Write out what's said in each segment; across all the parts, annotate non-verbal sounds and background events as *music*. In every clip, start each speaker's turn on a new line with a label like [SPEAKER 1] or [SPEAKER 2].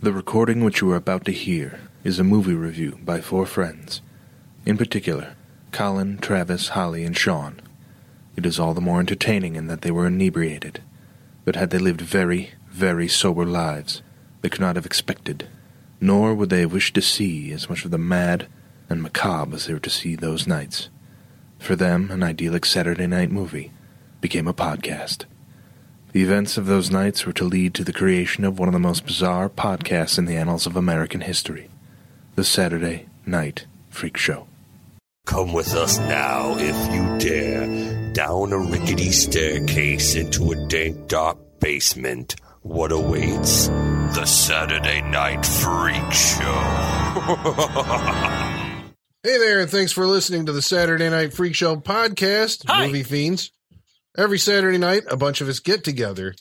[SPEAKER 1] The recording which you are about to hear is a movie review by four friends. In particular, Colin, Travis, Holly, and Sean. It is all the more entertaining in that they were inebriated. But had they lived very, very sober lives, they could not have expected, nor would they have wished to see as much of the mad and macabre as they were to see those nights. For them, an idyllic Saturday night movie became a podcast. The events of those nights were to lead to the creation of one of the most bizarre podcasts in the annals of American history the Saturday Night Freak Show.
[SPEAKER 2] Come with us now, if you dare, down a rickety staircase into a dank, dark basement. What awaits? The Saturday Night Freak Show.
[SPEAKER 3] Hey there, and thanks for listening to the Saturday Night Freak Show podcast, Movie Fiends. Every Saturday night, a bunch of us get together,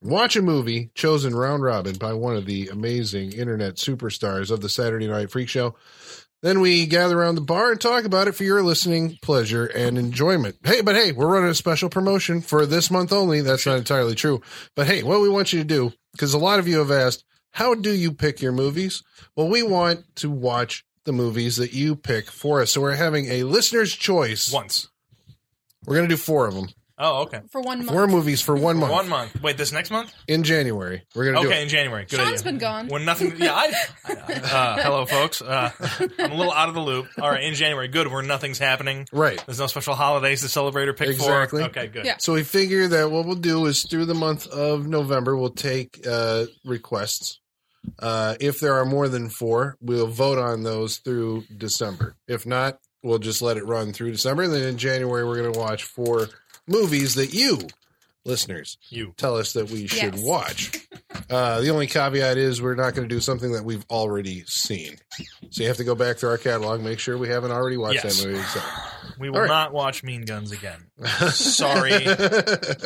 [SPEAKER 3] watch a movie chosen round robin by one of the amazing internet superstars of the Saturday Night Freak Show. Then we gather around the bar and talk about it for your listening pleasure and enjoyment. Hey, but hey, we're running a special promotion for this month only. That's not entirely true. But hey, what we want you to do, because a lot of you have asked, how do you pick your movies? Well, we want to watch the movies that you pick for us. So we're having a listener's choice.
[SPEAKER 4] Once.
[SPEAKER 3] We're going to do four of them.
[SPEAKER 4] Oh, okay.
[SPEAKER 5] for one month.
[SPEAKER 3] Four movies for one month
[SPEAKER 4] One month. Wait, this next month?
[SPEAKER 3] in January. We're gonna
[SPEAKER 4] Okay,
[SPEAKER 3] do
[SPEAKER 4] in
[SPEAKER 3] it.
[SPEAKER 4] January. Good
[SPEAKER 5] Sean's
[SPEAKER 4] idea.
[SPEAKER 5] been gone.
[SPEAKER 4] When nothing. Yeah, I. I-
[SPEAKER 3] *laughs*
[SPEAKER 4] uh, hello, folks. Uh, I'm a little out of the loop. All right, in January. Good. Where nothing's happening.
[SPEAKER 3] Right.
[SPEAKER 4] There's no special holidays to celebrate or pick
[SPEAKER 3] Exactly.
[SPEAKER 4] for. Okay, good.
[SPEAKER 5] Yeah.
[SPEAKER 3] So we figure that what we'll do is through the month of November, we'll take uh, requests. Uh, if there are more than four, we'll vote on those through December. If not, we'll just let it run through December. And then in January, we're going to watch four movies that you, listeners,
[SPEAKER 4] You.
[SPEAKER 3] tell us that we should
[SPEAKER 5] Yes.
[SPEAKER 3] watch. Uh, the only caveat is we're not going to do something that we've already seen. So you have to go back through our catalog, make sure we haven't already watched
[SPEAKER 4] Yes.
[SPEAKER 3] that movie. So.
[SPEAKER 4] We will
[SPEAKER 3] All right.
[SPEAKER 4] not watch Mean Guns again.
[SPEAKER 3] *laughs*
[SPEAKER 4] Sorry,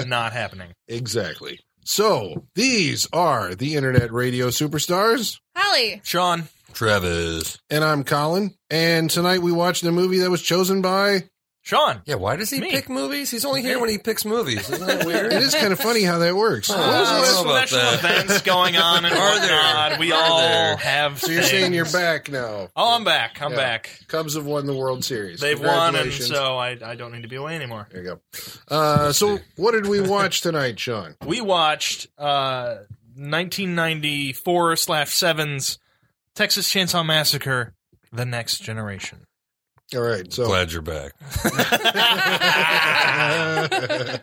[SPEAKER 4] not happening.
[SPEAKER 3] Exactly. So these are the internet radio superstars,
[SPEAKER 5] Holly,
[SPEAKER 4] Sean.
[SPEAKER 2] Travis.
[SPEAKER 3] and I'm Colin. And tonight we watched a movie that was chosen by.
[SPEAKER 4] Sean.
[SPEAKER 2] Yeah, why does he
[SPEAKER 4] Me.
[SPEAKER 2] pick movies? He's only here when he picks movies. Isn't that
[SPEAKER 3] It
[SPEAKER 2] weird?
[SPEAKER 3] is kind of funny how that works.
[SPEAKER 2] Oh,
[SPEAKER 3] What was the
[SPEAKER 2] I don't *laughs*
[SPEAKER 3] last-
[SPEAKER 2] know about
[SPEAKER 4] Special
[SPEAKER 2] that.
[SPEAKER 4] events going
[SPEAKER 3] *laughs*
[SPEAKER 4] on and
[SPEAKER 2] Are there?
[SPEAKER 4] whatnot. We
[SPEAKER 2] Are
[SPEAKER 4] all
[SPEAKER 2] there?
[SPEAKER 4] have.
[SPEAKER 3] so you're saying you're
[SPEAKER 4] things.
[SPEAKER 3] back now.
[SPEAKER 4] Oh, I'm back. I'm
[SPEAKER 3] Yeah.
[SPEAKER 4] back.
[SPEAKER 3] Cubs have won the World Series.
[SPEAKER 4] They've won, and
[SPEAKER 3] Congratulations.
[SPEAKER 4] so I, I don't need to be away anymore.
[SPEAKER 3] There you go. Uh, so what did we watch tonight, Sean?
[SPEAKER 4] we watched uh 1994 slash sevens Texas Chainsaw Massacre: The Next Generation.
[SPEAKER 3] All right.
[SPEAKER 2] *laughs*
[SPEAKER 3] So
[SPEAKER 2] Glad you're back.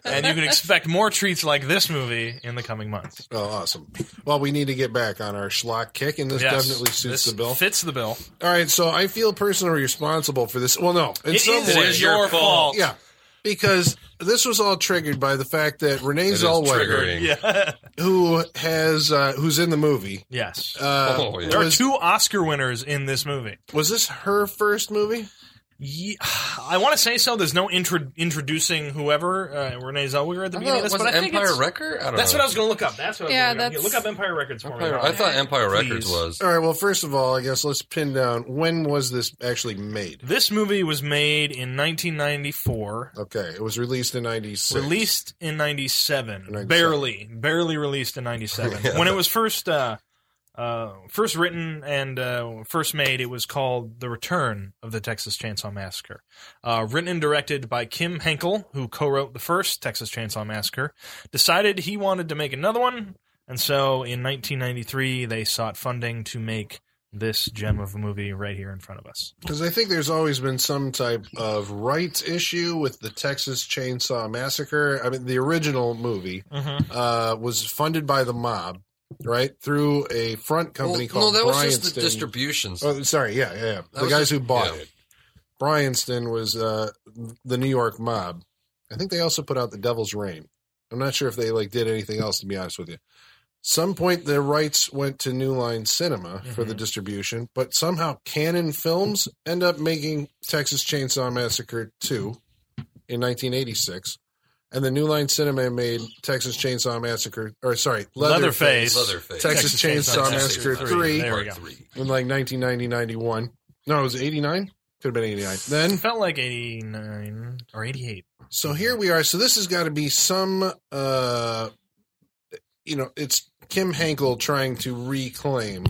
[SPEAKER 4] And you can expect more treats like this movie in the coming months.
[SPEAKER 3] *laughs* Oh, awesome. Well, we need to get back on our schlock kick, and this
[SPEAKER 4] Yes,
[SPEAKER 3] definitely suits
[SPEAKER 4] this
[SPEAKER 3] the bill.
[SPEAKER 4] Fits the bill.
[SPEAKER 3] All right, so I feel personally responsible for this. Well, no, in
[SPEAKER 4] It
[SPEAKER 3] some
[SPEAKER 4] is
[SPEAKER 3] way,
[SPEAKER 2] is
[SPEAKER 4] your
[SPEAKER 2] your
[SPEAKER 4] fault.
[SPEAKER 3] yeah, because this was all triggered by the fact that Renee
[SPEAKER 2] It is
[SPEAKER 3] Zellweger,
[SPEAKER 2] triggering.
[SPEAKER 4] Yeah.
[SPEAKER 3] who has uh, who's in the movie,
[SPEAKER 4] yes.
[SPEAKER 3] uh,
[SPEAKER 2] Oh, yeah.
[SPEAKER 4] there are
[SPEAKER 3] was,
[SPEAKER 4] two Oscar winners in this movie.
[SPEAKER 3] was this her first movie?
[SPEAKER 4] Ye- *sighs* I want to say so. There's no intro- introducing whoever uh, Renee Zellweger at the
[SPEAKER 2] I
[SPEAKER 4] beginning.
[SPEAKER 2] thought,
[SPEAKER 4] of this,
[SPEAKER 2] was
[SPEAKER 4] but
[SPEAKER 2] it
[SPEAKER 4] I think
[SPEAKER 2] Empire
[SPEAKER 4] it's-
[SPEAKER 2] Record? I don't
[SPEAKER 4] That's
[SPEAKER 2] know.
[SPEAKER 4] what I was going to look up. That's what I was
[SPEAKER 5] Yeah,
[SPEAKER 4] going to look
[SPEAKER 5] that's-
[SPEAKER 4] up. Empire Records for me.
[SPEAKER 2] Empire,
[SPEAKER 4] Rob.
[SPEAKER 2] I thought Empire Records
[SPEAKER 4] Please.
[SPEAKER 2] was.
[SPEAKER 3] All right, well, first of all, I guess let's pin down when was this actually made.
[SPEAKER 4] This movie was made in 1994,
[SPEAKER 3] Okay, it was released in '96.
[SPEAKER 4] released in 97,
[SPEAKER 3] 97.
[SPEAKER 4] barely, barely released in 97. When it was first uh, uh, first written and uh, first made, it was called The Return of the Texas Chainsaw Massacre. Uh, written and directed by Kim Henkel, who co-wrote the first Texas Chainsaw Massacre, decided he wanted to make another one, and so in 1993 they sought funding to make this gem of a movie right here in front of us.
[SPEAKER 3] Because I think there's always been some type of rights issue with the Texas Chainsaw Massacre. I mean, the original movie uh, was funded by the mob, right, through a front company
[SPEAKER 2] well,
[SPEAKER 3] called
[SPEAKER 2] no, that was just the
[SPEAKER 3] Bryanston.
[SPEAKER 2] distributions.
[SPEAKER 3] Oh, sorry, yeah, yeah, yeah. the
[SPEAKER 2] was
[SPEAKER 3] guys
[SPEAKER 2] just-
[SPEAKER 3] who bought
[SPEAKER 2] yeah.
[SPEAKER 3] it. Bryanston was uh, the New York mob. I think they also put out The Devil's Reign. I'm not sure if they like did anything else. To be honest with you, some point the rights went to New Line Cinema for the distribution, but somehow Canon Films end up making Texas Chainsaw Massacre 2 in 1986, and the New Line Cinema made Texas Chainsaw Massacre, or sorry,
[SPEAKER 4] Leatherface.
[SPEAKER 2] Leatherface.
[SPEAKER 3] Texas Chainsaw Massacre three.
[SPEAKER 4] There we go.
[SPEAKER 2] Part three.
[SPEAKER 3] in like 1990, 91. No, it was 89. Could have been 89. Then,
[SPEAKER 4] Felt like 89 or 88.
[SPEAKER 3] so here we are. So this has got to be some, uh, you know, it's Kim Hankel trying to reclaim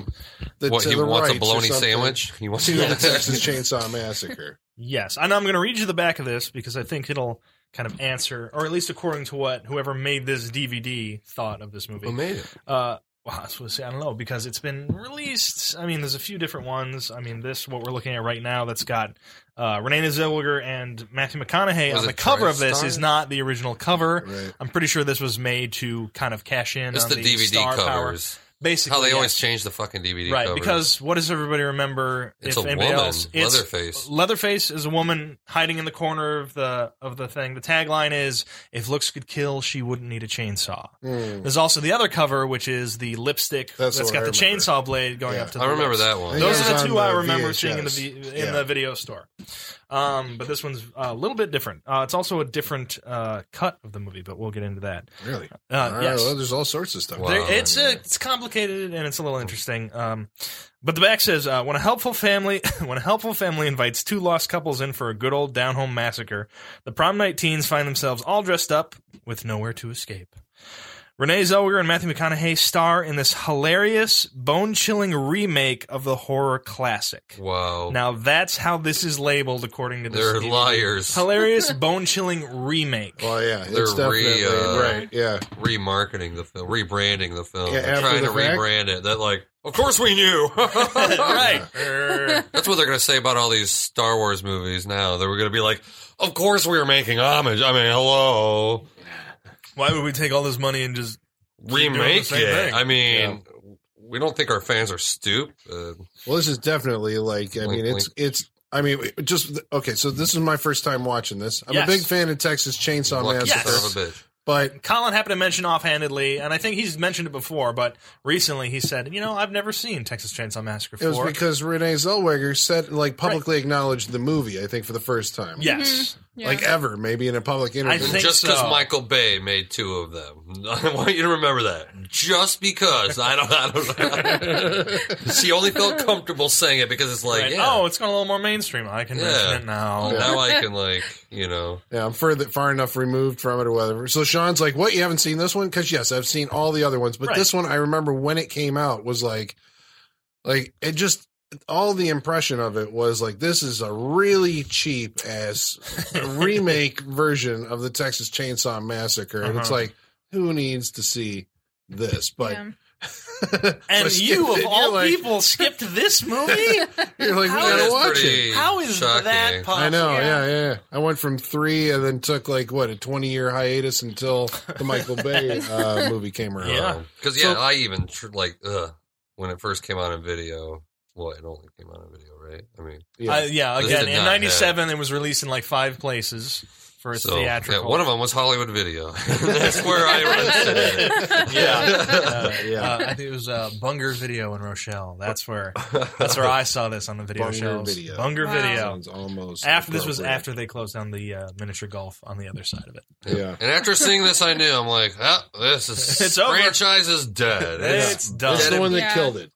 [SPEAKER 3] the,
[SPEAKER 5] What
[SPEAKER 3] to
[SPEAKER 5] he
[SPEAKER 3] the
[SPEAKER 5] wants a
[SPEAKER 3] rights or
[SPEAKER 5] bologna
[SPEAKER 3] something
[SPEAKER 5] sandwich. He wants
[SPEAKER 3] to
[SPEAKER 5] *laughs*
[SPEAKER 3] the Texas Chainsaw Massacre.
[SPEAKER 4] Yes, and I'm going to read you the back of this because I think it'll kind of answer, or at least according to what whoever made this DVD thought of this movie.
[SPEAKER 5] Who made it?
[SPEAKER 4] Uh, well, I was supposed to say I don't know because it's been released. I mean, there's a few different ones. I mean, this what we're looking at right now that's got uh, Renee Zellweger and Matthew McConaughey on
[SPEAKER 5] Was it
[SPEAKER 4] the cover of this
[SPEAKER 5] TriStar?
[SPEAKER 4] is not the original cover.
[SPEAKER 3] Right.
[SPEAKER 4] I'm pretty sure this was made to kind of cash in
[SPEAKER 5] It's
[SPEAKER 4] on
[SPEAKER 5] the
[SPEAKER 4] the,
[SPEAKER 5] DVD
[SPEAKER 4] star power.
[SPEAKER 5] covers.
[SPEAKER 4] Basically,
[SPEAKER 5] How they always
[SPEAKER 4] yes.
[SPEAKER 5] change the fucking DVD
[SPEAKER 4] Right,
[SPEAKER 5] covers.
[SPEAKER 4] because what does everybody remember?
[SPEAKER 5] It's
[SPEAKER 4] if
[SPEAKER 5] a
[SPEAKER 4] anybody
[SPEAKER 5] woman,
[SPEAKER 4] else,
[SPEAKER 5] Leatherface.
[SPEAKER 4] Leatherface is a woman hiding in the corner of the of the thing. The tagline is "If looks could kill, she wouldn't need a chainsaw."
[SPEAKER 3] Mm.
[SPEAKER 4] There's also the other cover, which is the lipstick
[SPEAKER 3] That's
[SPEAKER 4] that's
[SPEAKER 3] what
[SPEAKER 4] got
[SPEAKER 3] I
[SPEAKER 4] the
[SPEAKER 3] remember.
[SPEAKER 4] chainsaw blade going
[SPEAKER 3] Yeah.
[SPEAKER 4] up to.
[SPEAKER 5] I
[SPEAKER 4] the
[SPEAKER 5] remember
[SPEAKER 4] lips.
[SPEAKER 5] that one.
[SPEAKER 3] Yeah.
[SPEAKER 4] Those
[SPEAKER 3] It
[SPEAKER 4] are
[SPEAKER 3] was
[SPEAKER 4] the
[SPEAKER 3] on
[SPEAKER 4] two
[SPEAKER 3] the
[SPEAKER 4] I remember seeing in the
[SPEAKER 3] VHS.
[SPEAKER 4] v- in
[SPEAKER 3] Yeah.
[SPEAKER 4] the video store. Um, but this one's uh, a little bit different. Uh, it's also a different uh, cut of the movie, but we'll get into that.
[SPEAKER 3] Really?
[SPEAKER 4] Uh,
[SPEAKER 3] All right,
[SPEAKER 4] yes.
[SPEAKER 3] well, there's all sorts of stuff.
[SPEAKER 5] Wow.
[SPEAKER 4] There, it's
[SPEAKER 5] yeah.
[SPEAKER 4] a, it's complicated and it's a little interesting. Um, but the back says uh, when a helpful family *laughs* when a helpful family invites two lost couples in for a good old down home massacre, the prom night teens find themselves all dressed up with nowhere to escape. Renee Zellweger and Matthew McConaughey star in this hilarious, bone chilling remake of the horror classic.
[SPEAKER 5] Wow.
[SPEAKER 4] Now that's how this is labeled according to this.
[SPEAKER 5] They're
[SPEAKER 4] DVD.
[SPEAKER 5] liars.
[SPEAKER 4] Hilarious, bone chilling
[SPEAKER 5] *laughs*
[SPEAKER 4] remake.
[SPEAKER 3] Well, yeah,
[SPEAKER 5] They're
[SPEAKER 3] it's definitely
[SPEAKER 5] re, uh,
[SPEAKER 3] right. Yeah,
[SPEAKER 5] remarketing the film, rebranding the film,
[SPEAKER 3] Yeah,
[SPEAKER 5] They're
[SPEAKER 3] after
[SPEAKER 5] trying
[SPEAKER 3] the
[SPEAKER 5] to
[SPEAKER 3] fact.
[SPEAKER 5] rebrand it. That like, of course we knew.
[SPEAKER 4] *laughs* right.
[SPEAKER 5] That's what they're going to say about all these Star Wars movies now. They were going to be like, of course we were making homage. I mean, hello,
[SPEAKER 4] Why would we take all this money and just doing the
[SPEAKER 5] remake it.
[SPEAKER 4] same thing.
[SPEAKER 5] I mean, we don't think our fans are stupid.
[SPEAKER 3] Well, this is definitely like I
[SPEAKER 5] Wink,
[SPEAKER 3] mean it's it's I mean it just okay. So this is my first time watching this. I'm
[SPEAKER 4] Yes.
[SPEAKER 3] a big fan of Texas Chainsaw
[SPEAKER 5] Lucky
[SPEAKER 3] Massacre,
[SPEAKER 5] son of a bitch.
[SPEAKER 3] but
[SPEAKER 4] Colin happened to mention offhandedly, and I think he's mentioned it before, but recently he said, "You know, I've never seen Texas Chainsaw Massacre
[SPEAKER 3] it was
[SPEAKER 4] 4."
[SPEAKER 3] because Renee Zellweger said like publicly acknowledged the movie. I think for the first time,
[SPEAKER 4] yes,
[SPEAKER 6] Yeah.
[SPEAKER 3] like ever, maybe in a public interview.
[SPEAKER 4] think
[SPEAKER 5] Just because
[SPEAKER 4] so.
[SPEAKER 5] Michael Bay made two of them, *laughs* I want you to remember that. Just because I don't, I don't. *laughs* she only felt comfortable saying it because it's like,
[SPEAKER 4] Right.
[SPEAKER 5] yeah,
[SPEAKER 4] oh, it's gone a little more mainstream. I can
[SPEAKER 5] Yeah.
[SPEAKER 4] mention it now.
[SPEAKER 5] now I can like, you know,
[SPEAKER 3] yeah, I'm further far enough removed from it or whatever. So Sean's like, "What? You haven't seen this one? Because yes, I've seen all the other ones, but
[SPEAKER 4] Right.
[SPEAKER 3] this one I remember when it came out was like, like it just." All the impression of it was like this is a really cheap
[SPEAKER 4] *laughs*
[SPEAKER 3] ass remake version of the Texas Chainsaw Massacre, and it's
[SPEAKER 4] Uh-huh.
[SPEAKER 3] like, who needs to see this? But *laughs*
[SPEAKER 6] Yeah.
[SPEAKER 4] And
[SPEAKER 3] But *laughs*
[SPEAKER 4] you,
[SPEAKER 3] you're
[SPEAKER 4] of all
[SPEAKER 3] like-
[SPEAKER 4] people, skipped
[SPEAKER 3] *laughs*
[SPEAKER 4] this movie?
[SPEAKER 3] You're like, we
[SPEAKER 4] How
[SPEAKER 3] gotta
[SPEAKER 5] is
[SPEAKER 3] watch it.
[SPEAKER 5] pretty
[SPEAKER 4] How is
[SPEAKER 5] shocking.
[SPEAKER 4] that possible?
[SPEAKER 3] I know,
[SPEAKER 6] Yeah.
[SPEAKER 3] yeah. yeah, yeah. I went from three and then took like what a twenty year hiatus until the Michael
[SPEAKER 4] *laughs*
[SPEAKER 3] Bay uh, movie came around.
[SPEAKER 4] Yeah.
[SPEAKER 5] Because yeah, I even tr- like ugh, when it first came out in video. Well, it only came out in video, right? I mean,
[SPEAKER 3] Yeah.
[SPEAKER 4] Uh, yeah,
[SPEAKER 5] This
[SPEAKER 4] again,
[SPEAKER 5] did
[SPEAKER 4] in
[SPEAKER 5] not
[SPEAKER 4] '97, it was released in like five places for its
[SPEAKER 5] so yeah,
[SPEAKER 4] theatrical.
[SPEAKER 5] one of them was Hollywood Video. *laughs* That's where I rented
[SPEAKER 4] *laughs*
[SPEAKER 5] it.
[SPEAKER 4] yeah, uh, *laughs*
[SPEAKER 3] Yeah. *laughs*
[SPEAKER 4] uh, I think it was uh, Bunger Video in Rochelle. That's where that's where I saw this on the video
[SPEAKER 3] Bunger
[SPEAKER 4] shelves.
[SPEAKER 3] Video.
[SPEAKER 4] Bunger
[SPEAKER 6] Wow.
[SPEAKER 4] Video.
[SPEAKER 3] Sounds almost
[SPEAKER 4] after this was
[SPEAKER 3] appropriate.
[SPEAKER 4] after they closed down the uh, miniature golf on the other side of it.
[SPEAKER 3] Yeah.
[SPEAKER 5] And after seeing this, I knew I'm like, ah, this
[SPEAKER 4] *laughs*
[SPEAKER 5] is
[SPEAKER 4] It's over.
[SPEAKER 5] franchise is dead.
[SPEAKER 4] It's,
[SPEAKER 5] It's-
[SPEAKER 4] done
[SPEAKER 3] That's the one that
[SPEAKER 6] Yeah.
[SPEAKER 3] killed it.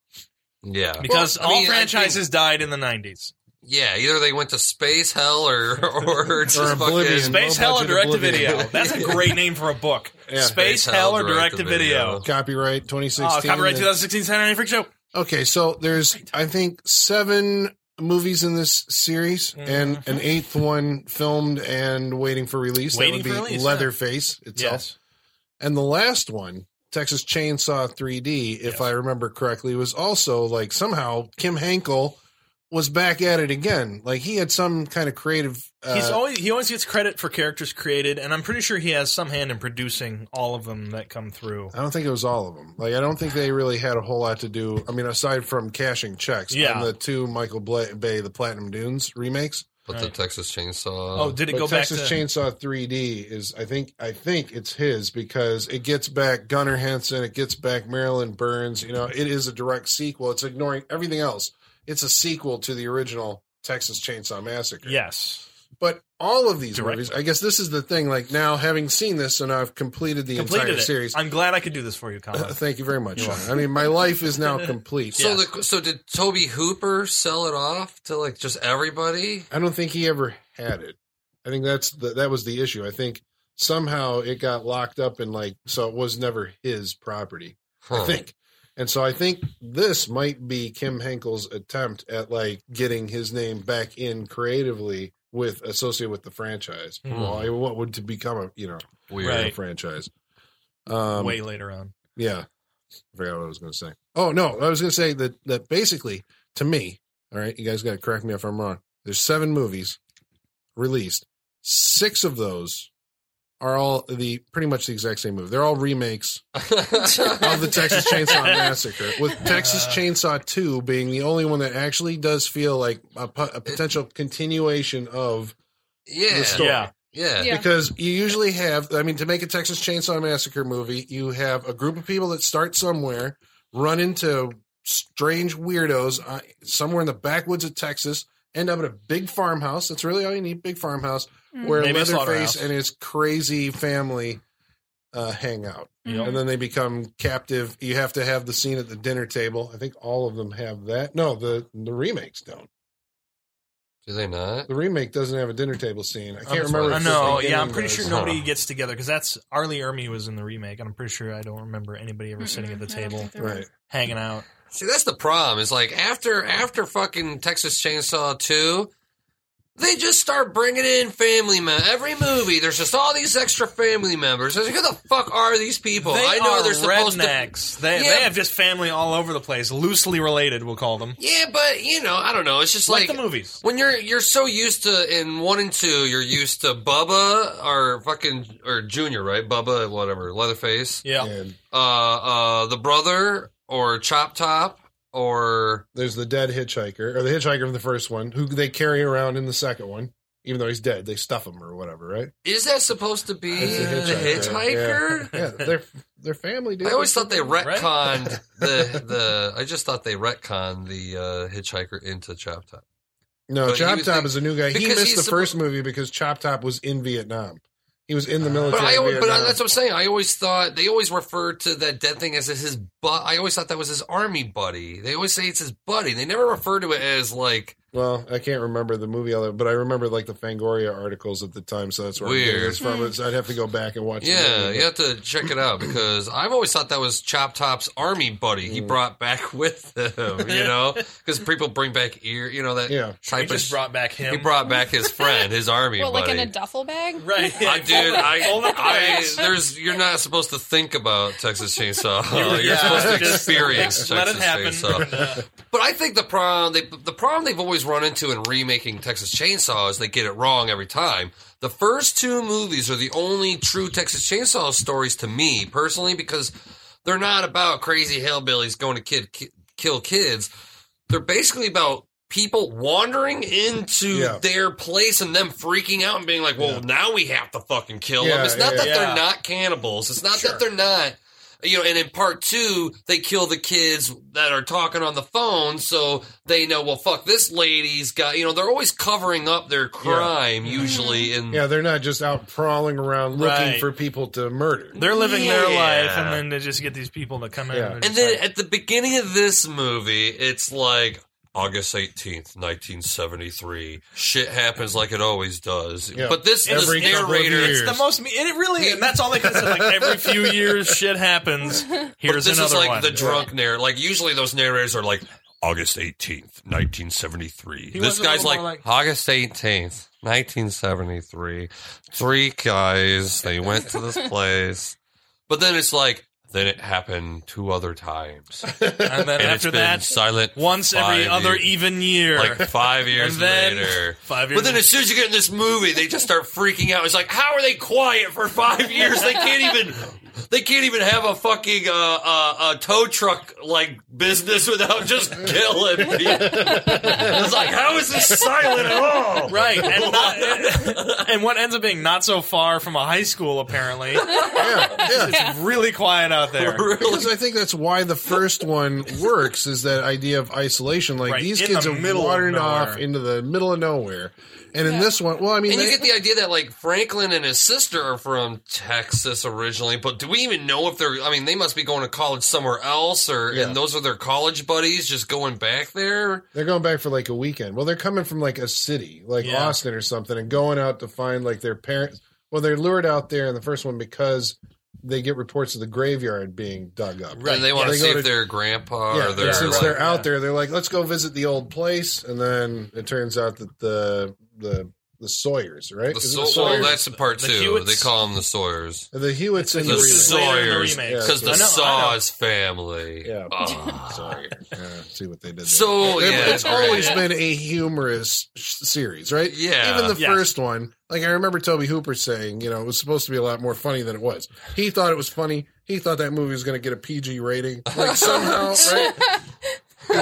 [SPEAKER 5] yeah,
[SPEAKER 4] because
[SPEAKER 5] Well, I
[SPEAKER 4] all
[SPEAKER 5] mean, I think-
[SPEAKER 4] franchises died in the nineties.
[SPEAKER 5] yeah, either they went to space hell or *laughs*
[SPEAKER 4] *laughs*
[SPEAKER 5] or just
[SPEAKER 3] Oblivion.
[SPEAKER 5] fucking
[SPEAKER 4] Space Hell or
[SPEAKER 3] budget
[SPEAKER 4] Direct to
[SPEAKER 3] Oblivion.
[SPEAKER 4] Video.
[SPEAKER 3] *laughs*
[SPEAKER 4] That's a great name for a book.
[SPEAKER 3] Yeah.
[SPEAKER 4] Space, Hell or Direct to Video.
[SPEAKER 3] Copyright twenty
[SPEAKER 4] Oh,
[SPEAKER 3] sixteen.
[SPEAKER 4] copyright 2016 Saturday Night Freak Show.
[SPEAKER 3] Okay, so there's I think seven movies in this series and
[SPEAKER 4] Mm-hmm.
[SPEAKER 3] an eighth one filmed and waiting for release.
[SPEAKER 4] Waiting
[SPEAKER 3] that would
[SPEAKER 4] for
[SPEAKER 3] be
[SPEAKER 4] release, yeah.
[SPEAKER 3] Leatherface itself.
[SPEAKER 4] Yes.
[SPEAKER 3] And the last one, Texas Chainsaw 3D, if
[SPEAKER 4] Yes.
[SPEAKER 3] I remember correctly, was also like somehow Kim Hankel was back at it again. Like he had some kind of creative. Uh,
[SPEAKER 4] He's always he always gets credit for characters created, and I'm pretty sure he has some hand in producing all of them that come through.
[SPEAKER 3] I don't think it was all of them. Like I don't think they really had a whole lot to do. I mean, aside from cashing checks
[SPEAKER 4] Yeah.
[SPEAKER 3] on the two Michael Bla- Bay the Platinum Dunes remakes.
[SPEAKER 5] But the
[SPEAKER 4] Right.
[SPEAKER 5] Texas Chainsaw.
[SPEAKER 4] Oh, did it
[SPEAKER 3] But
[SPEAKER 4] go
[SPEAKER 3] Texas
[SPEAKER 4] back to
[SPEAKER 3] Chainsaw 3D is I think I think it's his because it gets back Gunnar Hansen, it gets back Marilyn Burns. You know, it is a direct sequel. It's ignoring everything else. It's a sequel to the original Texas Chainsaw Massacre.
[SPEAKER 4] Yes.
[SPEAKER 3] But all of these
[SPEAKER 4] Direct.
[SPEAKER 3] movies, I guess this is the thing. Like now, having seen this and I've completed the
[SPEAKER 4] Completed
[SPEAKER 3] entire
[SPEAKER 4] it.
[SPEAKER 3] series.
[SPEAKER 4] I'm glad I could do this for you, Colin.
[SPEAKER 3] *laughs* Thank you very much. Sean. I mean, my life is now complete.
[SPEAKER 4] *laughs*
[SPEAKER 5] So
[SPEAKER 4] Yeah.
[SPEAKER 5] the so did Toby Hooper sell it off to like just everybody?
[SPEAKER 3] I don't think he ever had it. I think that's the, that was the issue. I think somehow it got locked up and like so it was never his property.
[SPEAKER 5] Huh.
[SPEAKER 3] I think. And so I think this might be Kim Henkel's attempt at like getting his name back in creatively with associated with the franchise.
[SPEAKER 4] Hmm.
[SPEAKER 3] Well, I want would to become a you know
[SPEAKER 5] Weird.
[SPEAKER 3] a
[SPEAKER 5] *laughs*
[SPEAKER 4] Right.
[SPEAKER 3] franchise. *laughs* Um,
[SPEAKER 4] way later on.
[SPEAKER 3] yeah. I forgot what I was going to say. Oh no, I was going to say that that basically to me, all right, you guys got to correct me if I'm wrong. There's seven movies released. Six of those are all the pretty much the exact same movie. They're all remakes of the Texas Chainsaw Massacre, with Texas Chainsaw 2 being the only one that actually does feel like a, po- a potential continuation of
[SPEAKER 5] yeah.
[SPEAKER 3] the story.
[SPEAKER 4] Yeah.
[SPEAKER 5] Yeah.
[SPEAKER 6] Yeah.
[SPEAKER 3] Because you usually have, I mean, to make a Texas Chainsaw Massacre movie, you have a group of people that start somewhere, run into strange weirdos uh, somewhere in the backwoods of Texas, end up at a big farmhouse. That's really all you need, big farmhouse, where
[SPEAKER 4] Maybe a slaughterhouse.
[SPEAKER 3] Leatherface and his crazy family uh, hang out.
[SPEAKER 6] Mhm.
[SPEAKER 3] And then they become captive. You have to have the scene at the dinner table. I think all of them have that. No, the the remakes don't.
[SPEAKER 5] Do they not?
[SPEAKER 3] The remake doesn't have a dinner table scene. I
[SPEAKER 5] Oh,
[SPEAKER 3] can't
[SPEAKER 5] that's
[SPEAKER 3] remember.
[SPEAKER 5] right.
[SPEAKER 4] I
[SPEAKER 3] if the
[SPEAKER 4] know.
[SPEAKER 3] beginning
[SPEAKER 4] Yeah, I'm pretty
[SPEAKER 3] does.
[SPEAKER 4] sure nobody gets together because that's Arlie Ermy was in the remake, and I'm pretty sure I don't remember anybody ever sitting at the
[SPEAKER 6] Mm-mm, Mm-hmm. I don't
[SPEAKER 4] table
[SPEAKER 6] think there
[SPEAKER 3] Right.
[SPEAKER 6] was.
[SPEAKER 4] hanging out.
[SPEAKER 5] See, that's the problem. Is like after after fucking Texas Chainsaw Two, they just start bringing in family members. Every movie, there's just all these extra family members. It's like, Who the fuck are these people?
[SPEAKER 4] they
[SPEAKER 5] I know
[SPEAKER 4] are
[SPEAKER 5] they're supposed to.
[SPEAKER 4] rednecks. They,
[SPEAKER 5] Yeah.
[SPEAKER 4] they have just family all over the place, loosely related. We'll call them
[SPEAKER 5] Yeah, but you know, I don't know. It's just
[SPEAKER 4] like,
[SPEAKER 5] like,
[SPEAKER 4] the movies.
[SPEAKER 5] when you're you're so used to in one and two, you're used to Bubba or fucking or Junior, right? Bubba, whatever, Leatherface,
[SPEAKER 4] Yeah,
[SPEAKER 3] And
[SPEAKER 5] uh, uh, the brother or Chop Top or
[SPEAKER 3] there's the dead hitchhiker, or the hitchhiker from the first one, who they carry around in the second one, even though he's dead. They stuff him or whatever, right?
[SPEAKER 5] is that supposed to be
[SPEAKER 3] It's
[SPEAKER 5] the
[SPEAKER 4] *laughs*
[SPEAKER 5] hitchhiker?
[SPEAKER 3] Yeah, yeah. they're they're family. Dude.
[SPEAKER 5] I always thought they
[SPEAKER 4] Right?
[SPEAKER 5] retconned
[SPEAKER 4] *laughs*
[SPEAKER 5] the the. I just thought they retconned the uh, hitchhiker into Chop Top.
[SPEAKER 3] No,
[SPEAKER 5] But he
[SPEAKER 3] Chop
[SPEAKER 5] was
[SPEAKER 3] Top
[SPEAKER 5] the-
[SPEAKER 3] is a new guy. He
[SPEAKER 5] because
[SPEAKER 3] missed
[SPEAKER 5] he's
[SPEAKER 3] the
[SPEAKER 5] suppo-
[SPEAKER 3] first movie because Chop Top was in Vietnam. He was in the
[SPEAKER 4] But
[SPEAKER 3] military.
[SPEAKER 5] Uh, But I always, but
[SPEAKER 3] Vietnam.
[SPEAKER 5] that's what I'm saying. I always thought they always referred to that dead thing as his. Bu- I always thought that was his army buddy. They always say it's his buddy. They never refer to it as like
[SPEAKER 3] Well, I can't remember the movie, all that, but I remember like the Fangoria articles at the time, so that's where I'm getting
[SPEAKER 5] Weird.
[SPEAKER 3] this from. So I'd have to go back and watch. the
[SPEAKER 5] Yeah,
[SPEAKER 3] movie,
[SPEAKER 5] you have to check it out because I've always thought that was Chop Top's army buddy he brought back *laughs* with him, you
[SPEAKER 4] *laughs*
[SPEAKER 5] know? Because people bring back ear, you know, that
[SPEAKER 3] but- yeah.
[SPEAKER 4] he
[SPEAKER 5] type of
[SPEAKER 4] just
[SPEAKER 5] sh-
[SPEAKER 4] brought back him.
[SPEAKER 5] He brought back his friend, his army
[SPEAKER 6] What, like
[SPEAKER 5] buddy.
[SPEAKER 6] in a duffel bag?
[SPEAKER 4] right,
[SPEAKER 5] I, dude,
[SPEAKER 4] *laughs* All the-
[SPEAKER 5] I,
[SPEAKER 4] all the
[SPEAKER 5] I,
[SPEAKER 4] facts.
[SPEAKER 5] there's, you're not supposed to think about
[SPEAKER 4] *laughs*
[SPEAKER 5] Texas Chainsaw. You're
[SPEAKER 4] Yeah,
[SPEAKER 5] supposed to
[SPEAKER 4] just
[SPEAKER 5] experience
[SPEAKER 4] Let
[SPEAKER 5] Texas
[SPEAKER 4] it happen.
[SPEAKER 5] Chainsaw.
[SPEAKER 4] *laughs*
[SPEAKER 5] But I think the problem, they, the problem they've always run into in remaking Texas Chainsaw is they get it wrong every time. The first two movies are the only true Texas Chainsaw stories to me personally because they're not about crazy hillbillies going to kid ki- kill kids. They're basically about people wandering into
[SPEAKER 3] Yeah.
[SPEAKER 5] their place and them freaking out and being like, "Well,
[SPEAKER 3] Yeah.
[SPEAKER 5] now we have to fucking kill them."
[SPEAKER 3] Yeah,
[SPEAKER 5] It's not
[SPEAKER 3] yeah,
[SPEAKER 5] that
[SPEAKER 4] yeah.
[SPEAKER 5] they're not cannibals. It's not that they're not. You know, and in part two, they kill the kids that are talking on the phone, so they know. Well, fuck, this lady's got. You know, they're always covering up their crime usually. In
[SPEAKER 3] Yeah, they're not just out crawling around looking
[SPEAKER 4] Right.
[SPEAKER 3] for people to murder.
[SPEAKER 5] *laughs*
[SPEAKER 4] They're living their
[SPEAKER 5] Yeah.
[SPEAKER 4] life, and then they just get these people to come in.
[SPEAKER 3] Yeah.
[SPEAKER 4] And,
[SPEAKER 5] And then at the beginning of this movie, it's like August 18th, 1973. Shit happens like it always does.
[SPEAKER 3] Yeah.
[SPEAKER 5] But this, this
[SPEAKER 3] Every couple of
[SPEAKER 5] narrator.
[SPEAKER 3] years.
[SPEAKER 4] it's the most. and It really. And that's all they can say. Like every few years, shit
[SPEAKER 6] *laughs*
[SPEAKER 4] happens.
[SPEAKER 5] But
[SPEAKER 4] Here's
[SPEAKER 5] this is
[SPEAKER 4] another
[SPEAKER 5] like
[SPEAKER 4] one.
[SPEAKER 5] the drunk narrator. Like usually those narrators are like August 18th, 1973.
[SPEAKER 4] He
[SPEAKER 5] this
[SPEAKER 4] was a
[SPEAKER 5] guy's
[SPEAKER 4] little
[SPEAKER 5] like,
[SPEAKER 4] more like-
[SPEAKER 5] August 18th, 1973. Three guys, they went to
[SPEAKER 4] *laughs*
[SPEAKER 5] this place. But then it's like, then it happened two other times.
[SPEAKER 4] and then *laughs*
[SPEAKER 5] And
[SPEAKER 4] after
[SPEAKER 5] it's been
[SPEAKER 4] that,
[SPEAKER 5] silent
[SPEAKER 4] once every
[SPEAKER 5] five
[SPEAKER 4] other
[SPEAKER 5] years.
[SPEAKER 4] even year. *laughs*
[SPEAKER 5] like five years
[SPEAKER 4] And then-
[SPEAKER 5] later.
[SPEAKER 4] five years.
[SPEAKER 5] But then as soon as you get in this movie, they just start freaking out. It's like, how are they quiet
[SPEAKER 4] *laughs*
[SPEAKER 5] for five years? They can't even. They can't even have a fucking uh, uh, a tow truck like business without *laughs* just killing people. It's like how is this silent at all?
[SPEAKER 4] Right, and, not, *laughs* and what ends up being not so far from a high school, apparently,
[SPEAKER 3] yeah, yeah.
[SPEAKER 4] it's *laughs* really quiet out
[SPEAKER 5] *laughs*
[SPEAKER 4] there.
[SPEAKER 3] Because I think that's why the first one works is that idea of isolation. Like
[SPEAKER 4] Right,
[SPEAKER 3] these
[SPEAKER 4] in
[SPEAKER 3] kids
[SPEAKER 4] the
[SPEAKER 3] are
[SPEAKER 4] middle of
[SPEAKER 3] wandering
[SPEAKER 4] nowhere.
[SPEAKER 3] off into the middle of nowhere, and in this one, well, I mean,
[SPEAKER 5] And you
[SPEAKER 3] they-
[SPEAKER 5] get the idea that like Franklin and his sister are from Texas originally, but do we even know if they're? I mean, they must be going to college somewhere else, or
[SPEAKER 3] Yeah.
[SPEAKER 5] and those are their college buddies just going back there.
[SPEAKER 3] they're going back for like a weekend. Well, they're coming from like a city, like
[SPEAKER 4] Yeah.
[SPEAKER 3] Austin or something, and going out to find like their parents. Well, they're lured out there in the first one because they get reports of the graveyard being dug up.
[SPEAKER 5] Right. And they want
[SPEAKER 3] Yeah,
[SPEAKER 5] to
[SPEAKER 3] they go
[SPEAKER 5] save
[SPEAKER 3] to-
[SPEAKER 5] their grandpa
[SPEAKER 3] Yeah,
[SPEAKER 5] or
[SPEAKER 3] and
[SPEAKER 5] their.
[SPEAKER 3] since
[SPEAKER 5] like-
[SPEAKER 3] they're out there, they're like, "Let's go visit the old place," and then it turns out that the the the Sawyer's right,
[SPEAKER 5] the
[SPEAKER 3] Is it
[SPEAKER 5] Saw- well,
[SPEAKER 3] Sawyers?
[SPEAKER 5] that's in part
[SPEAKER 4] The
[SPEAKER 5] two.
[SPEAKER 4] Hewitts.
[SPEAKER 5] They call them the Sawyers.
[SPEAKER 3] And the Hewitts and
[SPEAKER 5] The
[SPEAKER 3] the
[SPEAKER 4] Hewitts is
[SPEAKER 3] remake.
[SPEAKER 4] later in the
[SPEAKER 5] Sawyers,
[SPEAKER 4] remake.
[SPEAKER 5] because the
[SPEAKER 3] I know, I
[SPEAKER 5] Saws family.
[SPEAKER 3] Yeah.
[SPEAKER 5] Ah.
[SPEAKER 3] Sorry. Yeah, see what they did. there.
[SPEAKER 5] So
[SPEAKER 3] It-
[SPEAKER 5] yeah,
[SPEAKER 3] it's
[SPEAKER 5] right.
[SPEAKER 3] always been a humorous sh- series, right?
[SPEAKER 5] Yeah.
[SPEAKER 3] Even the
[SPEAKER 4] Yeah.
[SPEAKER 3] first one, like I remember Toby Hooper saying, you know, it was supposed to be a lot more funny than it was. He thought it was funny. He thought that movie was going to get a PG rating, *laughs* like somehow, *laughs* right? In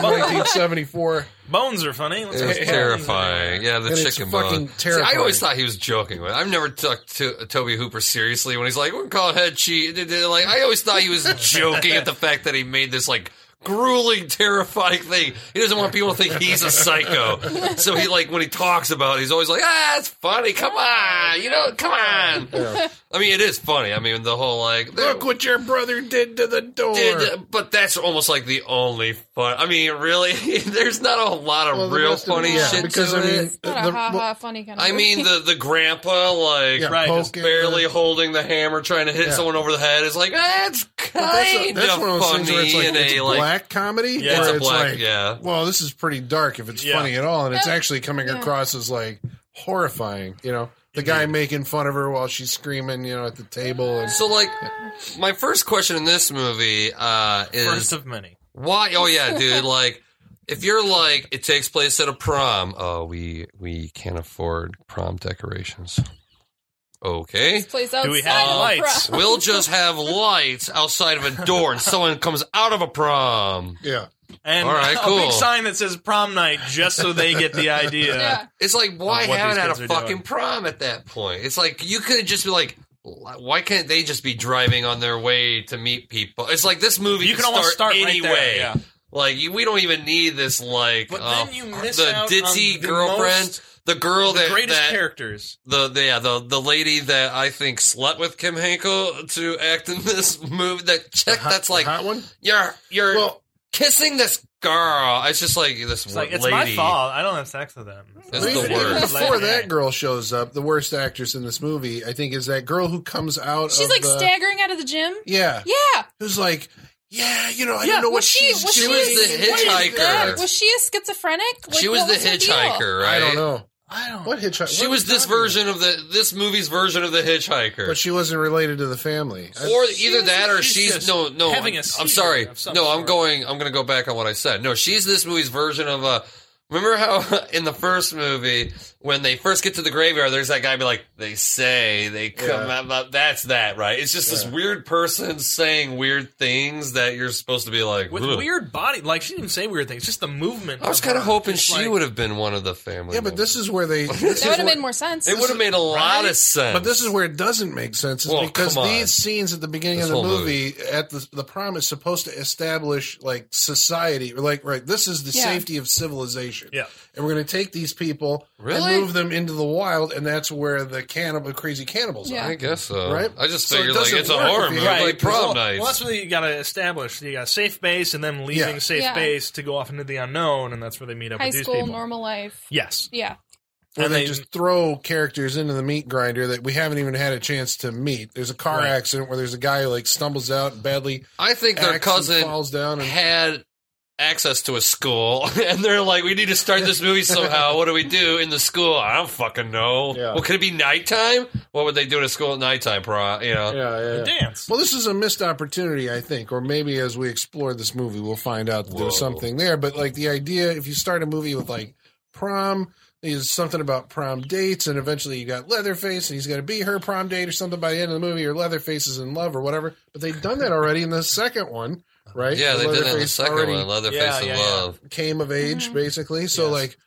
[SPEAKER 3] 1974,
[SPEAKER 4] Bones are funny. Let's
[SPEAKER 5] It
[SPEAKER 4] go
[SPEAKER 3] *laughs*
[SPEAKER 5] was
[SPEAKER 4] bones.
[SPEAKER 5] terrifying. Yeah, the
[SPEAKER 3] And it's
[SPEAKER 5] chicken
[SPEAKER 3] fucking
[SPEAKER 5] bone.
[SPEAKER 3] terrifying.
[SPEAKER 5] See, I always thought he was joking. With it. I've never took to, Toby Hooper seriously when he's like, "We're called head cheat." Like I always thought
[SPEAKER 3] *laughs*
[SPEAKER 5] he was joking at the fact that he made this like grueling, terrifying thing. He doesn't want people to think he's a psycho, so he like when he talks about, it, he's always like, "Ah, it's funny. Come on, you know, come on." I mean, it is funny. I mean, the whole like,
[SPEAKER 3] look what your brother did to the door.
[SPEAKER 5] Dude, but that's almost like the only fun. I mean, really, *laughs* there's not a lot of
[SPEAKER 3] Well, the
[SPEAKER 5] real
[SPEAKER 3] rest of it-
[SPEAKER 5] funny
[SPEAKER 3] yeah,
[SPEAKER 5] shit
[SPEAKER 3] because,
[SPEAKER 5] to
[SPEAKER 3] I mean,
[SPEAKER 5] it.
[SPEAKER 3] the-
[SPEAKER 6] Not a
[SPEAKER 3] the-
[SPEAKER 6] ha ha funny kind of.
[SPEAKER 5] I mean, the the grandpa like
[SPEAKER 3] Yeah,
[SPEAKER 4] Right, just
[SPEAKER 3] poking
[SPEAKER 5] barely
[SPEAKER 3] the-
[SPEAKER 5] holding the hammer, trying to hit
[SPEAKER 3] Yeah.
[SPEAKER 5] someone over the head. It's like that's kind
[SPEAKER 3] that's one of
[SPEAKER 5] of
[SPEAKER 3] those things
[SPEAKER 5] funny
[SPEAKER 3] where it's like
[SPEAKER 5] in
[SPEAKER 3] it's
[SPEAKER 5] a
[SPEAKER 3] a
[SPEAKER 5] like.
[SPEAKER 3] black comedy.
[SPEAKER 4] Yeah,
[SPEAKER 5] it's
[SPEAKER 3] where
[SPEAKER 5] a black,
[SPEAKER 3] like,
[SPEAKER 5] yeah.
[SPEAKER 3] Well, this is pretty dark if it's
[SPEAKER 4] Yeah.
[SPEAKER 3] funny at all, and it's
[SPEAKER 6] Yeah.
[SPEAKER 3] actually coming
[SPEAKER 6] Yeah.
[SPEAKER 3] across as like horrifying. You know, the guy making fun of her while she's screaming, you know, at the table, and
[SPEAKER 5] So like, my first question in this movie uh,
[SPEAKER 4] First
[SPEAKER 5] is
[SPEAKER 4] of many.
[SPEAKER 5] why? Oh yeah, dude. Like, if you're like, it takes place at a prom. Oh, we we can't afford prom decorations. Okay.
[SPEAKER 6] *laughs* place outside
[SPEAKER 4] Do we have
[SPEAKER 6] of the
[SPEAKER 4] lights?
[SPEAKER 6] pro-
[SPEAKER 5] We'll just have lights outside of a door, and someone comes out of a prom.
[SPEAKER 3] yeah,
[SPEAKER 4] And
[SPEAKER 5] All right,
[SPEAKER 4] a
[SPEAKER 5] cool.
[SPEAKER 4] big sign that says prom night just so they get
[SPEAKER 5] *laughs*
[SPEAKER 4] the idea.
[SPEAKER 6] Yeah.
[SPEAKER 5] It's like why
[SPEAKER 4] Of what
[SPEAKER 5] haven't
[SPEAKER 4] these
[SPEAKER 5] had
[SPEAKER 4] kids
[SPEAKER 5] a
[SPEAKER 4] are
[SPEAKER 5] fucking
[SPEAKER 4] doing.
[SPEAKER 5] prom at that point? It's like you could just be like, why can't they just be driving on their way to meet people? It's like this movie
[SPEAKER 4] You
[SPEAKER 5] could
[SPEAKER 4] can almost
[SPEAKER 5] start,
[SPEAKER 4] start right
[SPEAKER 5] anyway.
[SPEAKER 4] there, yeah.
[SPEAKER 5] Like you, we don't even need this like
[SPEAKER 4] But
[SPEAKER 5] uh,
[SPEAKER 4] then you miss
[SPEAKER 5] the
[SPEAKER 4] out on
[SPEAKER 5] ditzy
[SPEAKER 4] the
[SPEAKER 5] girlfriend,
[SPEAKER 4] most-
[SPEAKER 5] the girl
[SPEAKER 4] The
[SPEAKER 5] that
[SPEAKER 4] greatest
[SPEAKER 5] that,
[SPEAKER 4] characters.
[SPEAKER 5] the the- yeah the the lady that I think slept with Kim Hinkle to act in this movie. That chick
[SPEAKER 4] Uh-huh,
[SPEAKER 5] that's like
[SPEAKER 3] hot one.
[SPEAKER 5] you're you're
[SPEAKER 3] Well,
[SPEAKER 5] kissing this girl. It's just like this
[SPEAKER 4] It's like,
[SPEAKER 5] lady.
[SPEAKER 4] it's my fault. I don't have sex with them.
[SPEAKER 5] That's the
[SPEAKER 3] even,
[SPEAKER 5] word.
[SPEAKER 3] even
[SPEAKER 5] worst.
[SPEAKER 3] before that girl shows up, the worst actress in this movie, I think, is that girl who comes out.
[SPEAKER 6] She's
[SPEAKER 3] of
[SPEAKER 6] like
[SPEAKER 3] the,
[SPEAKER 6] staggering out of the gym.
[SPEAKER 3] Yeah,
[SPEAKER 6] Yeah.
[SPEAKER 3] who's like, yeah, you know, I
[SPEAKER 4] Yeah,
[SPEAKER 3] don't know what
[SPEAKER 6] was she-
[SPEAKER 3] she's
[SPEAKER 6] was she-
[SPEAKER 3] doing.
[SPEAKER 5] was the
[SPEAKER 3] What is
[SPEAKER 5] hitchhiker.
[SPEAKER 3] that?
[SPEAKER 6] Was she a schizophrenic? Like,
[SPEAKER 5] she was
[SPEAKER 6] what
[SPEAKER 5] the
[SPEAKER 6] her deal?
[SPEAKER 5] hitchhiker, right?
[SPEAKER 3] I don't know.
[SPEAKER 4] I don't.
[SPEAKER 3] What hitchhiker?
[SPEAKER 5] She was this version of the this movie's version of the hitchhiker.
[SPEAKER 3] but she uh, wasn't related to the family. I-
[SPEAKER 5] or
[SPEAKER 4] She
[SPEAKER 5] either
[SPEAKER 4] was-
[SPEAKER 5] that or
[SPEAKER 4] she's
[SPEAKER 5] she's,
[SPEAKER 4] just
[SPEAKER 5] no no
[SPEAKER 4] having a
[SPEAKER 5] I'm, I'm
[SPEAKER 4] seizure
[SPEAKER 5] sorry
[SPEAKER 4] of some
[SPEAKER 5] no i'm
[SPEAKER 4] sort.
[SPEAKER 5] going i'm going to go back on what i said no she's this movie's version of a remember how *laughs* in the first movie when they first get to the graveyard there's that guy be like they say they come
[SPEAKER 3] Yeah.
[SPEAKER 5] out that's that right it's just this
[SPEAKER 3] Yeah.
[SPEAKER 5] weird person saying weird things that you're supposed to be like
[SPEAKER 4] With
[SPEAKER 5] "Ugh."
[SPEAKER 4] weird body, like she didn't say weird things. Just the movement.
[SPEAKER 5] i was kind of hoping she would have been one of the family
[SPEAKER 3] yeah, but this is where
[SPEAKER 5] *laughs*
[SPEAKER 3] they. This is
[SPEAKER 6] That would have
[SPEAKER 3] where-
[SPEAKER 6] made more sense.
[SPEAKER 5] it would have made a lot of sense
[SPEAKER 3] But this is where it doesn't make sense, is
[SPEAKER 5] Well,
[SPEAKER 3] because
[SPEAKER 5] come on.
[SPEAKER 3] these scenes at the beginning
[SPEAKER 5] This
[SPEAKER 3] of the
[SPEAKER 5] whole
[SPEAKER 3] movie, at the the prom is supposed to establish like society, or like right, this is the
[SPEAKER 6] Yeah.
[SPEAKER 3] safety of civilization.
[SPEAKER 4] Yeah.
[SPEAKER 3] and we're going to take these people
[SPEAKER 5] Really?
[SPEAKER 3] and move them into the wild, and that's where the cannibal, crazy cannibals
[SPEAKER 6] Yeah.
[SPEAKER 5] I guess so.
[SPEAKER 3] Right?
[SPEAKER 5] I just
[SPEAKER 3] So it
[SPEAKER 5] figured like
[SPEAKER 3] doesn't
[SPEAKER 5] it's a
[SPEAKER 3] work
[SPEAKER 5] horror
[SPEAKER 3] if you-
[SPEAKER 5] movie,
[SPEAKER 4] Right,
[SPEAKER 5] like prom
[SPEAKER 4] well,
[SPEAKER 5] night.
[SPEAKER 4] Well, that's what you got to establish. You got safe base, and them leaving
[SPEAKER 3] Yeah.
[SPEAKER 4] safe
[SPEAKER 6] Yeah.
[SPEAKER 4] base to go off into the unknown, and that's where they meet up
[SPEAKER 6] High
[SPEAKER 4] with these
[SPEAKER 6] school,
[SPEAKER 4] people.
[SPEAKER 6] normal life.
[SPEAKER 4] Yes,
[SPEAKER 6] Yeah.
[SPEAKER 3] are. Where
[SPEAKER 4] and
[SPEAKER 3] they,
[SPEAKER 4] they-
[SPEAKER 3] just throw characters into the meat grinder that we haven't even had a chance to meet. There's a car
[SPEAKER 4] Right.
[SPEAKER 3] accident where there's a guy who like stumbles out and badly.
[SPEAKER 5] I think their
[SPEAKER 3] acts and
[SPEAKER 5] cousin
[SPEAKER 3] falls down and
[SPEAKER 5] had access to a school, *laughs* and they're like, "We need to start this movie somehow. What do we do in the school? I don't fucking know.
[SPEAKER 3] Yeah.
[SPEAKER 5] Well, could it be nighttime? What would they do in a school at nighttime? Pro, you know?
[SPEAKER 3] yeah,
[SPEAKER 4] dance.
[SPEAKER 3] Well, this is a missed opportunity, I think, or maybe as we explore this movie, we'll find out that there's
[SPEAKER 5] Whoa.
[SPEAKER 3] something there. But like the idea, if you start a movie with like prom, there's something about prom dates, and eventually you got Leatherface, and he's going to be her prom date or something by the end of the movie, or Leatherface is in love or whatever. But they've done that already in the second one, right?
[SPEAKER 5] Yeah, they did that in the
[SPEAKER 3] Leatherface
[SPEAKER 5] second
[SPEAKER 3] already
[SPEAKER 5] one, Leatherface
[SPEAKER 4] Yeah,
[SPEAKER 5] in
[SPEAKER 4] yeah, yeah.
[SPEAKER 5] Love.
[SPEAKER 3] Came of age,
[SPEAKER 6] Mhm.
[SPEAKER 3] basically. So
[SPEAKER 4] Yes.
[SPEAKER 3] like,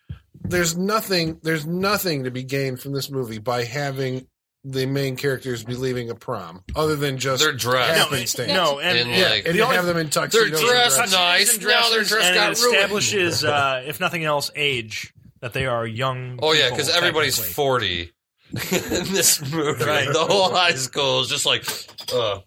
[SPEAKER 3] there's nothing, there's nothing to be gained from this movie by having. The main characters be leaving a prom, other than just
[SPEAKER 5] They're dressed.
[SPEAKER 3] Yeah, happenstance.
[SPEAKER 4] no, and,
[SPEAKER 5] And,
[SPEAKER 3] yeah,
[SPEAKER 5] like-
[SPEAKER 3] and
[SPEAKER 4] The
[SPEAKER 3] you
[SPEAKER 4] only-
[SPEAKER 3] have them in
[SPEAKER 5] They're
[SPEAKER 3] tuxedos. and
[SPEAKER 5] dressed
[SPEAKER 3] dresses.
[SPEAKER 5] nice. Now their dress
[SPEAKER 4] and
[SPEAKER 5] got
[SPEAKER 4] it
[SPEAKER 5] ruined.
[SPEAKER 4] establishes, uh, if nothing else, age that they are young.
[SPEAKER 5] Oh yeah,
[SPEAKER 4] people,
[SPEAKER 5] because everybody's
[SPEAKER 4] technically.
[SPEAKER 5] forty *laughs* in this movie.
[SPEAKER 4] Right.
[SPEAKER 5] The whole high school is just like, uh,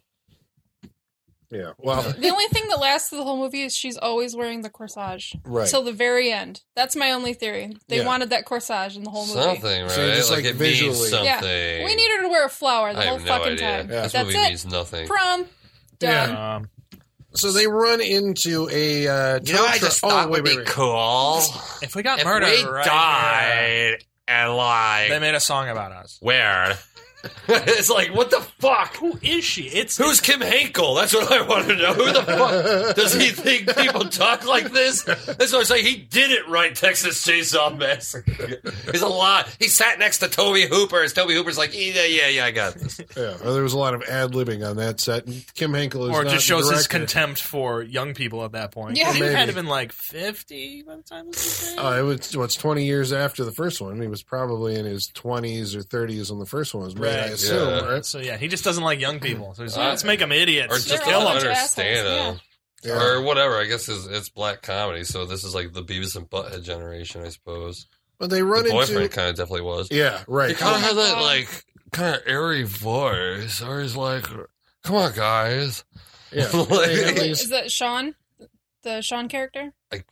[SPEAKER 3] Yeah. Well,
[SPEAKER 6] The only thing that lasts through the whole movie is she's always wearing the corsage
[SPEAKER 3] right.
[SPEAKER 6] till the very end. That's my only theory. They
[SPEAKER 3] Yeah.
[SPEAKER 6] wanted that corsage in the whole movie.
[SPEAKER 5] Something, right?
[SPEAKER 3] So you just,
[SPEAKER 5] like,
[SPEAKER 3] like,
[SPEAKER 5] it
[SPEAKER 3] visually-
[SPEAKER 5] means something.
[SPEAKER 6] Yeah. We need her to wear a flower the
[SPEAKER 5] I
[SPEAKER 6] whole
[SPEAKER 5] have no
[SPEAKER 6] fucking
[SPEAKER 5] idea.
[SPEAKER 6] time.
[SPEAKER 3] Yeah.
[SPEAKER 5] This
[SPEAKER 6] That's
[SPEAKER 5] movie
[SPEAKER 6] it.
[SPEAKER 5] means nothing.
[SPEAKER 6] Prom. Done.
[SPEAKER 4] Um,
[SPEAKER 3] so they run into a. Uh,
[SPEAKER 5] You know,
[SPEAKER 3] tow
[SPEAKER 5] I
[SPEAKER 3] truck-
[SPEAKER 5] just
[SPEAKER 6] Oh,
[SPEAKER 5] thought would be cool
[SPEAKER 4] if we got
[SPEAKER 5] if
[SPEAKER 4] murdered,
[SPEAKER 5] we
[SPEAKER 4] right,
[SPEAKER 5] died and
[SPEAKER 4] uh,
[SPEAKER 5] like
[SPEAKER 4] they made a song about us.
[SPEAKER 5] where. *laughs* it's like what the fuck?
[SPEAKER 4] Who is she? It's
[SPEAKER 5] Who's Kim Hinkle? That's what I want to know. Who the fuck does he think people talk like this? That's what I'm saying. He didn't write Texas Chainsaw Massacre. He's a lot. He sat next to Toby Hooper. As Toby Hooper's like, yeah, yeah, yeah, I got this.
[SPEAKER 3] Yeah, well, there was a lot of ad libbing on that set. and Kim Henkel is
[SPEAKER 4] or
[SPEAKER 3] not
[SPEAKER 4] just shows
[SPEAKER 3] the
[SPEAKER 4] his
[SPEAKER 3] director.
[SPEAKER 4] contempt for young people at that point.
[SPEAKER 6] Yeah.
[SPEAKER 4] he
[SPEAKER 3] Maybe.
[SPEAKER 4] had to been like fifty by the time this was made.
[SPEAKER 3] Uh, it was what's twenty years after the first one. He was probably in his twenties or thirties when the first one was made. I
[SPEAKER 4] Right,
[SPEAKER 3] assume,
[SPEAKER 5] yeah.
[SPEAKER 3] right?
[SPEAKER 4] So yeah, he just doesn't like young people. So he's like,
[SPEAKER 5] Uh,
[SPEAKER 4] let's make them idiots.
[SPEAKER 5] Or
[SPEAKER 6] They're
[SPEAKER 5] just
[SPEAKER 6] all a
[SPEAKER 5] don't
[SPEAKER 6] bunch of
[SPEAKER 5] understand
[SPEAKER 6] assholes,
[SPEAKER 5] him.
[SPEAKER 3] Yeah.
[SPEAKER 5] Or whatever. I guess it's, it's black comedy. So this is like the Beavis and Butthead generation, I suppose.
[SPEAKER 3] But they run
[SPEAKER 5] the boyfriend
[SPEAKER 3] into
[SPEAKER 5] kind of definitely was.
[SPEAKER 3] yeah,
[SPEAKER 5] He
[SPEAKER 3] right.
[SPEAKER 5] kind of
[SPEAKER 6] my
[SPEAKER 5] had that
[SPEAKER 6] God.
[SPEAKER 5] like kind of airy voice. Or he's like, come on, guys.
[SPEAKER 3] Yeah.
[SPEAKER 5] *laughs* Like-
[SPEAKER 3] They have
[SPEAKER 6] Wait,
[SPEAKER 3] these-
[SPEAKER 6] is that Sean? The Sean character?
[SPEAKER 5] Like,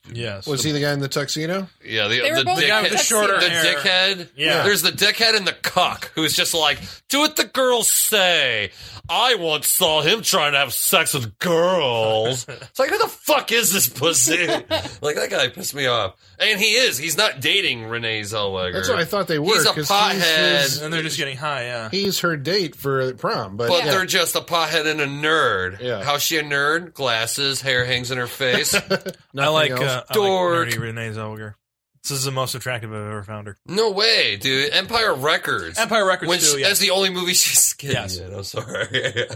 [SPEAKER 3] *laughs*
[SPEAKER 4] yes.
[SPEAKER 3] was he the guy in the tuxedo?
[SPEAKER 5] Yeah, the,
[SPEAKER 6] They were
[SPEAKER 5] the
[SPEAKER 6] both
[SPEAKER 5] dickhead.
[SPEAKER 6] The guy with the
[SPEAKER 4] shorter
[SPEAKER 5] the
[SPEAKER 4] hair.
[SPEAKER 5] dickhead.
[SPEAKER 4] Yeah.
[SPEAKER 5] There's the dickhead and the cuck who's just like, do what the girls say. I once saw him trying to have sex with girls. it's like, who the fuck is this
[SPEAKER 6] *laughs*
[SPEAKER 5] pussy? like, that guy pissed me off. And he is. He's not dating Renee Zellweger.
[SPEAKER 3] That's what I thought they were.
[SPEAKER 5] He's a
[SPEAKER 3] 'cause
[SPEAKER 5] pothead.
[SPEAKER 3] He's, his-
[SPEAKER 4] and they're just getting high. Yeah.
[SPEAKER 3] he's her date for prom, but,
[SPEAKER 5] But
[SPEAKER 3] yeah.
[SPEAKER 5] they're just a pothead and a nerd.
[SPEAKER 3] Yeah.
[SPEAKER 5] How's she a nerd? Glasses, hair hangs in her
[SPEAKER 3] *laughs*
[SPEAKER 5] face.
[SPEAKER 4] I like,
[SPEAKER 3] else.
[SPEAKER 4] uh, I
[SPEAKER 5] Dork.
[SPEAKER 4] like nerdy Renee Zellweger. This is the most attractive I've ever found her.
[SPEAKER 5] no way, dude. Empire Records.
[SPEAKER 4] Empire Records
[SPEAKER 5] When
[SPEAKER 4] too.
[SPEAKER 5] she,
[SPEAKER 4] Yeah.
[SPEAKER 5] That's the only movie she's *laughs* skinny
[SPEAKER 4] Yes.
[SPEAKER 5] in. I'm sorry. *laughs*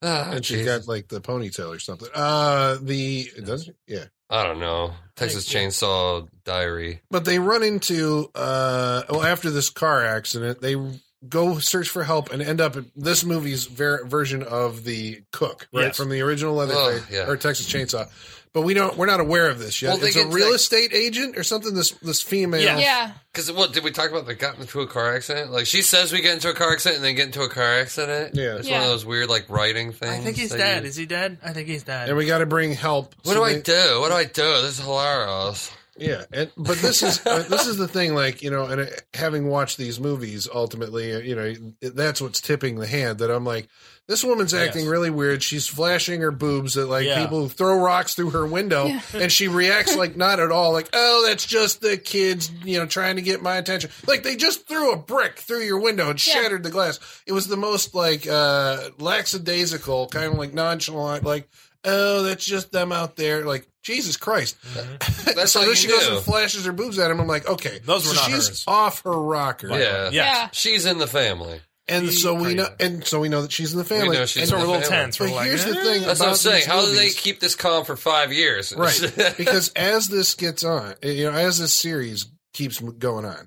[SPEAKER 5] Ah,
[SPEAKER 3] and she's
[SPEAKER 5] Jesus.
[SPEAKER 3] got like the ponytail or something. Uh, the does she? yeah.
[SPEAKER 5] I don't know. Texas Chainsaw Diary.
[SPEAKER 3] But they run into uh well after this car accident, they go search for help and end up at this movie's ver- version of the cook, right
[SPEAKER 4] Yes.
[SPEAKER 3] from the original Leatherface
[SPEAKER 5] Ugh, Oh, yeah.
[SPEAKER 3] or Texas Chainsaw. But we don't we're not aware of this yet.
[SPEAKER 5] Well, they
[SPEAKER 3] it's a
[SPEAKER 5] get to
[SPEAKER 3] real
[SPEAKER 5] that-
[SPEAKER 3] estate agent or something this this female.
[SPEAKER 4] Yeah.
[SPEAKER 6] Yeah.
[SPEAKER 5] Because what did we talk about? They got into a car accident. Like she says, we get into a car accident and then get into a car accident.
[SPEAKER 3] Yeah.
[SPEAKER 5] it's
[SPEAKER 6] Yeah.
[SPEAKER 5] one of those weird like writing things.
[SPEAKER 4] I think he's
[SPEAKER 5] that
[SPEAKER 4] dead.
[SPEAKER 5] you-
[SPEAKER 4] Is he dead? I think he's dead.
[SPEAKER 3] And we got to bring help. So
[SPEAKER 5] what do I
[SPEAKER 3] they-
[SPEAKER 5] do? What do I do? This is hilarious.
[SPEAKER 3] Yeah, and, but this is uh, this is the thing. Like you know, and uh, having watched these movies, ultimately, uh, you know, it- that's what's tipping the hand. That I'm like, this woman's acting
[SPEAKER 4] Yes.
[SPEAKER 3] really weird. She's flashing her boobs at like
[SPEAKER 4] Yeah.
[SPEAKER 3] people who throw rocks through her window,
[SPEAKER 6] Yeah.
[SPEAKER 3] and she reacts like not at all. Like, oh, that's just the kids, you know, trying to get my attention. Like they just threw a brick through your window and
[SPEAKER 6] Yeah.
[SPEAKER 3] shattered the glass. It was the most like uh lackadaisical kind of like nonchalant, like. Oh, that's just them out there. Like Jesus Christ!
[SPEAKER 4] Mm-hmm.
[SPEAKER 5] That's
[SPEAKER 3] so
[SPEAKER 5] all
[SPEAKER 3] then
[SPEAKER 5] you
[SPEAKER 3] she
[SPEAKER 5] do.
[SPEAKER 3] goes and flashes her boobs at him. I'm like, okay,
[SPEAKER 4] Those were
[SPEAKER 3] so
[SPEAKER 4] not
[SPEAKER 3] she's
[SPEAKER 4] hers.
[SPEAKER 3] off her rocker,
[SPEAKER 5] Yeah.
[SPEAKER 4] Yeah.
[SPEAKER 6] Yeah.
[SPEAKER 5] she's in the family.
[SPEAKER 3] And so we
[SPEAKER 4] Crazy.
[SPEAKER 3] know, and so we know that she's in the family.
[SPEAKER 5] know
[SPEAKER 3] and
[SPEAKER 5] she's in
[SPEAKER 4] So we're a little
[SPEAKER 5] Family.
[SPEAKER 4] tense. We're
[SPEAKER 3] but
[SPEAKER 4] like,
[SPEAKER 3] here's the
[SPEAKER 4] "Eh."
[SPEAKER 3] thing.
[SPEAKER 5] That's what
[SPEAKER 3] about
[SPEAKER 5] I'm saying.
[SPEAKER 3] these
[SPEAKER 5] How do they
[SPEAKER 3] movies-
[SPEAKER 5] keep this calm for five years? *laughs*
[SPEAKER 3] right? because as this gets on, eh, you know, as this series keeps m- going on,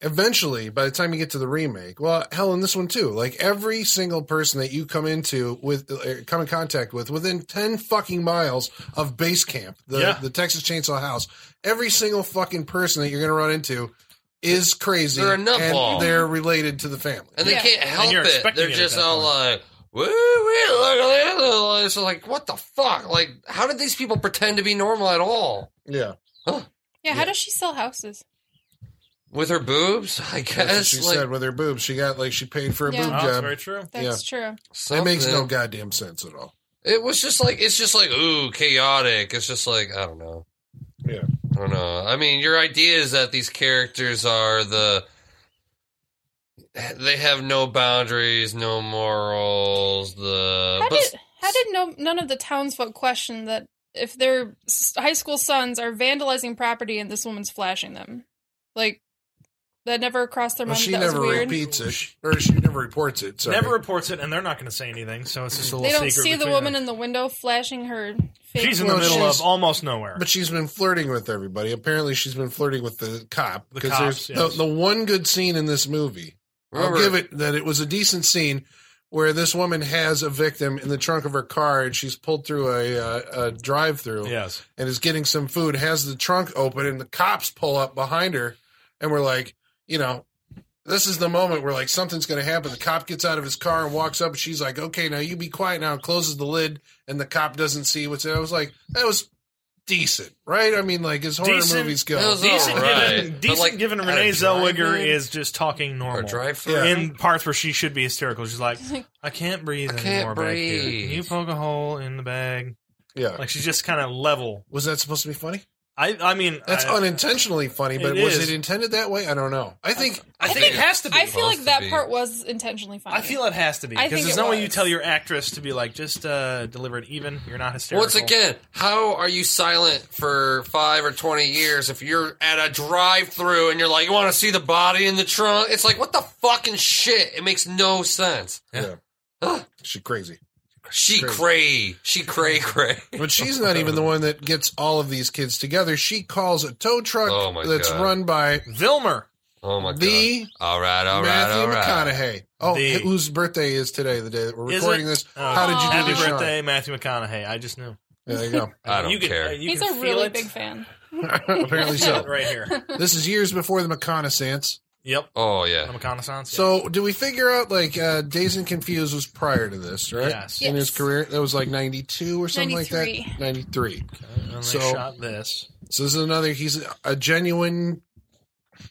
[SPEAKER 3] eventually, by the time you get to the remake, well, hell, in this one too, like every single person that you come into with, uh, come in contact with, within ten fucking miles of base camp, the
[SPEAKER 4] Yeah.
[SPEAKER 3] the Texas Chainsaw House, every single fucking person that you're gonna run into is crazy.
[SPEAKER 5] They're a
[SPEAKER 3] and
[SPEAKER 5] nutball.
[SPEAKER 3] they're related to the family.
[SPEAKER 5] and they
[SPEAKER 6] Yeah.
[SPEAKER 5] can't help
[SPEAKER 4] you're
[SPEAKER 5] it.
[SPEAKER 4] expecting
[SPEAKER 5] They're
[SPEAKER 4] it at
[SPEAKER 5] just
[SPEAKER 4] that
[SPEAKER 5] all like, woo, woo, look at this. It's like, what the fuck? Like, how did these people pretend to be normal at all?
[SPEAKER 3] yeah,
[SPEAKER 6] Yeah. How does she sell houses?
[SPEAKER 5] With her boobs, *laughs* I
[SPEAKER 3] that's what
[SPEAKER 5] guess.
[SPEAKER 3] she
[SPEAKER 5] like,
[SPEAKER 3] said with her boobs. She got like she paid for a
[SPEAKER 6] Yeah.
[SPEAKER 3] boob
[SPEAKER 4] Oh, that's very
[SPEAKER 3] job.
[SPEAKER 4] true.
[SPEAKER 6] That's true.
[SPEAKER 3] That makes no
[SPEAKER 5] something.
[SPEAKER 3] goddamn sense at all.
[SPEAKER 5] It was just like it's just like ooh chaotic. It's just like I don't know.
[SPEAKER 3] Yeah.
[SPEAKER 5] I don't know. I mean, your idea is that these characters are the they have no boundaries, no morals. The
[SPEAKER 6] How
[SPEAKER 5] but
[SPEAKER 6] did how did no, none of the townsfolk question that if their s- high school sons are vandalizing property and this woman's flashing them, like that never crossed their
[SPEAKER 3] Well,
[SPEAKER 6] mind.
[SPEAKER 3] she
[SPEAKER 6] that
[SPEAKER 3] never
[SPEAKER 6] was weird.
[SPEAKER 3] repeats it, or she never reports it. Sorry.
[SPEAKER 4] Never reports it, and they're not going to say anything. So it's just a little.
[SPEAKER 6] They don't
[SPEAKER 4] secret
[SPEAKER 6] see the
[SPEAKER 4] between
[SPEAKER 6] woman
[SPEAKER 4] them.
[SPEAKER 6] in the window flashing her face.
[SPEAKER 4] She's in
[SPEAKER 3] Well,
[SPEAKER 4] the middle
[SPEAKER 3] she's-
[SPEAKER 4] of almost nowhere.
[SPEAKER 3] But she's been flirting with everybody. Apparently, she's been flirting with the cop
[SPEAKER 4] The
[SPEAKER 3] there's
[SPEAKER 4] cops, yes.
[SPEAKER 3] the, the one good scene in this movie.
[SPEAKER 5] Remember-
[SPEAKER 3] I'll give it that it was a decent scene where this woman has a victim in the trunk of her car and she's pulled through a, uh a drive-through
[SPEAKER 4] yes.
[SPEAKER 3] and is getting some food. Has the trunk open and the cops pull up behind her and we're like, you know, this is the moment where like something's going to happen. The cop gets out of his car and walks up, and she's like, "Okay, now you be quiet now." And closes the lid, and the cop doesn't see what's. I was like, that was decent, right? I mean, like as horror
[SPEAKER 4] Decent.
[SPEAKER 3] movies go,
[SPEAKER 5] That was
[SPEAKER 4] Decent,
[SPEAKER 5] all right.
[SPEAKER 4] given,
[SPEAKER 5] But,
[SPEAKER 4] decent
[SPEAKER 5] like,
[SPEAKER 4] given
[SPEAKER 5] at a
[SPEAKER 4] Renee Zellweger
[SPEAKER 5] drive-in?
[SPEAKER 4] is just talking
[SPEAKER 5] Or
[SPEAKER 4] normal.
[SPEAKER 5] drive through.
[SPEAKER 3] Yeah.
[SPEAKER 4] In parts where she should be hysterical, she's like,
[SPEAKER 6] *laughs*
[SPEAKER 4] "I can't breathe
[SPEAKER 5] I can't
[SPEAKER 4] anymore back here.
[SPEAKER 5] breathe.
[SPEAKER 4] Can you poke a hole in the bag?"
[SPEAKER 3] yeah.
[SPEAKER 4] Like she's just kind of level.
[SPEAKER 3] was that supposed to be funny?
[SPEAKER 4] I, I mean,
[SPEAKER 3] That's
[SPEAKER 4] I,
[SPEAKER 3] unintentionally funny, but
[SPEAKER 4] It
[SPEAKER 3] was
[SPEAKER 4] is.
[SPEAKER 3] it intended that way? I don't know. I think
[SPEAKER 5] I
[SPEAKER 4] I think it has to be.
[SPEAKER 6] I feel like
[SPEAKER 5] supposed
[SPEAKER 6] that
[SPEAKER 5] to be.
[SPEAKER 6] part was intentionally funny.
[SPEAKER 4] I feel it has to be
[SPEAKER 6] I
[SPEAKER 4] because
[SPEAKER 6] think
[SPEAKER 4] there's
[SPEAKER 6] it
[SPEAKER 4] no way
[SPEAKER 6] was.
[SPEAKER 4] you tell your actress to be like just uh, deliver it even. You're not hysterical.
[SPEAKER 5] Once again, how are you silent for five or twenty years if you're at a drive-through and you're like, you want to see the body in the trunk? It's like, what the fucking shit? It makes no sense.
[SPEAKER 3] yeah,
[SPEAKER 5] Huh.
[SPEAKER 3] she crazy.
[SPEAKER 5] She cray, she cray cray. *laughs*
[SPEAKER 3] But she's not even the one that gets all of these kids together. She calls a tow truck
[SPEAKER 5] Oh my
[SPEAKER 3] that's
[SPEAKER 5] God.
[SPEAKER 3] run by
[SPEAKER 4] Vilmer.
[SPEAKER 5] Oh my god!
[SPEAKER 3] the
[SPEAKER 5] All right, all right, all
[SPEAKER 3] Matthew
[SPEAKER 5] right.
[SPEAKER 3] McConaughey. Oh,
[SPEAKER 4] The-
[SPEAKER 3] whose birthday is today? The day that we're
[SPEAKER 4] Is
[SPEAKER 3] recording
[SPEAKER 4] it?
[SPEAKER 3] this.
[SPEAKER 4] Oh,
[SPEAKER 3] How did you do
[SPEAKER 6] Aw.
[SPEAKER 4] Happy
[SPEAKER 3] this, Sean?
[SPEAKER 4] birthday, Matthew McConaughey. I just knew.
[SPEAKER 3] There you
[SPEAKER 4] *laughs*
[SPEAKER 3] go. *laughs*
[SPEAKER 5] I don't
[SPEAKER 4] you can-
[SPEAKER 5] care.
[SPEAKER 4] uh, you
[SPEAKER 6] He's
[SPEAKER 4] can
[SPEAKER 6] a
[SPEAKER 4] feel
[SPEAKER 6] really
[SPEAKER 4] it
[SPEAKER 6] big fan.
[SPEAKER 3] Apparently so.
[SPEAKER 4] *laughs* right here.
[SPEAKER 3] This is years before the reconnaissance.
[SPEAKER 4] Yep.
[SPEAKER 5] Oh yeah.
[SPEAKER 4] The reconnaissance.
[SPEAKER 3] So, do we figure out like uh, Days and Confused was prior to this, right?
[SPEAKER 4] Yes.
[SPEAKER 3] In his
[SPEAKER 6] Yes.
[SPEAKER 3] career, that was like ninety-two or something like
[SPEAKER 6] 93.
[SPEAKER 3] that. Ninety-three.
[SPEAKER 4] And they
[SPEAKER 3] so-
[SPEAKER 4] shot this.
[SPEAKER 3] So this is another. He's a genuine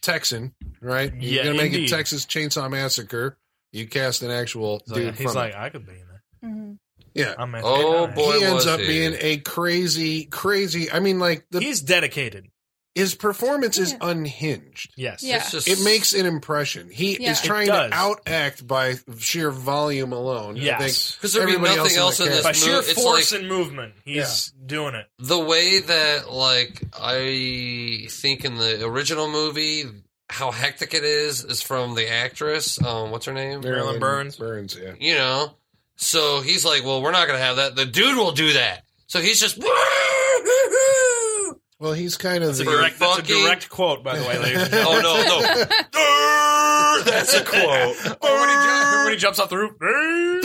[SPEAKER 3] Texan, right? You're
[SPEAKER 4] Yeah,
[SPEAKER 3] gonna make
[SPEAKER 4] indeed.
[SPEAKER 3] it Texas Chainsaw Massacre. You cast an actual
[SPEAKER 4] He's
[SPEAKER 3] dude
[SPEAKER 4] like,
[SPEAKER 3] from
[SPEAKER 4] he's
[SPEAKER 3] it.
[SPEAKER 4] like, I could be in that.
[SPEAKER 6] Mhm.
[SPEAKER 3] yeah.
[SPEAKER 4] I'm Matthew
[SPEAKER 5] Oh,
[SPEAKER 4] McConaughey."
[SPEAKER 5] boy.
[SPEAKER 3] he ends
[SPEAKER 5] was
[SPEAKER 3] up
[SPEAKER 5] he.
[SPEAKER 3] being a crazy, crazy. I mean, like the,
[SPEAKER 4] he's dedicated.
[SPEAKER 3] his performance is
[SPEAKER 6] Yeah.
[SPEAKER 3] unhinged.
[SPEAKER 4] Yes.
[SPEAKER 6] Yeah.
[SPEAKER 5] It's just-
[SPEAKER 3] It makes an impression. He
[SPEAKER 6] Yeah.
[SPEAKER 3] is
[SPEAKER 6] It
[SPEAKER 3] trying
[SPEAKER 4] does.
[SPEAKER 3] to outact by sheer volume alone. I
[SPEAKER 4] Yes.
[SPEAKER 3] think
[SPEAKER 5] 'Cause there'd be
[SPEAKER 3] everybody
[SPEAKER 5] nothing else in
[SPEAKER 3] cast-
[SPEAKER 4] By
[SPEAKER 5] It's
[SPEAKER 4] sheer
[SPEAKER 5] mo- it's
[SPEAKER 4] force
[SPEAKER 5] like-
[SPEAKER 4] and movement, he's doing it.
[SPEAKER 5] the way that like I think in the original movie how hectic it is is from the actress. Um, what's her name?
[SPEAKER 4] Marilyn Burns.
[SPEAKER 3] Burns, yeah.
[SPEAKER 5] You know. So he's like, well, we're not gonna have that. The dude will do that. So he's just. *laughs* Oh,
[SPEAKER 3] Well, he's kind of
[SPEAKER 4] That's a
[SPEAKER 3] the.
[SPEAKER 5] very-
[SPEAKER 4] direct, that's a
[SPEAKER 5] fucking-
[SPEAKER 4] direct quote, by the way, ladies and
[SPEAKER 5] *laughs*
[SPEAKER 4] gentlemen.
[SPEAKER 5] Oh no no. Durr, *laughs* That's a quote.
[SPEAKER 4] Or when, he ju- when he jumps off the roof.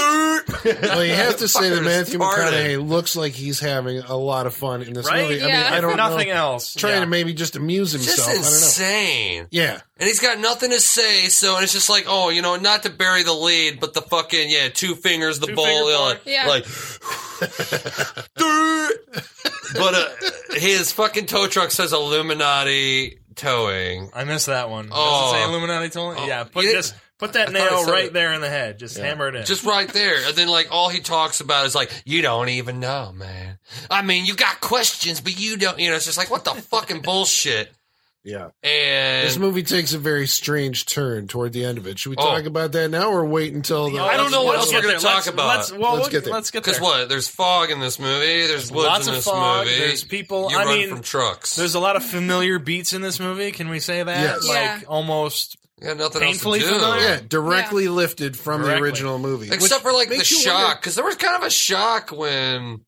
[SPEAKER 3] well, you have to
[SPEAKER 4] *laughs*
[SPEAKER 3] say that
[SPEAKER 5] Motherfucker's
[SPEAKER 3] Matthew
[SPEAKER 5] farted.
[SPEAKER 3] McConaughey looks like he's having a lot of fun in this
[SPEAKER 4] Right?
[SPEAKER 3] movie. I
[SPEAKER 6] Yeah.
[SPEAKER 3] mean, I
[SPEAKER 4] If
[SPEAKER 3] don't know.
[SPEAKER 4] nothing else.
[SPEAKER 3] Trying
[SPEAKER 4] Yeah.
[SPEAKER 3] to maybe just amuse himself.
[SPEAKER 5] Just
[SPEAKER 3] I don't know.
[SPEAKER 5] insane.
[SPEAKER 3] Yeah,
[SPEAKER 5] And he's got nothing to say, so and it's just like, oh, you know, not to bury the lead, but the fucking yeah, two fingers, the
[SPEAKER 4] Two
[SPEAKER 5] bowl,
[SPEAKER 4] finger
[SPEAKER 5] you know,
[SPEAKER 4] bar.
[SPEAKER 5] like,
[SPEAKER 6] Yeah.
[SPEAKER 5] like *laughs* but uh, his fucking tow truck says Illuminati towing.
[SPEAKER 4] I missed that one.
[SPEAKER 5] Oh.
[SPEAKER 4] Does it say Illuminati told
[SPEAKER 5] Oh.
[SPEAKER 4] Yeah, put
[SPEAKER 5] You
[SPEAKER 4] just put that
[SPEAKER 5] I thought I
[SPEAKER 4] nail
[SPEAKER 5] said
[SPEAKER 4] right
[SPEAKER 5] it.
[SPEAKER 4] there in the head. Just hammer it in.
[SPEAKER 5] Just right there, and then like all he talks about is like, you don't even know, man. I mean, you got questions, but you don't. You know, it's just like what the fucking bullshit.
[SPEAKER 3] yeah.
[SPEAKER 5] And
[SPEAKER 3] This movie takes a very strange turn toward the end of it. Should we
[SPEAKER 5] Oh.
[SPEAKER 3] talk about that now, or wait until the?
[SPEAKER 5] I don't know what
[SPEAKER 4] Let's
[SPEAKER 5] else we're
[SPEAKER 4] get
[SPEAKER 5] gonna
[SPEAKER 4] there.
[SPEAKER 5] talk
[SPEAKER 4] Let's-
[SPEAKER 5] about.
[SPEAKER 4] Let's, well,
[SPEAKER 3] Let's
[SPEAKER 4] look-
[SPEAKER 3] get there.
[SPEAKER 4] Let's get
[SPEAKER 5] because
[SPEAKER 4] there.
[SPEAKER 5] what? There's fog in this movie. There's woods
[SPEAKER 4] Lots
[SPEAKER 5] in
[SPEAKER 4] of
[SPEAKER 5] this
[SPEAKER 4] fog.
[SPEAKER 5] movie.
[SPEAKER 4] There's people.
[SPEAKER 5] You
[SPEAKER 4] I
[SPEAKER 5] run
[SPEAKER 4] mean,
[SPEAKER 5] from trucks.
[SPEAKER 4] There's a lot of familiar beats in this movie. Can we say that?
[SPEAKER 3] Yes.
[SPEAKER 6] Yeah.
[SPEAKER 4] Like almost.
[SPEAKER 5] Yeah, nothing
[SPEAKER 4] Painfully
[SPEAKER 5] else to do.
[SPEAKER 4] familiar.
[SPEAKER 3] Yeah, directly lifted from
[SPEAKER 4] Directly.
[SPEAKER 3] the original movie,
[SPEAKER 5] Except
[SPEAKER 3] which
[SPEAKER 5] for like the
[SPEAKER 3] makes you wonder-
[SPEAKER 5] shock, because there was kind of a shock when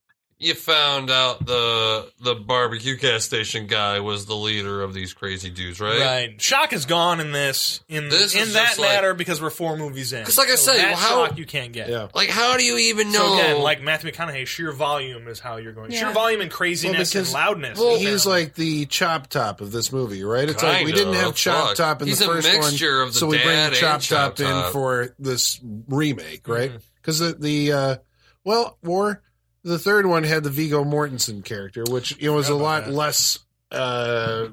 [SPEAKER 5] you found out the the barbecue gas station guy was the leader of these crazy dudes, right?
[SPEAKER 4] Right. Shock is gone in this. In
[SPEAKER 5] This is
[SPEAKER 4] in that
[SPEAKER 5] just like-
[SPEAKER 4] matter because we're four movies in.
[SPEAKER 5] 'Cause like I
[SPEAKER 4] So
[SPEAKER 5] say,
[SPEAKER 4] that
[SPEAKER 5] well, how-
[SPEAKER 4] shock you can't get.
[SPEAKER 3] Yeah.
[SPEAKER 5] Like, how do you even know?
[SPEAKER 4] So again, like Matthew McConaughey, sheer volume is how you're going. Sheer
[SPEAKER 6] Yeah.
[SPEAKER 4] volume and craziness
[SPEAKER 3] Well, because-
[SPEAKER 4] and loudness.
[SPEAKER 5] Well,
[SPEAKER 3] He's
[SPEAKER 4] apparently.
[SPEAKER 3] like the chop top of this movie, right? It's like we
[SPEAKER 5] Kinda,
[SPEAKER 3] didn't have chop
[SPEAKER 5] fuck.
[SPEAKER 3] top in
[SPEAKER 5] He's
[SPEAKER 3] the
[SPEAKER 5] a
[SPEAKER 3] first
[SPEAKER 5] mixture
[SPEAKER 3] one,
[SPEAKER 5] of the
[SPEAKER 3] so we
[SPEAKER 5] dad
[SPEAKER 3] bring
[SPEAKER 5] and
[SPEAKER 3] chop top
[SPEAKER 5] Chop Top. Mm-hmm.
[SPEAKER 3] in for this remake, right? Because the, the uh, well, or the third one had the Vigo Mortensen character, which it was a
[SPEAKER 4] Forgot
[SPEAKER 3] lot
[SPEAKER 4] about that.
[SPEAKER 3] less uh,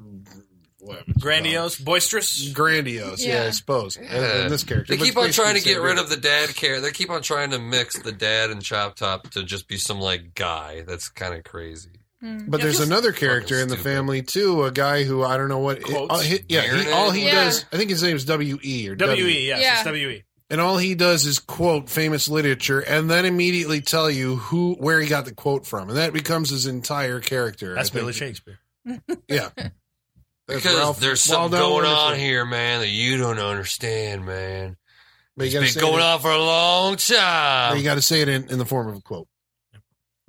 [SPEAKER 3] what,
[SPEAKER 4] grandiose, boisterous.
[SPEAKER 3] grandiose. Yeah, I
[SPEAKER 6] Yeah.
[SPEAKER 3] suppose. And,
[SPEAKER 5] Yeah.
[SPEAKER 3] and this character,
[SPEAKER 5] they
[SPEAKER 3] but
[SPEAKER 5] keep
[SPEAKER 3] it's
[SPEAKER 5] on trying to
[SPEAKER 3] basically
[SPEAKER 5] get
[SPEAKER 3] the
[SPEAKER 5] rid
[SPEAKER 3] same
[SPEAKER 5] of the dad care. They keep on trying to mix the dad and Chop Top to just be some like guy. That's kind of crazy.
[SPEAKER 6] Mm.
[SPEAKER 3] But
[SPEAKER 4] Yeah,
[SPEAKER 3] there's
[SPEAKER 4] just
[SPEAKER 3] another character
[SPEAKER 5] fucking
[SPEAKER 3] in the
[SPEAKER 5] stupid.
[SPEAKER 3] family too, a guy who I don't know what.
[SPEAKER 4] Quotes.
[SPEAKER 3] all he- yeah, he,
[SPEAKER 5] Meredith?
[SPEAKER 3] all he
[SPEAKER 6] Yeah.
[SPEAKER 3] does, I think his name is W E or
[SPEAKER 4] We, yes, it's
[SPEAKER 6] Yeah.
[SPEAKER 4] E. we.
[SPEAKER 3] and all he does is quote famous literature, and then immediately tell you who where he got the quote from, and that becomes his entire character.
[SPEAKER 4] That's
[SPEAKER 3] I think.
[SPEAKER 4] Billy Shakespeare.
[SPEAKER 3] Yeah, That's
[SPEAKER 5] Because
[SPEAKER 3] Ralph
[SPEAKER 5] there's something
[SPEAKER 3] Waldo
[SPEAKER 5] going on
[SPEAKER 3] Emerson.
[SPEAKER 5] here, man, that you don't understand, man.
[SPEAKER 3] But you gotta
[SPEAKER 5] It's
[SPEAKER 3] say
[SPEAKER 5] been going
[SPEAKER 3] it,
[SPEAKER 5] on for a long
[SPEAKER 3] but
[SPEAKER 5] time.
[SPEAKER 3] You got to say it in, in the form of a quote.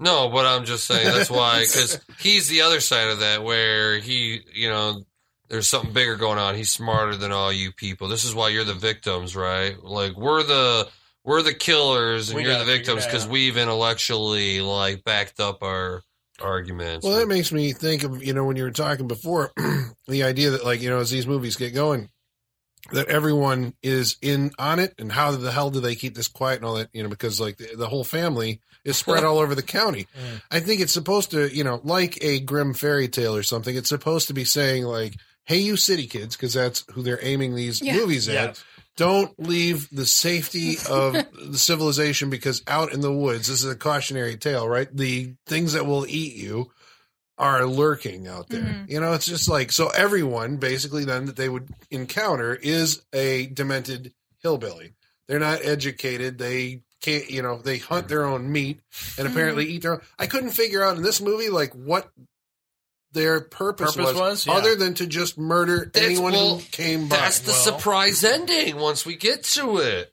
[SPEAKER 5] No, but I'm just saying
[SPEAKER 4] *laughs*
[SPEAKER 5] that's why because he's the other side of that where he, you know, there's something bigger going on. He's smarter than all you people. This is why you're the victims, right? Like we're the we're the killers and
[SPEAKER 4] We
[SPEAKER 5] you're
[SPEAKER 4] gotta
[SPEAKER 5] the
[SPEAKER 4] figure
[SPEAKER 5] victims
[SPEAKER 4] that
[SPEAKER 5] because
[SPEAKER 4] out.
[SPEAKER 5] we've intellectually like backed up our arguments.
[SPEAKER 3] Well, that makes *clears throat* me think of you know when you were talking before the idea that like you know as these movies get going, that everyone is in on it and how the hell do they keep this quiet and all that you know because like the, the whole family is
[SPEAKER 5] *laughs*
[SPEAKER 3] spread all over the county
[SPEAKER 4] Mm.
[SPEAKER 3] i think it's supposed to you know like a grim fairy tale or something it's supposed to be saying like hey you city kids because that's who they're aiming these
[SPEAKER 6] Yeah.
[SPEAKER 3] movies at
[SPEAKER 4] Yeah.
[SPEAKER 3] don't leave the safety of *laughs* the civilization because out in the woods this is a cautionary tale right the things that will eat you are lurking out there
[SPEAKER 6] Mhm.
[SPEAKER 3] you know it's just like so everyone basically then that they would encounter is a demented hillbilly they're not educated they can't you know they hunt their own meat and
[SPEAKER 6] Mhm.
[SPEAKER 3] apparently eat their own i couldn't figure out in this movie like what their purpose,
[SPEAKER 4] Purpose was? Yeah.
[SPEAKER 3] other than to just murder
[SPEAKER 5] That's-
[SPEAKER 3] anyone
[SPEAKER 5] well,
[SPEAKER 3] who came by
[SPEAKER 5] That's the
[SPEAKER 4] well-
[SPEAKER 5] surprise ending once we get to it.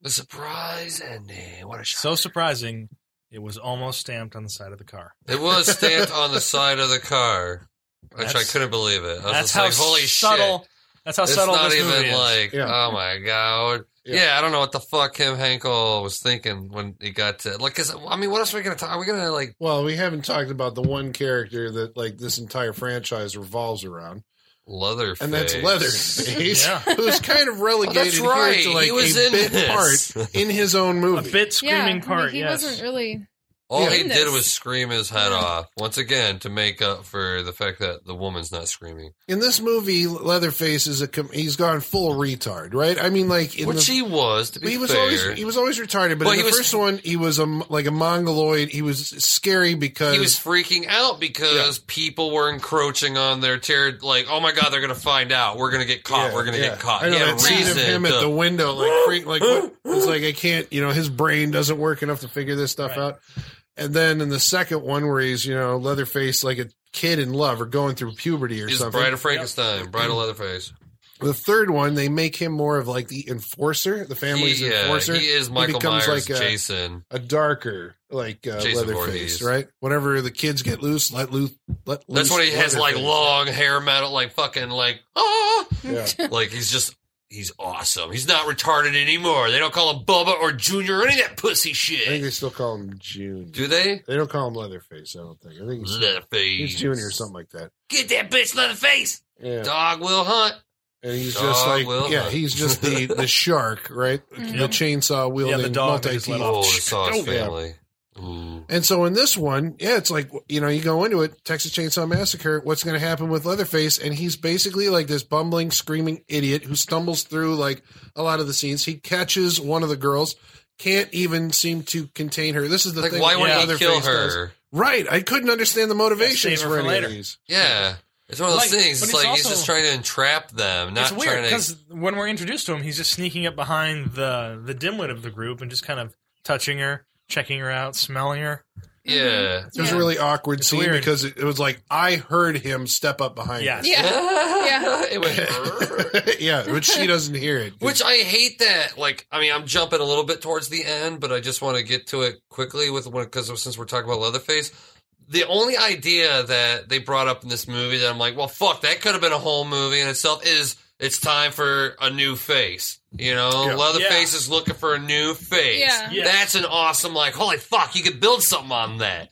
[SPEAKER 5] The surprise ending. What a shock.
[SPEAKER 4] So surprising, it was almost stamped on the side of the car.
[SPEAKER 5] it was
[SPEAKER 4] *laughs*
[SPEAKER 5] stamped on the side of the car, which I
[SPEAKER 4] That's-
[SPEAKER 5] couldn't believe it. I was
[SPEAKER 4] That's
[SPEAKER 5] just
[SPEAKER 4] how
[SPEAKER 5] like, holy
[SPEAKER 4] subtle.
[SPEAKER 5] shit.
[SPEAKER 4] That's how
[SPEAKER 5] It's
[SPEAKER 4] subtle
[SPEAKER 5] not
[SPEAKER 4] this movie
[SPEAKER 5] even
[SPEAKER 4] is.
[SPEAKER 5] like,
[SPEAKER 3] Yeah.
[SPEAKER 5] oh my God.
[SPEAKER 3] Yeah.
[SPEAKER 5] Yeah. I don't know what the fuck him Hankel was thinking when he got to, like, cause, I mean, what else are we going to talk? Are we going to, like,
[SPEAKER 3] Well, we haven't talked about the one character that like this entire franchise revolves around,
[SPEAKER 5] Leatherface?
[SPEAKER 3] and that's Leatherface, *laughs*
[SPEAKER 4] *laughs* Yeah.
[SPEAKER 3] who's kind of relegated
[SPEAKER 5] Oh, that's right.
[SPEAKER 3] here to like
[SPEAKER 5] He was
[SPEAKER 3] a
[SPEAKER 5] in
[SPEAKER 3] bit
[SPEAKER 5] this.
[SPEAKER 3] part in his own
[SPEAKER 4] a
[SPEAKER 3] movie.
[SPEAKER 4] bit
[SPEAKER 6] yeah,
[SPEAKER 4] screaming
[SPEAKER 6] like,
[SPEAKER 4] part.
[SPEAKER 6] he
[SPEAKER 4] yes.
[SPEAKER 6] wasn't
[SPEAKER 4] *laughs*
[SPEAKER 6] really.
[SPEAKER 5] All he
[SPEAKER 6] Yeah.
[SPEAKER 5] did was scream his head off once again to make up for the fact that the woman's not screaming,
[SPEAKER 3] In this movie, Leatherface is a com- he's gone full retard, right? I mean, like in
[SPEAKER 5] which
[SPEAKER 3] the,
[SPEAKER 5] he was. To be
[SPEAKER 3] he was
[SPEAKER 5] fair,
[SPEAKER 3] always he was always retarded, but
[SPEAKER 5] Well,
[SPEAKER 3] in the
[SPEAKER 5] he was-
[SPEAKER 3] first one, he was a m like a mongoloid. He was scary because
[SPEAKER 5] he was freaking out because people were encroaching on their terror. Like, oh my god, they're gonna find out. We're gonna get caught.
[SPEAKER 3] Yeah,
[SPEAKER 5] we're gonna
[SPEAKER 3] yeah.
[SPEAKER 5] get caught.
[SPEAKER 3] I know
[SPEAKER 5] He had a
[SPEAKER 3] that scene of
[SPEAKER 5] reason
[SPEAKER 3] him at
[SPEAKER 5] to-
[SPEAKER 3] the window, like freak, like what, it's like I can't, you know, his brain doesn't work enough to figure this stuff
[SPEAKER 4] Right.
[SPEAKER 3] out. And then in the second one, where he's you know Leatherface, like a kid in love or going through puberty or
[SPEAKER 5] he's
[SPEAKER 3] something.
[SPEAKER 5] Bride of Frankenstein, Bride of Leatherface.
[SPEAKER 3] the third one, they make him more of like the enforcer, the family's
[SPEAKER 5] He, yeah,
[SPEAKER 3] enforcer.
[SPEAKER 5] he is Michael
[SPEAKER 3] becomes
[SPEAKER 5] Myers,
[SPEAKER 3] like a-
[SPEAKER 5] Jason.
[SPEAKER 3] a darker like uh,
[SPEAKER 5] Jason
[SPEAKER 3] Leatherface,
[SPEAKER 5] Voorhees.
[SPEAKER 3] right? Whenever the kids get loose, let loose, let loose.
[SPEAKER 5] That's when he has like
[SPEAKER 3] Leatherface.
[SPEAKER 5] long hair metal, like fucking like
[SPEAKER 4] *laughs*
[SPEAKER 5] ah,
[SPEAKER 3] Yeah.
[SPEAKER 6] Mm-hmm.
[SPEAKER 5] like he's just. He's awesome. He's not retarded anymore. They don't call him Bubba or Junior or any of that pussy
[SPEAKER 3] I think
[SPEAKER 5] shit.
[SPEAKER 3] they still call him June.
[SPEAKER 5] Do they?
[SPEAKER 3] They don't call him Leatherface. I don't think. I think he's,
[SPEAKER 5] Leatherface.
[SPEAKER 3] he's Junior or something like that.
[SPEAKER 5] Get that bitch Leatherface.
[SPEAKER 3] Yeah.
[SPEAKER 5] Dog will hunt.
[SPEAKER 3] And he's
[SPEAKER 5] Dog
[SPEAKER 3] just like,
[SPEAKER 5] will
[SPEAKER 3] yeah,
[SPEAKER 5] hunt.
[SPEAKER 3] he's just
[SPEAKER 5] *laughs*
[SPEAKER 3] the, the shark, right?
[SPEAKER 6] Mhm.
[SPEAKER 3] The chainsaw wielding
[SPEAKER 4] Yeah, the dog that
[SPEAKER 3] multi
[SPEAKER 4] just let
[SPEAKER 5] Oh,
[SPEAKER 4] off.
[SPEAKER 5] the
[SPEAKER 3] teeth.
[SPEAKER 5] Sauce
[SPEAKER 3] Oh, yeah.
[SPEAKER 5] family. Ooh.
[SPEAKER 3] And so in this one, yeah, it's like, you know, you go into it, Texas Chainsaw Massacre, what's going to happen with Leatherface? And he's basically like this bumbling, screaming idiot who stumbles through like a lot of the scenes. He catches one of the girls, can't even seem to contain her. This is the
[SPEAKER 5] Like,
[SPEAKER 3] thing.
[SPEAKER 5] why
[SPEAKER 3] that
[SPEAKER 5] would not he
[SPEAKER 3] Leatherface
[SPEAKER 5] kill
[SPEAKER 3] does.
[SPEAKER 5] her?
[SPEAKER 3] Right. I couldn't understand the motivations
[SPEAKER 4] Save her
[SPEAKER 3] for
[SPEAKER 4] for
[SPEAKER 3] any
[SPEAKER 4] later.
[SPEAKER 3] of these.
[SPEAKER 5] Yeah. It's one of
[SPEAKER 4] Like,
[SPEAKER 5] those things.
[SPEAKER 4] but it's
[SPEAKER 5] It's, like he's just
[SPEAKER 4] also-
[SPEAKER 5] trying to entrap them, not
[SPEAKER 4] it's weird
[SPEAKER 5] trying to.
[SPEAKER 4] because when we're introduced to him, he's just sneaking up behind the the dimwit of the group and just kind of touching her, checking her out, smelling her.
[SPEAKER 5] Yeah.
[SPEAKER 3] It was
[SPEAKER 6] Yeah.
[SPEAKER 3] a really awkward scene
[SPEAKER 4] weird.
[SPEAKER 3] because it, it was like I heard him step up behind
[SPEAKER 4] Yeah.
[SPEAKER 3] her.
[SPEAKER 6] Yeah. Yeah.
[SPEAKER 5] *laughs* it went. "Brr." *laughs*
[SPEAKER 3] yeah, but she doesn't hear it.
[SPEAKER 5] Which I hate that. Like, I mean, I'm jumping a little bit towards the end, but I just want to get to it quickly with one because since we're talking about Leatherface, the only idea that they brought up in this movie that I'm like, well, fuck, that could have been a whole movie in itself is it's time for a new face. You know,
[SPEAKER 3] Yeah.
[SPEAKER 5] Leatherface is looking for a new face.
[SPEAKER 6] Yeah.
[SPEAKER 4] Yes.
[SPEAKER 5] That's an awesome, like, holy fuck, you could build something on that.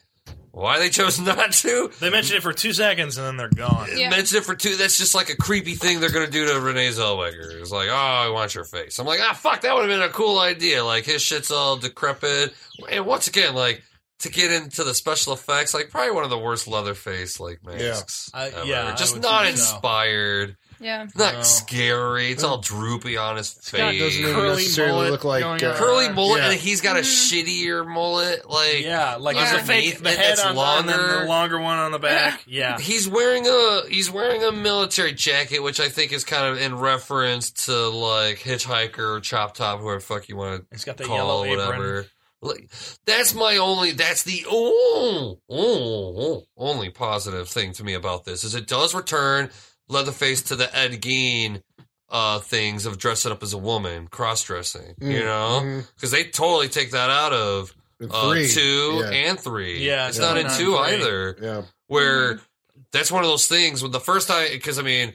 [SPEAKER 5] Why they chose *laughs* not to?
[SPEAKER 4] They mention it for two seconds and then they're gone.
[SPEAKER 6] Yeah.
[SPEAKER 5] mention it for two. That's just like a creepy thing they're gonna do to Renee Zellweger. It's like, oh, I want your face. I'm like, ah, fuck, that would have been a cool idea. Like his shit's all decrepit, and once again, like to get into the special effects, like probably one of the worst Leatherface like masks.
[SPEAKER 4] Yeah. I-
[SPEAKER 5] ever.
[SPEAKER 4] yeah, I
[SPEAKER 5] just
[SPEAKER 4] would
[SPEAKER 5] not
[SPEAKER 4] think so.
[SPEAKER 5] inspired,
[SPEAKER 6] yeah.
[SPEAKER 5] not
[SPEAKER 4] No.
[SPEAKER 5] scary. It's all droopy on his
[SPEAKER 3] God
[SPEAKER 5] face.
[SPEAKER 3] doesn't even
[SPEAKER 4] Curly
[SPEAKER 3] necessarily
[SPEAKER 4] mullet
[SPEAKER 3] look like
[SPEAKER 4] going
[SPEAKER 3] uh,
[SPEAKER 4] on.
[SPEAKER 5] Curly mullet,
[SPEAKER 3] Yeah.
[SPEAKER 5] and he's got a
[SPEAKER 4] Mm-hmm.
[SPEAKER 5] shittier mullet. Like,
[SPEAKER 4] Yeah, like
[SPEAKER 6] Yeah.
[SPEAKER 4] there's a fake the
[SPEAKER 5] Underneath it,
[SPEAKER 4] head
[SPEAKER 5] it's
[SPEAKER 4] on one and then
[SPEAKER 5] longer.
[SPEAKER 4] the longer one on the back. Yeah,
[SPEAKER 5] He's wearing a he's wearing a military jacket, which I think is kind of in reference to like Hitchhiker or Chop Top, whoever the fuck you want
[SPEAKER 4] it's got
[SPEAKER 5] to
[SPEAKER 4] the
[SPEAKER 5] call
[SPEAKER 4] yellow apron.
[SPEAKER 5] whatever. Like, that's my only that's the oh, oh, only positive thing to me about this is it does return Leatherface to the Ed Gein uh, things of dressing up as a woman, cross dressing, you
[SPEAKER 3] Mm,
[SPEAKER 5] know,
[SPEAKER 3] mm,
[SPEAKER 5] because they totally take that out of uh,
[SPEAKER 3] three.
[SPEAKER 5] two
[SPEAKER 3] Yeah.
[SPEAKER 5] and three.
[SPEAKER 4] Yeah,
[SPEAKER 5] it's
[SPEAKER 4] yeah.
[SPEAKER 5] not in
[SPEAKER 4] Not in
[SPEAKER 5] two
[SPEAKER 4] three.
[SPEAKER 5] either
[SPEAKER 3] yeah.
[SPEAKER 5] where
[SPEAKER 4] Mm-hmm.
[SPEAKER 5] that's one of those things when the first time because i mean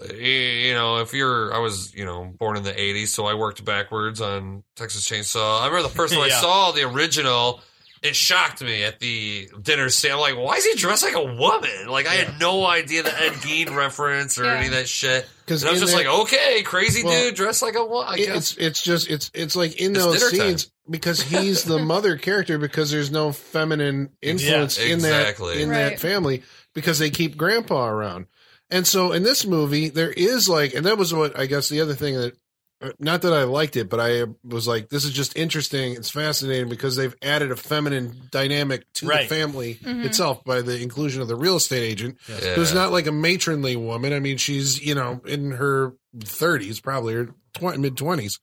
[SPEAKER 5] y- you know if you're i was you know born in the 80s so i worked backwards on texas chainsaw i remember the first time i
[SPEAKER 4] *laughs* Yeah.
[SPEAKER 5] saw the original it shocked me at the dinner stand. I'm like, why is he dressed like a woman? Like, I had no idea the Ed Gein reference or
[SPEAKER 6] Yeah.
[SPEAKER 5] any of that shit.
[SPEAKER 3] 'Cause
[SPEAKER 5] And I was
[SPEAKER 3] in
[SPEAKER 5] just
[SPEAKER 3] that-
[SPEAKER 5] like, okay, crazy
[SPEAKER 3] Well,
[SPEAKER 5] dude dressed like a woman. I
[SPEAKER 3] It-
[SPEAKER 5] guess.
[SPEAKER 3] it's it's just it's it's like in
[SPEAKER 5] It's
[SPEAKER 3] those
[SPEAKER 5] dinner time.
[SPEAKER 3] scenes because he's
[SPEAKER 5] *laughs*
[SPEAKER 3] the mother character because there's no feminine influence in
[SPEAKER 5] exactly.
[SPEAKER 3] that in that
[SPEAKER 6] Right.
[SPEAKER 3] family because they keep grandpa around. And so in this movie there is like and that was what I guess the other thing that uh, not that I liked it but I was like this is just interesting it's fascinating because they've added a feminine dynamic to
[SPEAKER 4] Right.
[SPEAKER 3] the family
[SPEAKER 6] Mhm.
[SPEAKER 3] itself by the inclusion of the real estate agent
[SPEAKER 5] Yeah.
[SPEAKER 3] who's not like a matronly woman. I mean, she's you know in her thirties, probably or tw- mid twenties.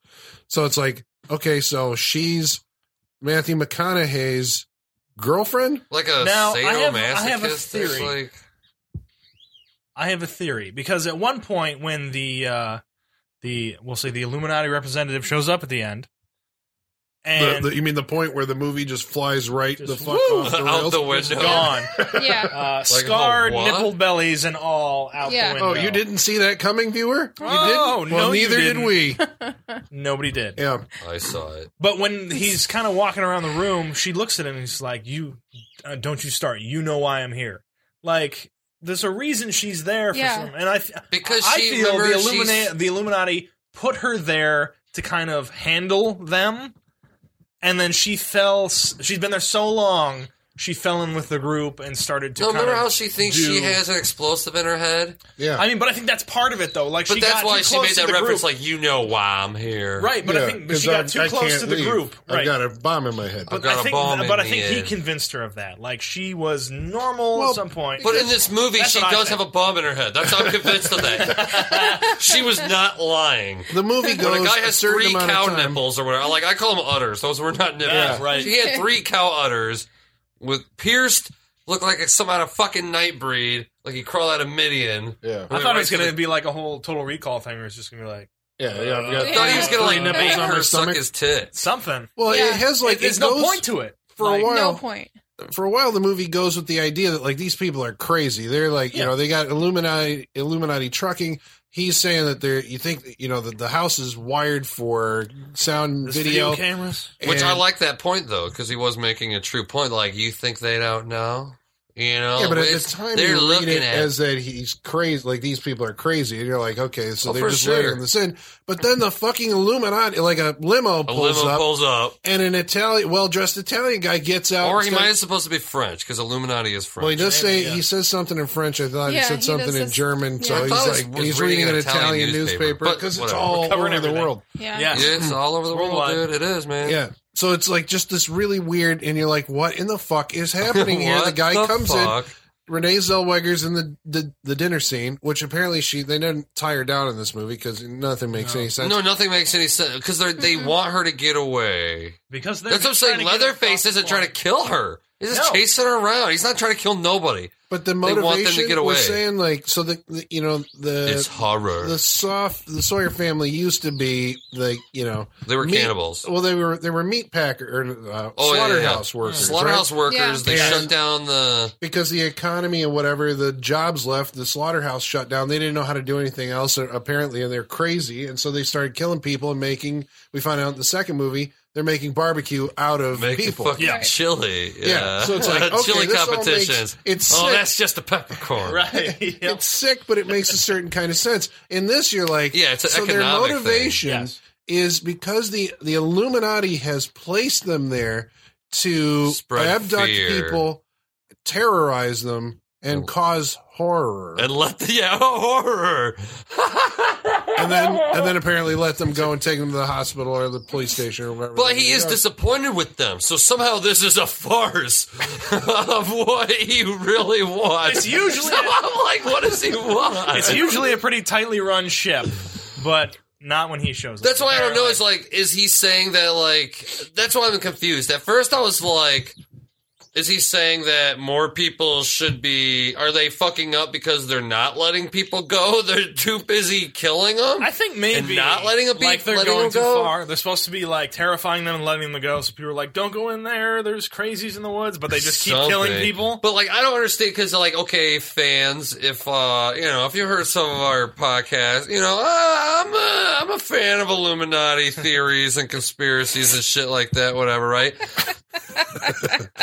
[SPEAKER 3] So it's like, okay, so she's Matthew McConaughey's girlfriend.
[SPEAKER 5] like a
[SPEAKER 4] Now, I have-
[SPEAKER 5] sadomasochist.
[SPEAKER 4] I have a
[SPEAKER 5] It's
[SPEAKER 4] theory.
[SPEAKER 5] like-
[SPEAKER 4] I have a theory because at one point when the uh, the we'll say the Illuminati representative shows up at the end,
[SPEAKER 3] The,
[SPEAKER 4] and
[SPEAKER 3] the, you mean the point where the movie just flies right
[SPEAKER 4] Just
[SPEAKER 3] the fuck
[SPEAKER 5] *laughs*
[SPEAKER 4] woo,
[SPEAKER 3] off the
[SPEAKER 5] out
[SPEAKER 3] rails?
[SPEAKER 5] the window.
[SPEAKER 4] gone, *laughs*
[SPEAKER 6] *laughs* yeah.
[SPEAKER 4] uh, scarred
[SPEAKER 5] what?
[SPEAKER 4] nipple bellies and all out
[SPEAKER 6] Yeah.
[SPEAKER 4] the window.
[SPEAKER 3] Oh, you didn't see that coming, viewer? You
[SPEAKER 4] Oh,
[SPEAKER 3] didn't?
[SPEAKER 4] no,
[SPEAKER 3] Well,
[SPEAKER 4] you
[SPEAKER 3] neither
[SPEAKER 4] didn't.
[SPEAKER 3] did
[SPEAKER 4] *laughs*
[SPEAKER 3] we.
[SPEAKER 4] Nobody did.
[SPEAKER 3] Yeah.
[SPEAKER 5] I saw it.
[SPEAKER 4] But when he's kind of walking around the room, she looks at him and she's like, "You uh, don't you start. You know why I'm here." Like there's a reason she's there for
[SPEAKER 6] Yeah.
[SPEAKER 4] some, and I f-
[SPEAKER 5] Because
[SPEAKER 4] I
[SPEAKER 5] she-
[SPEAKER 4] feel the
[SPEAKER 5] remember,
[SPEAKER 4] Illuminati,
[SPEAKER 5] she's-
[SPEAKER 4] the Illuminati put her there to kind of handle them, and then she fell. s- She's been there so long, she fell in with the group and started to.
[SPEAKER 5] No,
[SPEAKER 4] kind
[SPEAKER 5] remember
[SPEAKER 4] of
[SPEAKER 5] how she thinks
[SPEAKER 4] do-
[SPEAKER 5] she has an explosive in her head?
[SPEAKER 3] Yeah.
[SPEAKER 4] I mean, but I think that's part of it, though. Like,
[SPEAKER 5] But
[SPEAKER 4] she
[SPEAKER 5] that's
[SPEAKER 4] got
[SPEAKER 5] why
[SPEAKER 4] too
[SPEAKER 5] she
[SPEAKER 4] close
[SPEAKER 5] made
[SPEAKER 4] to
[SPEAKER 5] that
[SPEAKER 4] the
[SPEAKER 5] reference,
[SPEAKER 4] group.
[SPEAKER 5] like, you know why I'm here.
[SPEAKER 4] right? But
[SPEAKER 3] Yeah,
[SPEAKER 4] I think
[SPEAKER 3] 'cause
[SPEAKER 4] she got
[SPEAKER 3] I-
[SPEAKER 4] too
[SPEAKER 3] I
[SPEAKER 4] close
[SPEAKER 3] can't
[SPEAKER 4] to the
[SPEAKER 3] leave.
[SPEAKER 4] group.
[SPEAKER 3] I've
[SPEAKER 4] Right?
[SPEAKER 3] got a bomb in my head.
[SPEAKER 4] But
[SPEAKER 5] got
[SPEAKER 4] I
[SPEAKER 5] a
[SPEAKER 4] think,
[SPEAKER 5] bomb in
[SPEAKER 4] but I
[SPEAKER 5] me
[SPEAKER 4] think he
[SPEAKER 5] and-
[SPEAKER 4] convinced her of that. Like she was normal
[SPEAKER 3] Well,
[SPEAKER 4] at some point.
[SPEAKER 5] But
[SPEAKER 4] *laughs*
[SPEAKER 5] in this movie,
[SPEAKER 4] That's
[SPEAKER 5] she
[SPEAKER 4] what I
[SPEAKER 5] does
[SPEAKER 4] think.
[SPEAKER 5] have a bomb in her head. That's I'm convinced
[SPEAKER 4] *laughs*
[SPEAKER 5] of that. she was not lying.
[SPEAKER 3] the movie goes
[SPEAKER 5] When a guy
[SPEAKER 3] a
[SPEAKER 5] has
[SPEAKER 3] certain
[SPEAKER 5] three
[SPEAKER 3] amount
[SPEAKER 5] cow
[SPEAKER 3] of time.
[SPEAKER 5] nipples or whatever, like I call them udders. Those were not nipples.
[SPEAKER 4] Yeah, right.
[SPEAKER 5] He had three cow udders with pierced, looked like some out of fucking nightbreed, like he crawled out of Midian.
[SPEAKER 3] Yeah.
[SPEAKER 4] I thought it was going to be like a whole total recall thing where it's just going to be like
[SPEAKER 3] Yeah. Yeah. I've
[SPEAKER 5] I
[SPEAKER 3] got
[SPEAKER 5] thought he was
[SPEAKER 3] three
[SPEAKER 5] going to like
[SPEAKER 6] nipples
[SPEAKER 5] make
[SPEAKER 6] on
[SPEAKER 5] her
[SPEAKER 3] my
[SPEAKER 5] suck
[SPEAKER 3] stomach.
[SPEAKER 5] his tits.
[SPEAKER 4] something.
[SPEAKER 3] Well,
[SPEAKER 6] Yeah.
[SPEAKER 3] it has like
[SPEAKER 4] There's
[SPEAKER 3] it
[SPEAKER 4] no
[SPEAKER 3] goes-
[SPEAKER 4] point to it.
[SPEAKER 3] for a
[SPEAKER 4] Like,
[SPEAKER 3] while.
[SPEAKER 6] No point.
[SPEAKER 3] for a while the movie goes with the idea that like these people are crazy. They're like,
[SPEAKER 4] Yeah.
[SPEAKER 3] you know, they got Illuminati Illuminati trucking. He's saying that they're you think you know that the house is wired for sound
[SPEAKER 4] there's
[SPEAKER 3] video.
[SPEAKER 4] video cameras.
[SPEAKER 5] Which I
[SPEAKER 3] and-
[SPEAKER 5] like that point though, because he was making a true point. Like you think they don't know, you know?
[SPEAKER 3] Yeah, but at the
[SPEAKER 5] It's-
[SPEAKER 3] time you read it as that he's crazy, like these people are crazy, and you're like, okay, so
[SPEAKER 5] Oh,
[SPEAKER 3] they're
[SPEAKER 5] for
[SPEAKER 3] just
[SPEAKER 5] sure.
[SPEAKER 3] laying this in. But then the fucking Illuminati, like a limo
[SPEAKER 5] a
[SPEAKER 3] pulls
[SPEAKER 5] limo
[SPEAKER 3] up,
[SPEAKER 5] pulls up,
[SPEAKER 3] and an Italian, well dressed Italian guy gets out.
[SPEAKER 5] or
[SPEAKER 3] and
[SPEAKER 5] he
[SPEAKER 3] starts-
[SPEAKER 5] might have supposed to be French because Illuminati is French.
[SPEAKER 3] Well, he does say
[SPEAKER 4] Maybe, yeah.
[SPEAKER 3] he says something in French. I thought
[SPEAKER 6] Yeah,
[SPEAKER 3] he said
[SPEAKER 6] he
[SPEAKER 3] something
[SPEAKER 6] does
[SPEAKER 3] in
[SPEAKER 6] this-
[SPEAKER 3] German,
[SPEAKER 6] yeah.
[SPEAKER 3] so
[SPEAKER 6] I
[SPEAKER 3] he's
[SPEAKER 5] thought it
[SPEAKER 3] like
[SPEAKER 5] was-
[SPEAKER 3] and he's
[SPEAKER 5] was
[SPEAKER 3] reading an Italian, newspaper
[SPEAKER 5] but
[SPEAKER 3] because it's
[SPEAKER 5] whatever.
[SPEAKER 3] all over
[SPEAKER 4] Covering
[SPEAKER 3] the
[SPEAKER 4] everything.
[SPEAKER 3] world.
[SPEAKER 6] Yeah.
[SPEAKER 4] Yeah.
[SPEAKER 5] Yeah, it's all over the world,
[SPEAKER 4] Worldwide.
[SPEAKER 5] dude. It is, man.
[SPEAKER 3] Mm-hmm. Yeah. So it's like just this really weird, and you're like, "What in the fuck
[SPEAKER 5] *laughs*
[SPEAKER 3] is happening here?" The
[SPEAKER 5] What
[SPEAKER 3] guy comes
[SPEAKER 5] fuck?
[SPEAKER 3] in. Renee Zellweger's in the, the the dinner scene, which apparently she they didn't tie her down in this movie because nothing makes any sense. Mm-hmm.
[SPEAKER 5] No, nothing makes any sense because they want her to get away.
[SPEAKER 4] Because they're
[SPEAKER 5] That's what I'm
[SPEAKER 4] just
[SPEAKER 5] saying.
[SPEAKER 4] trying to get
[SPEAKER 5] Leatherface
[SPEAKER 4] across
[SPEAKER 5] isn't
[SPEAKER 4] the
[SPEAKER 5] trying to
[SPEAKER 4] line.
[SPEAKER 5] kill her. He's just
[SPEAKER 4] No.
[SPEAKER 5] chasing her around. He's not trying to kill nobody.
[SPEAKER 3] but the
[SPEAKER 5] want them to
[SPEAKER 3] motivation
[SPEAKER 5] get away.
[SPEAKER 3] was saying like, so the, the you know the
[SPEAKER 5] it's horror.
[SPEAKER 3] Uh, the soft the Sawyer family used to be like you know
[SPEAKER 5] They were
[SPEAKER 3] meat-
[SPEAKER 5] cannibals.
[SPEAKER 3] Well, they were they were meat packer or uh,
[SPEAKER 5] Oh, yeah, yeah, yeah.
[SPEAKER 3] slaughterhouse workers,
[SPEAKER 5] Slaughterhouse
[SPEAKER 3] right?
[SPEAKER 5] workers.
[SPEAKER 6] Yeah.
[SPEAKER 5] They
[SPEAKER 3] Yeah.
[SPEAKER 5] shut down the.
[SPEAKER 3] because the economy and whatever the jobs left, the slaughterhouse shut down. They didn't know how to do anything else uh, apparently, and they're crazy, and so they started killing people and making. We find out in the second movie they're making barbecue out of
[SPEAKER 5] Make the
[SPEAKER 3] people.
[SPEAKER 5] fucking
[SPEAKER 4] Yeah.
[SPEAKER 5] chili. Yeah.
[SPEAKER 3] so it's like, okay,
[SPEAKER 5] *laughs* chili
[SPEAKER 3] this all
[SPEAKER 5] competitions.
[SPEAKER 3] makes- it's
[SPEAKER 5] oh,
[SPEAKER 3] sick.
[SPEAKER 5] that's just a peppercorn.
[SPEAKER 4] Right. *laughs* Yep.
[SPEAKER 3] It's sick, but it makes a certain kind of sense. In this, you're like,
[SPEAKER 5] Yeah, it's an
[SPEAKER 3] so their
[SPEAKER 5] economic thing.
[SPEAKER 3] motivation
[SPEAKER 4] Yes.
[SPEAKER 3] is because the the Illuminati has placed them there to
[SPEAKER 5] Spread
[SPEAKER 3] abduct
[SPEAKER 5] fear.
[SPEAKER 3] people, terrorize them, and cause horror,
[SPEAKER 5] And let the *laughs* yeah oh, horror.
[SPEAKER 3] and then and then apparently let them go and take them to the hospital or the police station or whatever.
[SPEAKER 5] But
[SPEAKER 3] they
[SPEAKER 5] he
[SPEAKER 3] need
[SPEAKER 5] is
[SPEAKER 3] to go.
[SPEAKER 5] disappointed with them. So somehow this is a farce *laughs* of what he really wants.
[SPEAKER 4] It's usually-
[SPEAKER 5] *laughs* So I'm like, what does he want?
[SPEAKER 4] It's usually a pretty tightly run ship, but not when he shows up.
[SPEAKER 5] That's why I don't know. It's like, is he saying that? Like, that's why I'm confused. At first, I was like, Is he saying that more people should be? Are they fucking up because they're not letting people go? *laughs* They're too busy killing them.
[SPEAKER 4] I think maybe
[SPEAKER 5] And not letting a beef-
[SPEAKER 4] like they're
[SPEAKER 5] letting
[SPEAKER 4] going
[SPEAKER 5] them
[SPEAKER 4] too
[SPEAKER 5] go?
[SPEAKER 4] far. They're supposed to be like terrifying them and letting them go. So people are like, "Don't go in there. There's crazies in the woods," but they just keep killing
[SPEAKER 5] Something.
[SPEAKER 4] people.
[SPEAKER 5] But like, I don't understand because like, okay, fans, if uh, you know, if you heard some of our podcasts, you know, uh, I'm a, I'm a fan of Illuminati *laughs* theories and conspiracies and shit like that, whatever,
[SPEAKER 4] *laughs*
[SPEAKER 5] right?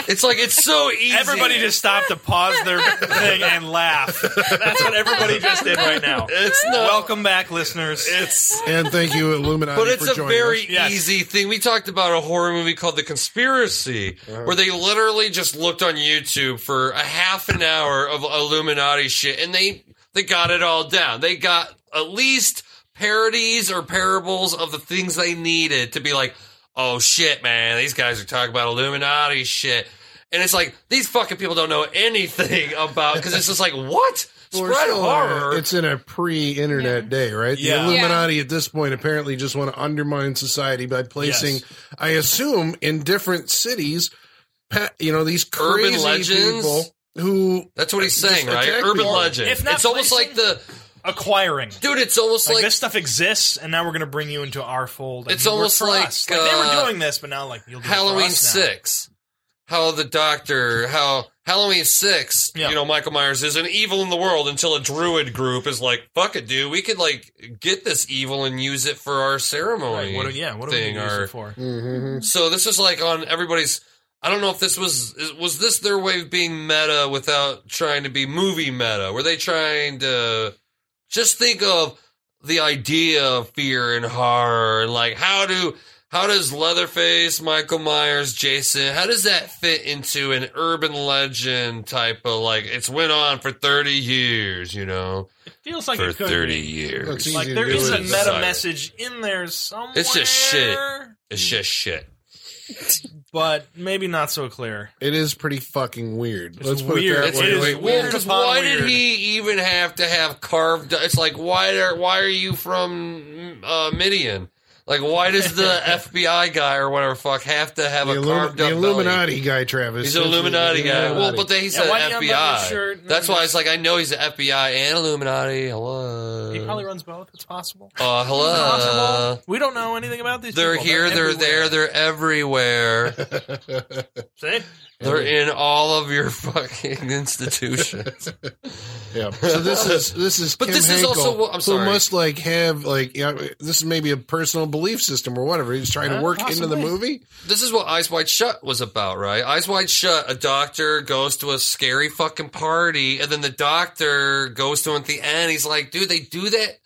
[SPEAKER 5] it's like it's so easy.
[SPEAKER 4] everybody just stopped to pause
[SPEAKER 5] *laughs*
[SPEAKER 4] their thing and laugh. That's what everybody just did right now.
[SPEAKER 5] It's not.
[SPEAKER 4] Welcome back, listeners.
[SPEAKER 5] It's
[SPEAKER 3] And thank you, Illuminati.
[SPEAKER 5] But it's
[SPEAKER 3] for
[SPEAKER 5] a
[SPEAKER 3] joining
[SPEAKER 5] very
[SPEAKER 3] us.
[SPEAKER 4] Yes.
[SPEAKER 5] easy thing. We talked about a horror movie called The Conspiracy,
[SPEAKER 3] Uh-huh.
[SPEAKER 5] where they literally just looked on YouTube for a half an hour of Illuminati shit, and they they got it all down. They got at least parodies or parables of the things they needed to be like, oh shit, man, these guys are talking about Illuminati shit. And it's like these fucking people don't know anything about because it's just like what
[SPEAKER 3] Well, we're
[SPEAKER 5] spread
[SPEAKER 3] still in a-
[SPEAKER 5] horror.
[SPEAKER 3] It's in a pre-internet day, right?
[SPEAKER 4] Yeah.
[SPEAKER 3] The Illuminati at this point apparently just want to undermine society by placing,
[SPEAKER 4] Yes.
[SPEAKER 3] I assume, in different cities, pa- you know, these
[SPEAKER 5] Urban
[SPEAKER 3] crazy
[SPEAKER 5] legends?
[SPEAKER 3] people who
[SPEAKER 5] That's what he's saying,
[SPEAKER 3] Just
[SPEAKER 5] right?
[SPEAKER 3] attack
[SPEAKER 5] Urban
[SPEAKER 3] people.
[SPEAKER 5] legend.
[SPEAKER 4] If not
[SPEAKER 5] it's almost
[SPEAKER 4] placing-
[SPEAKER 5] like the
[SPEAKER 4] Acquiring.
[SPEAKER 5] dude. It's almost
[SPEAKER 4] Like,
[SPEAKER 5] like
[SPEAKER 4] this stuff exists, and now we're going to bring you into our fold. and
[SPEAKER 5] It's
[SPEAKER 4] you work
[SPEAKER 5] almost
[SPEAKER 4] for
[SPEAKER 5] like,
[SPEAKER 4] us. like they
[SPEAKER 5] uh,
[SPEAKER 4] were doing this, but now like you'll do it for
[SPEAKER 5] Halloween
[SPEAKER 4] us now.
[SPEAKER 5] Six. How the Doctor, how Halloween Six,
[SPEAKER 4] Yeah.
[SPEAKER 5] you know, Michael Myers is an evil in the world until a druid group is like, "Fuck it, dude, we could like get this evil and use it for our ceremony."
[SPEAKER 4] Right, what, do- yeah, what are we
[SPEAKER 5] thing Mm.
[SPEAKER 4] gonna use
[SPEAKER 5] or-
[SPEAKER 4] it for?
[SPEAKER 5] So this is like on everybody's. I don't know if this was is- was this their way of being meta without trying to be movie meta. Were they trying to just think of the idea of fear and horror and like how do how does Leatherface, Michael Myers, Jason, how does that fit into an urban legend type of like it's went on for thirty years, you know,
[SPEAKER 4] Feels like
[SPEAKER 5] for
[SPEAKER 4] it could
[SPEAKER 5] thirty
[SPEAKER 4] Be.
[SPEAKER 5] years.
[SPEAKER 3] That's
[SPEAKER 4] Like
[SPEAKER 3] Easy to
[SPEAKER 4] there
[SPEAKER 3] do
[SPEAKER 4] is
[SPEAKER 3] it
[SPEAKER 4] a
[SPEAKER 3] in
[SPEAKER 4] meta
[SPEAKER 5] society.
[SPEAKER 4] message in there somewhere.
[SPEAKER 5] It's just shit. It's just shit.
[SPEAKER 4] but maybe not so clear.
[SPEAKER 3] it is pretty fucking weird.
[SPEAKER 4] It's
[SPEAKER 3] Let's put
[SPEAKER 4] weird.
[SPEAKER 3] it that
[SPEAKER 5] It's,
[SPEAKER 4] It's-
[SPEAKER 3] way.
[SPEAKER 5] it is
[SPEAKER 4] wait,
[SPEAKER 5] weird
[SPEAKER 4] wait.
[SPEAKER 5] because
[SPEAKER 4] Upon
[SPEAKER 5] why did
[SPEAKER 4] weird.
[SPEAKER 5] he even have to have carved? It's like why are why are you from uh, Midian? Like why does the
[SPEAKER 4] *laughs*
[SPEAKER 5] FBI guy or whatever fuck have to have
[SPEAKER 3] the,
[SPEAKER 5] a
[SPEAKER 3] Illumi-
[SPEAKER 5] carved
[SPEAKER 3] the
[SPEAKER 5] up Belly?
[SPEAKER 3] Illuminati guy, Travis.
[SPEAKER 5] He's
[SPEAKER 3] That's
[SPEAKER 5] an
[SPEAKER 3] the
[SPEAKER 5] Illuminati guy. Well,
[SPEAKER 3] Illuminati.
[SPEAKER 5] but then he's
[SPEAKER 4] Yeah, why do you
[SPEAKER 5] an
[SPEAKER 4] have
[SPEAKER 5] FBI.
[SPEAKER 4] that shirt?
[SPEAKER 5] That's why it's like I know he's an FBI and Illuminati. Hello.
[SPEAKER 4] He probably runs both. It's possible. *laughs*
[SPEAKER 5] Uh, hello.
[SPEAKER 4] Possible. we don't know anything about these.
[SPEAKER 5] They're
[SPEAKER 4] people.
[SPEAKER 5] here. They're there.
[SPEAKER 4] everywhere.
[SPEAKER 5] They're everywhere.
[SPEAKER 3] *laughs*
[SPEAKER 4] See?
[SPEAKER 5] they're in all of
[SPEAKER 4] *laughs*
[SPEAKER 5] your *laughs* fucking institutions.
[SPEAKER 3] Yeah. So
[SPEAKER 5] *laughs*
[SPEAKER 3] this is this is
[SPEAKER 5] But
[SPEAKER 3] Kim
[SPEAKER 5] this is
[SPEAKER 3] Hankel,
[SPEAKER 5] also what- I'm sorry.
[SPEAKER 3] who must like have like you know, this is maybe a personal belief system or whatever. He's trying
[SPEAKER 4] Uh,
[SPEAKER 3] to work into
[SPEAKER 4] possibly.
[SPEAKER 3] the movie.
[SPEAKER 5] this is what Eyes Wide Shut was about, right? Eyes Wide Shut, a doctor goes to a scary fucking party, and then the doctor goes to him at the end. He's like, dude, they do that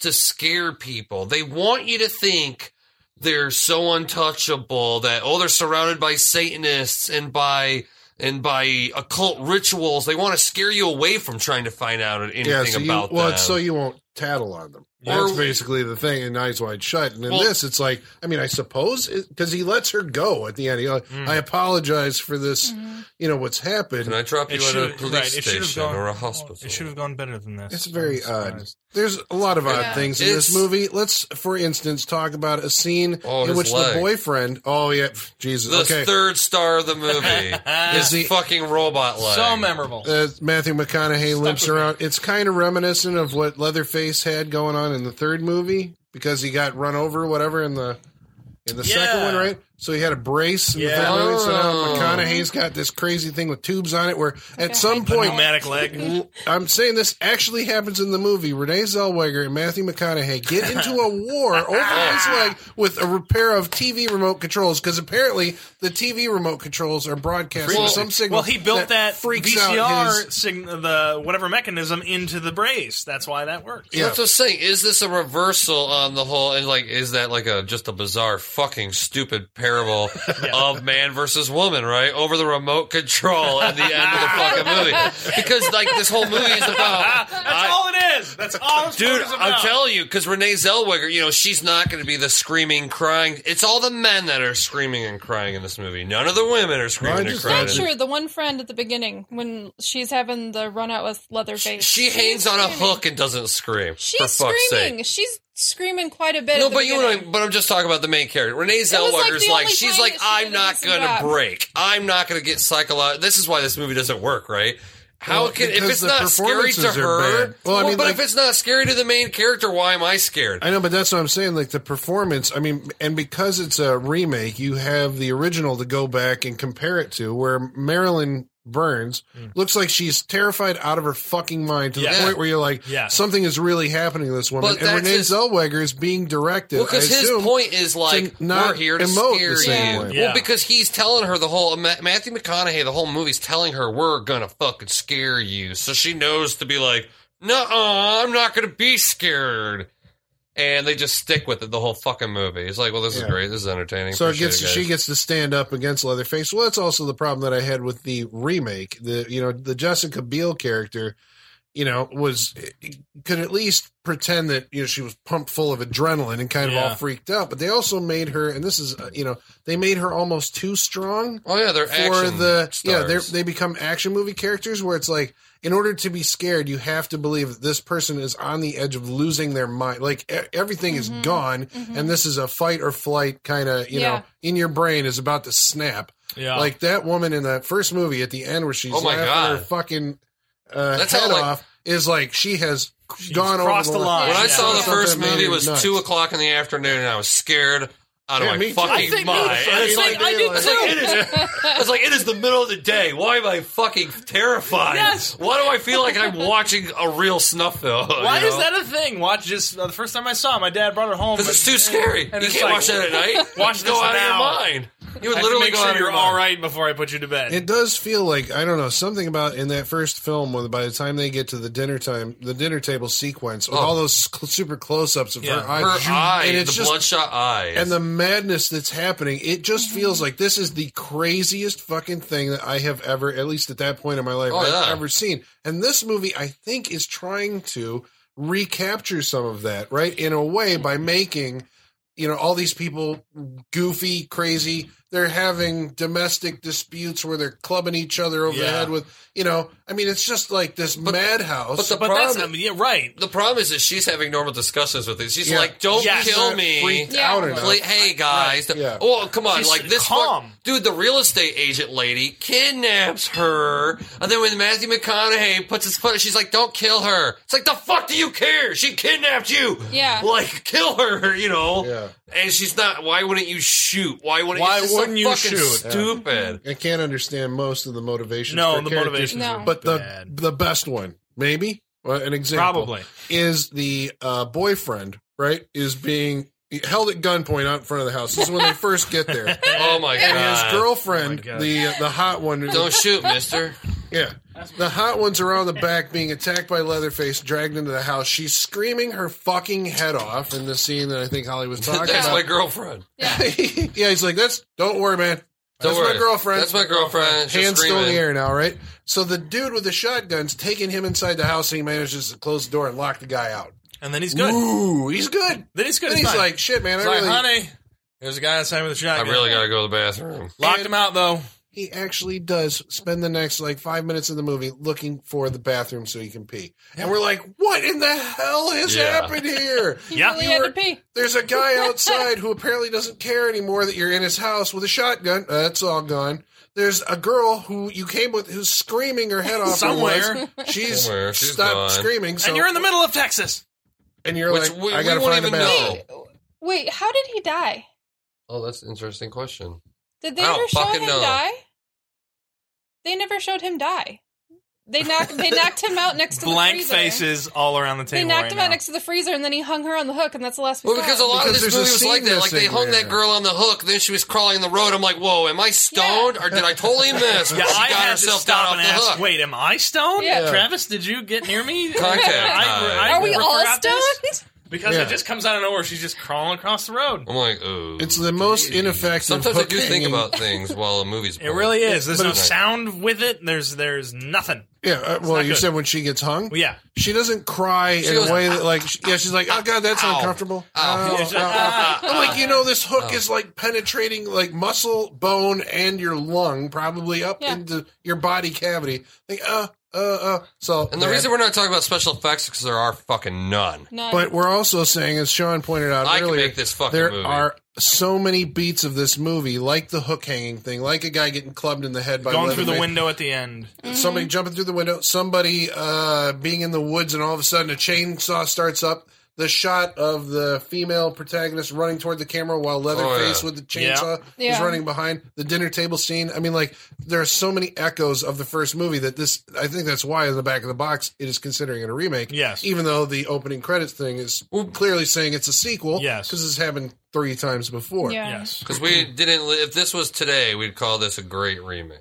[SPEAKER 5] to scare people. They want you to think they're so untouchable that oh, they're surrounded by Satanists and by and by occult rituals. They want to scare you away from trying to find out anything
[SPEAKER 3] Yeah. So you,
[SPEAKER 5] about
[SPEAKER 3] well,
[SPEAKER 5] them.
[SPEAKER 3] it's so you won't tattle on them.
[SPEAKER 5] Yeah.
[SPEAKER 3] That's
[SPEAKER 5] Or-
[SPEAKER 3] basically the thing in Eyes Wide Shut. And in
[SPEAKER 5] Well-
[SPEAKER 3] this, it's like, I mean, I suppose because he lets her go at the end. He, like, I apologize for this. You know what's happened.
[SPEAKER 5] Hmm. Can I drop you
[SPEAKER 4] It
[SPEAKER 5] at a
[SPEAKER 4] should
[SPEAKER 5] police
[SPEAKER 4] right, it should have
[SPEAKER 5] station
[SPEAKER 4] gone,
[SPEAKER 5] or a hospital?
[SPEAKER 4] It should have gone better than this.
[SPEAKER 3] It's very
[SPEAKER 4] I'm
[SPEAKER 3] odd.
[SPEAKER 4] surprised.
[SPEAKER 3] There's a lot of odd
[SPEAKER 6] Yeah.
[SPEAKER 3] things in
[SPEAKER 5] It's-
[SPEAKER 3] this movie. Let's, for instance, talk about a scene
[SPEAKER 5] Oh,
[SPEAKER 3] in
[SPEAKER 5] his
[SPEAKER 3] which
[SPEAKER 5] leg.
[SPEAKER 3] the boyfriend. Oh yeah, pff, Jesus.
[SPEAKER 5] the
[SPEAKER 3] okay,
[SPEAKER 5] third star of
[SPEAKER 4] *laughs*
[SPEAKER 5] the movie is
[SPEAKER 3] the-
[SPEAKER 5] fucking robot leg.
[SPEAKER 4] So memorable.
[SPEAKER 3] uh, Matthew McConaughey limps around. It's kind of reminiscent of what Leatherface had going on in the third movie because he got run over, whatever, in the in the second
[SPEAKER 4] Yeah.
[SPEAKER 3] one, right? So he had a brace in
[SPEAKER 4] Yeah.
[SPEAKER 3] the third movie. So now
[SPEAKER 5] Oh.
[SPEAKER 3] McConaughey's got this crazy thing with tubes on it, where at some
[SPEAKER 4] The
[SPEAKER 3] point. *laughs*
[SPEAKER 4] pneumatic leg.
[SPEAKER 3] I'm saying this actually happens in the movie. Renee Zellweger and Matthew McConaughey get into
[SPEAKER 4] *laughs*
[SPEAKER 3] a war over his leg with a repair of TV remote controls because apparently the TV remote controls are broadcasting
[SPEAKER 5] Well-
[SPEAKER 3] some signal.
[SPEAKER 4] Well, he built that,
[SPEAKER 3] freaks out
[SPEAKER 4] VCR
[SPEAKER 3] his
[SPEAKER 4] sign- the whatever mechanism into the brace. That's why that works.
[SPEAKER 5] So That's what I'm saying. Is this a reversal on the whole? And like, is that like a just a bizarre, fucking, stupid
[SPEAKER 4] *laughs*
[SPEAKER 5] parable of man versus woman, right? Over the remote control at the end of the fucking movie, because like this whole movie is
[SPEAKER 4] *laughs*
[SPEAKER 5] about.
[SPEAKER 4] That's
[SPEAKER 5] I-
[SPEAKER 4] all it is. That's all. this
[SPEAKER 5] Dude,
[SPEAKER 4] is about.
[SPEAKER 5] I'm telling you, because Renee Zellweger, you know, she's not going to be the screaming, crying. It's all the men that are screaming and crying in this movie. None of the women are screaming and
[SPEAKER 3] just
[SPEAKER 5] crying.
[SPEAKER 6] That's true. The one friend at the beginning when she's having the run out with Leatherface.
[SPEAKER 5] She
[SPEAKER 6] She's
[SPEAKER 5] hangs on a
[SPEAKER 6] screaming.
[SPEAKER 5] hook and doesn't scream.
[SPEAKER 6] She's
[SPEAKER 5] for fuck's
[SPEAKER 6] screaming.
[SPEAKER 5] sake.
[SPEAKER 6] She's screaming quite a bit.
[SPEAKER 5] No,
[SPEAKER 6] at the
[SPEAKER 5] but you and I,
[SPEAKER 6] beginning.
[SPEAKER 5] but I'm just talking about the main character. Renee
[SPEAKER 6] was, like,
[SPEAKER 5] Zellweger's
[SPEAKER 6] the
[SPEAKER 5] like,
[SPEAKER 6] only
[SPEAKER 5] she's
[SPEAKER 6] time
[SPEAKER 5] like,
[SPEAKER 6] that she did
[SPEAKER 5] I'm not
[SPEAKER 6] this
[SPEAKER 5] gonna
[SPEAKER 6] job.
[SPEAKER 5] break. I'm not gonna get psychological. This is why this movie doesn't work, right? How
[SPEAKER 3] Well,
[SPEAKER 5] can if
[SPEAKER 3] because
[SPEAKER 5] it's
[SPEAKER 3] the
[SPEAKER 5] not scary to
[SPEAKER 3] performances are
[SPEAKER 5] her?
[SPEAKER 3] bad.
[SPEAKER 5] Well,
[SPEAKER 3] Well, I mean,
[SPEAKER 5] but
[SPEAKER 3] like-
[SPEAKER 5] if it's not scary to the main character, why am I scared?
[SPEAKER 3] I know, but that's what I'm saying. Like the performance, I mean, and because it's a remake, you have the original to go back and compare it to, where Marilyn Burns
[SPEAKER 5] Hmm.
[SPEAKER 3] looks like she's terrified out of her fucking mind to the
[SPEAKER 4] Yeah.
[SPEAKER 3] point where you're like,
[SPEAKER 4] Yeah.
[SPEAKER 3] something is really happening to this woman.
[SPEAKER 5] But
[SPEAKER 3] and
[SPEAKER 5] that's
[SPEAKER 3] Renee
[SPEAKER 5] his-
[SPEAKER 3] Zellweger is being directed.
[SPEAKER 5] Well, because
[SPEAKER 3] I
[SPEAKER 5] his
[SPEAKER 3] assume,
[SPEAKER 5] point is like
[SPEAKER 3] not
[SPEAKER 5] we're here to
[SPEAKER 3] emote the
[SPEAKER 5] scare
[SPEAKER 3] same
[SPEAKER 5] you.
[SPEAKER 3] way.
[SPEAKER 4] Yeah.
[SPEAKER 5] Well, because he's telling her the whole Ma- Matthew McConaughey, the whole movie's telling her we're gonna fucking scare you, so she knows to be like, no, I'm not gonna be scared. And they just stick with it the whole fucking movie. It's like, well, this is
[SPEAKER 3] Yeah.
[SPEAKER 5] great. This is entertaining.
[SPEAKER 3] So it
[SPEAKER 5] Appreciate
[SPEAKER 3] gets
[SPEAKER 5] guys.
[SPEAKER 3] she gets to stand up against Leatherface. Well, that's also the problem that I had with the remake. The you know the Jessica Biel character, you know, was could at least pretend that you know she was pumped full of adrenaline and kind of
[SPEAKER 4] Yeah.
[SPEAKER 3] all freaked out. But they also made her, and this is uh, you know they made her almost too strong
[SPEAKER 5] Oh yeah, they're
[SPEAKER 3] for
[SPEAKER 5] action
[SPEAKER 3] the yeah they
[SPEAKER 5] stars.
[SPEAKER 3] they become action movie characters where it's like in order to be scared you have to believe that this person is on the edge of losing their mind like e- everything is gone and this is a fight or flight kind of you
[SPEAKER 6] Yeah.
[SPEAKER 3] know in your brain is about to snap
[SPEAKER 4] Yeah.
[SPEAKER 3] like that woman in that first movie at the end where she's
[SPEAKER 5] Oh my
[SPEAKER 3] laughing
[SPEAKER 5] God.
[SPEAKER 3] her fucking uh,
[SPEAKER 5] That's how,
[SPEAKER 3] head
[SPEAKER 5] like-
[SPEAKER 3] off is like she has gone
[SPEAKER 4] crossed
[SPEAKER 3] over
[SPEAKER 4] the line.
[SPEAKER 5] when I
[SPEAKER 4] Yeah.
[SPEAKER 5] saw the
[SPEAKER 4] Something
[SPEAKER 5] first
[SPEAKER 3] made
[SPEAKER 5] movie, it
[SPEAKER 3] her
[SPEAKER 5] was
[SPEAKER 3] nuts.
[SPEAKER 5] two o'clock in the afternoon, and I was scared out of
[SPEAKER 3] Yeah,
[SPEAKER 5] my
[SPEAKER 3] me too.
[SPEAKER 5] fucking
[SPEAKER 3] I
[SPEAKER 6] think me
[SPEAKER 5] mind.
[SPEAKER 6] too.
[SPEAKER 5] And it's
[SPEAKER 6] I
[SPEAKER 5] like,
[SPEAKER 6] think I did
[SPEAKER 5] it's like,
[SPEAKER 6] too.
[SPEAKER 5] it is. It's like it is the middle of the day. Why am I fucking terrified?
[SPEAKER 4] Yes.
[SPEAKER 5] Why do I feel like I'm watching a real snuff film?
[SPEAKER 4] Why is that a thing? Watch just uh, the first time I saw it, my dad brought it home.
[SPEAKER 5] Because it's
[SPEAKER 4] and-
[SPEAKER 5] too scary.
[SPEAKER 4] and
[SPEAKER 5] you
[SPEAKER 4] it's
[SPEAKER 5] can't
[SPEAKER 4] like,
[SPEAKER 5] watch that at night.
[SPEAKER 4] *laughs* watch
[SPEAKER 5] You'd
[SPEAKER 4] this
[SPEAKER 5] go out
[SPEAKER 4] now.
[SPEAKER 5] of your mind. You
[SPEAKER 4] I
[SPEAKER 5] would
[SPEAKER 4] have to
[SPEAKER 5] literally
[SPEAKER 4] make
[SPEAKER 5] go
[SPEAKER 4] sure
[SPEAKER 5] out of
[SPEAKER 4] you're
[SPEAKER 5] your mind.
[SPEAKER 4] all right before I put you to bed.
[SPEAKER 3] It does feel like I don't know something about in that first film when by the time they get to the dinner time, the dinner table sequence with
[SPEAKER 5] Oh.
[SPEAKER 3] all those cl- super close ups of
[SPEAKER 4] Yeah,
[SPEAKER 3] her eyes,
[SPEAKER 5] Her eye,
[SPEAKER 3] and it's
[SPEAKER 5] the
[SPEAKER 3] just
[SPEAKER 5] bloodshot eyes.
[SPEAKER 3] and the madness that's happening. It just feels like this is the craziest fucking thing that I have ever, at least at that point in my life,
[SPEAKER 5] Oh,
[SPEAKER 3] I've
[SPEAKER 5] yeah.
[SPEAKER 3] ever seen. And this movie, I think, is trying to recapture some of that, right, in a way by making you know all these people goofy crazy they're having domestic disputes where they're clubbing each other over the
[SPEAKER 4] Yeah.
[SPEAKER 3] head with you know i mean it's just like this madhouse
[SPEAKER 5] but the
[SPEAKER 4] but that's I
[SPEAKER 5] problem-
[SPEAKER 4] mean, yeah, right.
[SPEAKER 5] the problem is that she's having normal discussions with this. She's
[SPEAKER 3] Yeah.
[SPEAKER 5] like, "Don't
[SPEAKER 4] Yes.
[SPEAKER 5] kill
[SPEAKER 3] They're
[SPEAKER 5] me."
[SPEAKER 3] freaked
[SPEAKER 6] Yeah.
[SPEAKER 3] out
[SPEAKER 6] Like,
[SPEAKER 3] enough.
[SPEAKER 5] Like, hey guys,
[SPEAKER 3] Yeah.
[SPEAKER 5] oh come on,
[SPEAKER 4] She's
[SPEAKER 5] like this
[SPEAKER 4] calm.
[SPEAKER 5] fuck- dude. The real estate agent lady kidnaps her, and then when Matthew McConaughey puts his foot, she's like, "Don't kill her." It's like the fuck do you care? She kidnapped you.
[SPEAKER 6] Yeah.
[SPEAKER 5] like kill her, you know.
[SPEAKER 3] Yeah.
[SPEAKER 5] and she's not. Why wouldn't you shoot? Why wouldn't?
[SPEAKER 4] Why
[SPEAKER 5] it's just so
[SPEAKER 4] wouldn't you
[SPEAKER 5] fucking
[SPEAKER 4] shoot?
[SPEAKER 5] Stupid.
[SPEAKER 3] i can't understand most of the motivations
[SPEAKER 4] No,
[SPEAKER 3] for
[SPEAKER 4] the
[SPEAKER 3] characters,
[SPEAKER 4] motivation.
[SPEAKER 6] No.
[SPEAKER 3] but the
[SPEAKER 4] bad.
[SPEAKER 3] the best one maybe or an example
[SPEAKER 4] Probably.
[SPEAKER 3] is the uh, boyfriend right is being held at gunpoint out in front of the house this is when they first get
[SPEAKER 4] *laughs*
[SPEAKER 3] there
[SPEAKER 5] Oh my
[SPEAKER 3] and
[SPEAKER 5] god.
[SPEAKER 3] his girlfriend
[SPEAKER 4] God.
[SPEAKER 3] the uh, the hot one
[SPEAKER 5] Don't shoot, Mister.
[SPEAKER 3] Yeah. The hot ones are on the back being attacked by Leatherface, dragged into the house. She's screaming her fucking head off in the scene that I think Holly was *laughs* talking
[SPEAKER 5] That's my
[SPEAKER 3] about.
[SPEAKER 5] girlfriend.
[SPEAKER 3] *laughs* yeah, he's like, that's, don't worry, man.
[SPEAKER 5] Don't
[SPEAKER 3] that's
[SPEAKER 5] worry.
[SPEAKER 3] my girlfriend.
[SPEAKER 5] That's my girlfriend. She's
[SPEAKER 3] Hands still in the
[SPEAKER 5] screaming.
[SPEAKER 3] air now, right? So the dude with the shotgun's taking him inside the house and he manages to close the door and lock the guy out.
[SPEAKER 4] And then he's good.
[SPEAKER 3] Ooh, he's good.
[SPEAKER 4] Then he's good.
[SPEAKER 3] And he's
[SPEAKER 4] It's fine.
[SPEAKER 3] like, shit, man,
[SPEAKER 4] It's
[SPEAKER 3] I
[SPEAKER 4] like,
[SPEAKER 3] really.
[SPEAKER 4] honey, there's a guy outside with a
[SPEAKER 5] I
[SPEAKER 4] shotgun.
[SPEAKER 5] really gotta go to the bathroom.
[SPEAKER 4] locked him out though.
[SPEAKER 3] he actually does spend the next like five minutes of the movie looking for the bathroom so he can pee. And we're like, what in the hell has
[SPEAKER 5] Yeah.
[SPEAKER 3] happened here?
[SPEAKER 4] Yeah.
[SPEAKER 6] really
[SPEAKER 4] You
[SPEAKER 6] had
[SPEAKER 3] were-
[SPEAKER 6] to pee.
[SPEAKER 3] There's a guy outside who apparently doesn't care anymore that you're in his house with a shotgun. Uh, That's all gone. There's a girl who you came with who's screaming her head off
[SPEAKER 4] Somewhere.
[SPEAKER 3] She's,
[SPEAKER 5] Somewhere. She's
[SPEAKER 3] stopped
[SPEAKER 5] gone.
[SPEAKER 3] screaming. So,
[SPEAKER 4] and you're in the middle of Texas.
[SPEAKER 3] and you're
[SPEAKER 5] Which
[SPEAKER 3] like,
[SPEAKER 5] we-
[SPEAKER 3] I
[SPEAKER 5] we
[SPEAKER 3] gotta
[SPEAKER 5] won't
[SPEAKER 3] find the
[SPEAKER 5] even
[SPEAKER 3] bathroom.
[SPEAKER 5] know.
[SPEAKER 6] Wait, how did he die?
[SPEAKER 5] Oh, that's an interesting question.
[SPEAKER 6] Did they
[SPEAKER 5] I don't
[SPEAKER 6] ever show
[SPEAKER 5] fucking
[SPEAKER 6] him
[SPEAKER 5] know.
[SPEAKER 6] die? They never showed him die. They knocked they knocked him out next to
[SPEAKER 4] Blank
[SPEAKER 6] the freezer.
[SPEAKER 4] faces all around the
[SPEAKER 6] They
[SPEAKER 4] table.
[SPEAKER 6] knocked
[SPEAKER 4] right
[SPEAKER 6] him
[SPEAKER 4] now.
[SPEAKER 6] out next to the freezer, and then he hung her on the hook, and that's the last. we
[SPEAKER 5] Well,
[SPEAKER 6] saw
[SPEAKER 5] because a
[SPEAKER 6] him.
[SPEAKER 5] lot
[SPEAKER 3] Because
[SPEAKER 5] of this
[SPEAKER 3] there's a
[SPEAKER 5] movie was
[SPEAKER 3] scene
[SPEAKER 5] like that. Like they
[SPEAKER 3] missing
[SPEAKER 5] hung that
[SPEAKER 3] there.
[SPEAKER 5] girl on the hook, then she was crawling the road. I'm like, whoa, am I stoned or did I
[SPEAKER 4] *laughs*
[SPEAKER 5] totally miss?
[SPEAKER 4] Yeah,
[SPEAKER 5] But she
[SPEAKER 4] I
[SPEAKER 5] got
[SPEAKER 4] had to
[SPEAKER 5] herself
[SPEAKER 4] stop
[SPEAKER 5] down
[SPEAKER 4] and
[SPEAKER 5] off the
[SPEAKER 4] ask.
[SPEAKER 5] hook.
[SPEAKER 4] Wait, am I stoned?
[SPEAKER 6] Yeah.
[SPEAKER 4] Travis, did you get near me?
[SPEAKER 5] Contact Uh,
[SPEAKER 4] I- I
[SPEAKER 5] eye.
[SPEAKER 6] Are we
[SPEAKER 4] forgot
[SPEAKER 6] all
[SPEAKER 4] this.
[SPEAKER 6] stoned?
[SPEAKER 4] Because
[SPEAKER 3] Yeah.
[SPEAKER 4] it just comes out of nowhere. She's just crawling across the road.
[SPEAKER 5] I'm like, oh.
[SPEAKER 3] It's the most ineffective.
[SPEAKER 5] Sometimes I do
[SPEAKER 3] hook
[SPEAKER 5] think
[SPEAKER 3] hanging-
[SPEAKER 5] about things while a movie's.
[SPEAKER 4] *laughs* It really is. There's
[SPEAKER 3] But
[SPEAKER 4] no
[SPEAKER 3] it's-
[SPEAKER 4] sound with it. There's there's nothing.
[SPEAKER 3] Yeah, uh, well,
[SPEAKER 4] not
[SPEAKER 3] you
[SPEAKER 4] good.
[SPEAKER 3] said when she gets hung.
[SPEAKER 4] Well, yeah.
[SPEAKER 3] She doesn't cry in
[SPEAKER 5] goes,
[SPEAKER 3] a way that, like, she, yeah, she's like, oh, God, that's
[SPEAKER 5] Ow.
[SPEAKER 3] uncomfortable.
[SPEAKER 5] Ow.
[SPEAKER 3] Ow,
[SPEAKER 4] It's just,
[SPEAKER 3] ow,
[SPEAKER 4] "Ah."
[SPEAKER 3] ow." I'm like, you know, this hook
[SPEAKER 5] Oh.
[SPEAKER 3] is, like, penetrating, like, muscle, bone, and your lung, probably up
[SPEAKER 6] Yeah.
[SPEAKER 3] into your body cavity. Like, uh, uh, uh. So
[SPEAKER 5] And the
[SPEAKER 3] that-
[SPEAKER 5] reason we're not talking about special effects is because there are fucking none.
[SPEAKER 6] Not
[SPEAKER 3] But we're also saying, as Sean pointed out
[SPEAKER 5] I can
[SPEAKER 3] earlier,
[SPEAKER 5] make this fucking
[SPEAKER 3] there
[SPEAKER 5] movie.
[SPEAKER 3] are so many beats of this movie, like the hook hanging thing, like a guy getting clubbed in the head by
[SPEAKER 4] *laughs* Going through the
[SPEAKER 3] Leatherface,
[SPEAKER 4] window at the end.
[SPEAKER 3] somebody jumping through the window, somebody uh, being in the woods, and all of a sudden a chainsaw starts up. The shot of the female protagonist running toward the camera while Leatherface
[SPEAKER 5] Oh, yeah.
[SPEAKER 3] with the chainsaw
[SPEAKER 6] Yeah.
[SPEAKER 3] is running behind the dinner table scene. I mean, like there are so many echoes of the first movie that this. I think that's why in the back of the box it is considering it a remake.
[SPEAKER 4] Yes.
[SPEAKER 3] even though the opening credits thing is clearly saying it's a sequel.
[SPEAKER 4] Yes.
[SPEAKER 3] because this happened three times before.
[SPEAKER 6] yeah.
[SPEAKER 4] Yes.
[SPEAKER 5] Because we didn't. li- If this was today, we'd call this a great remake.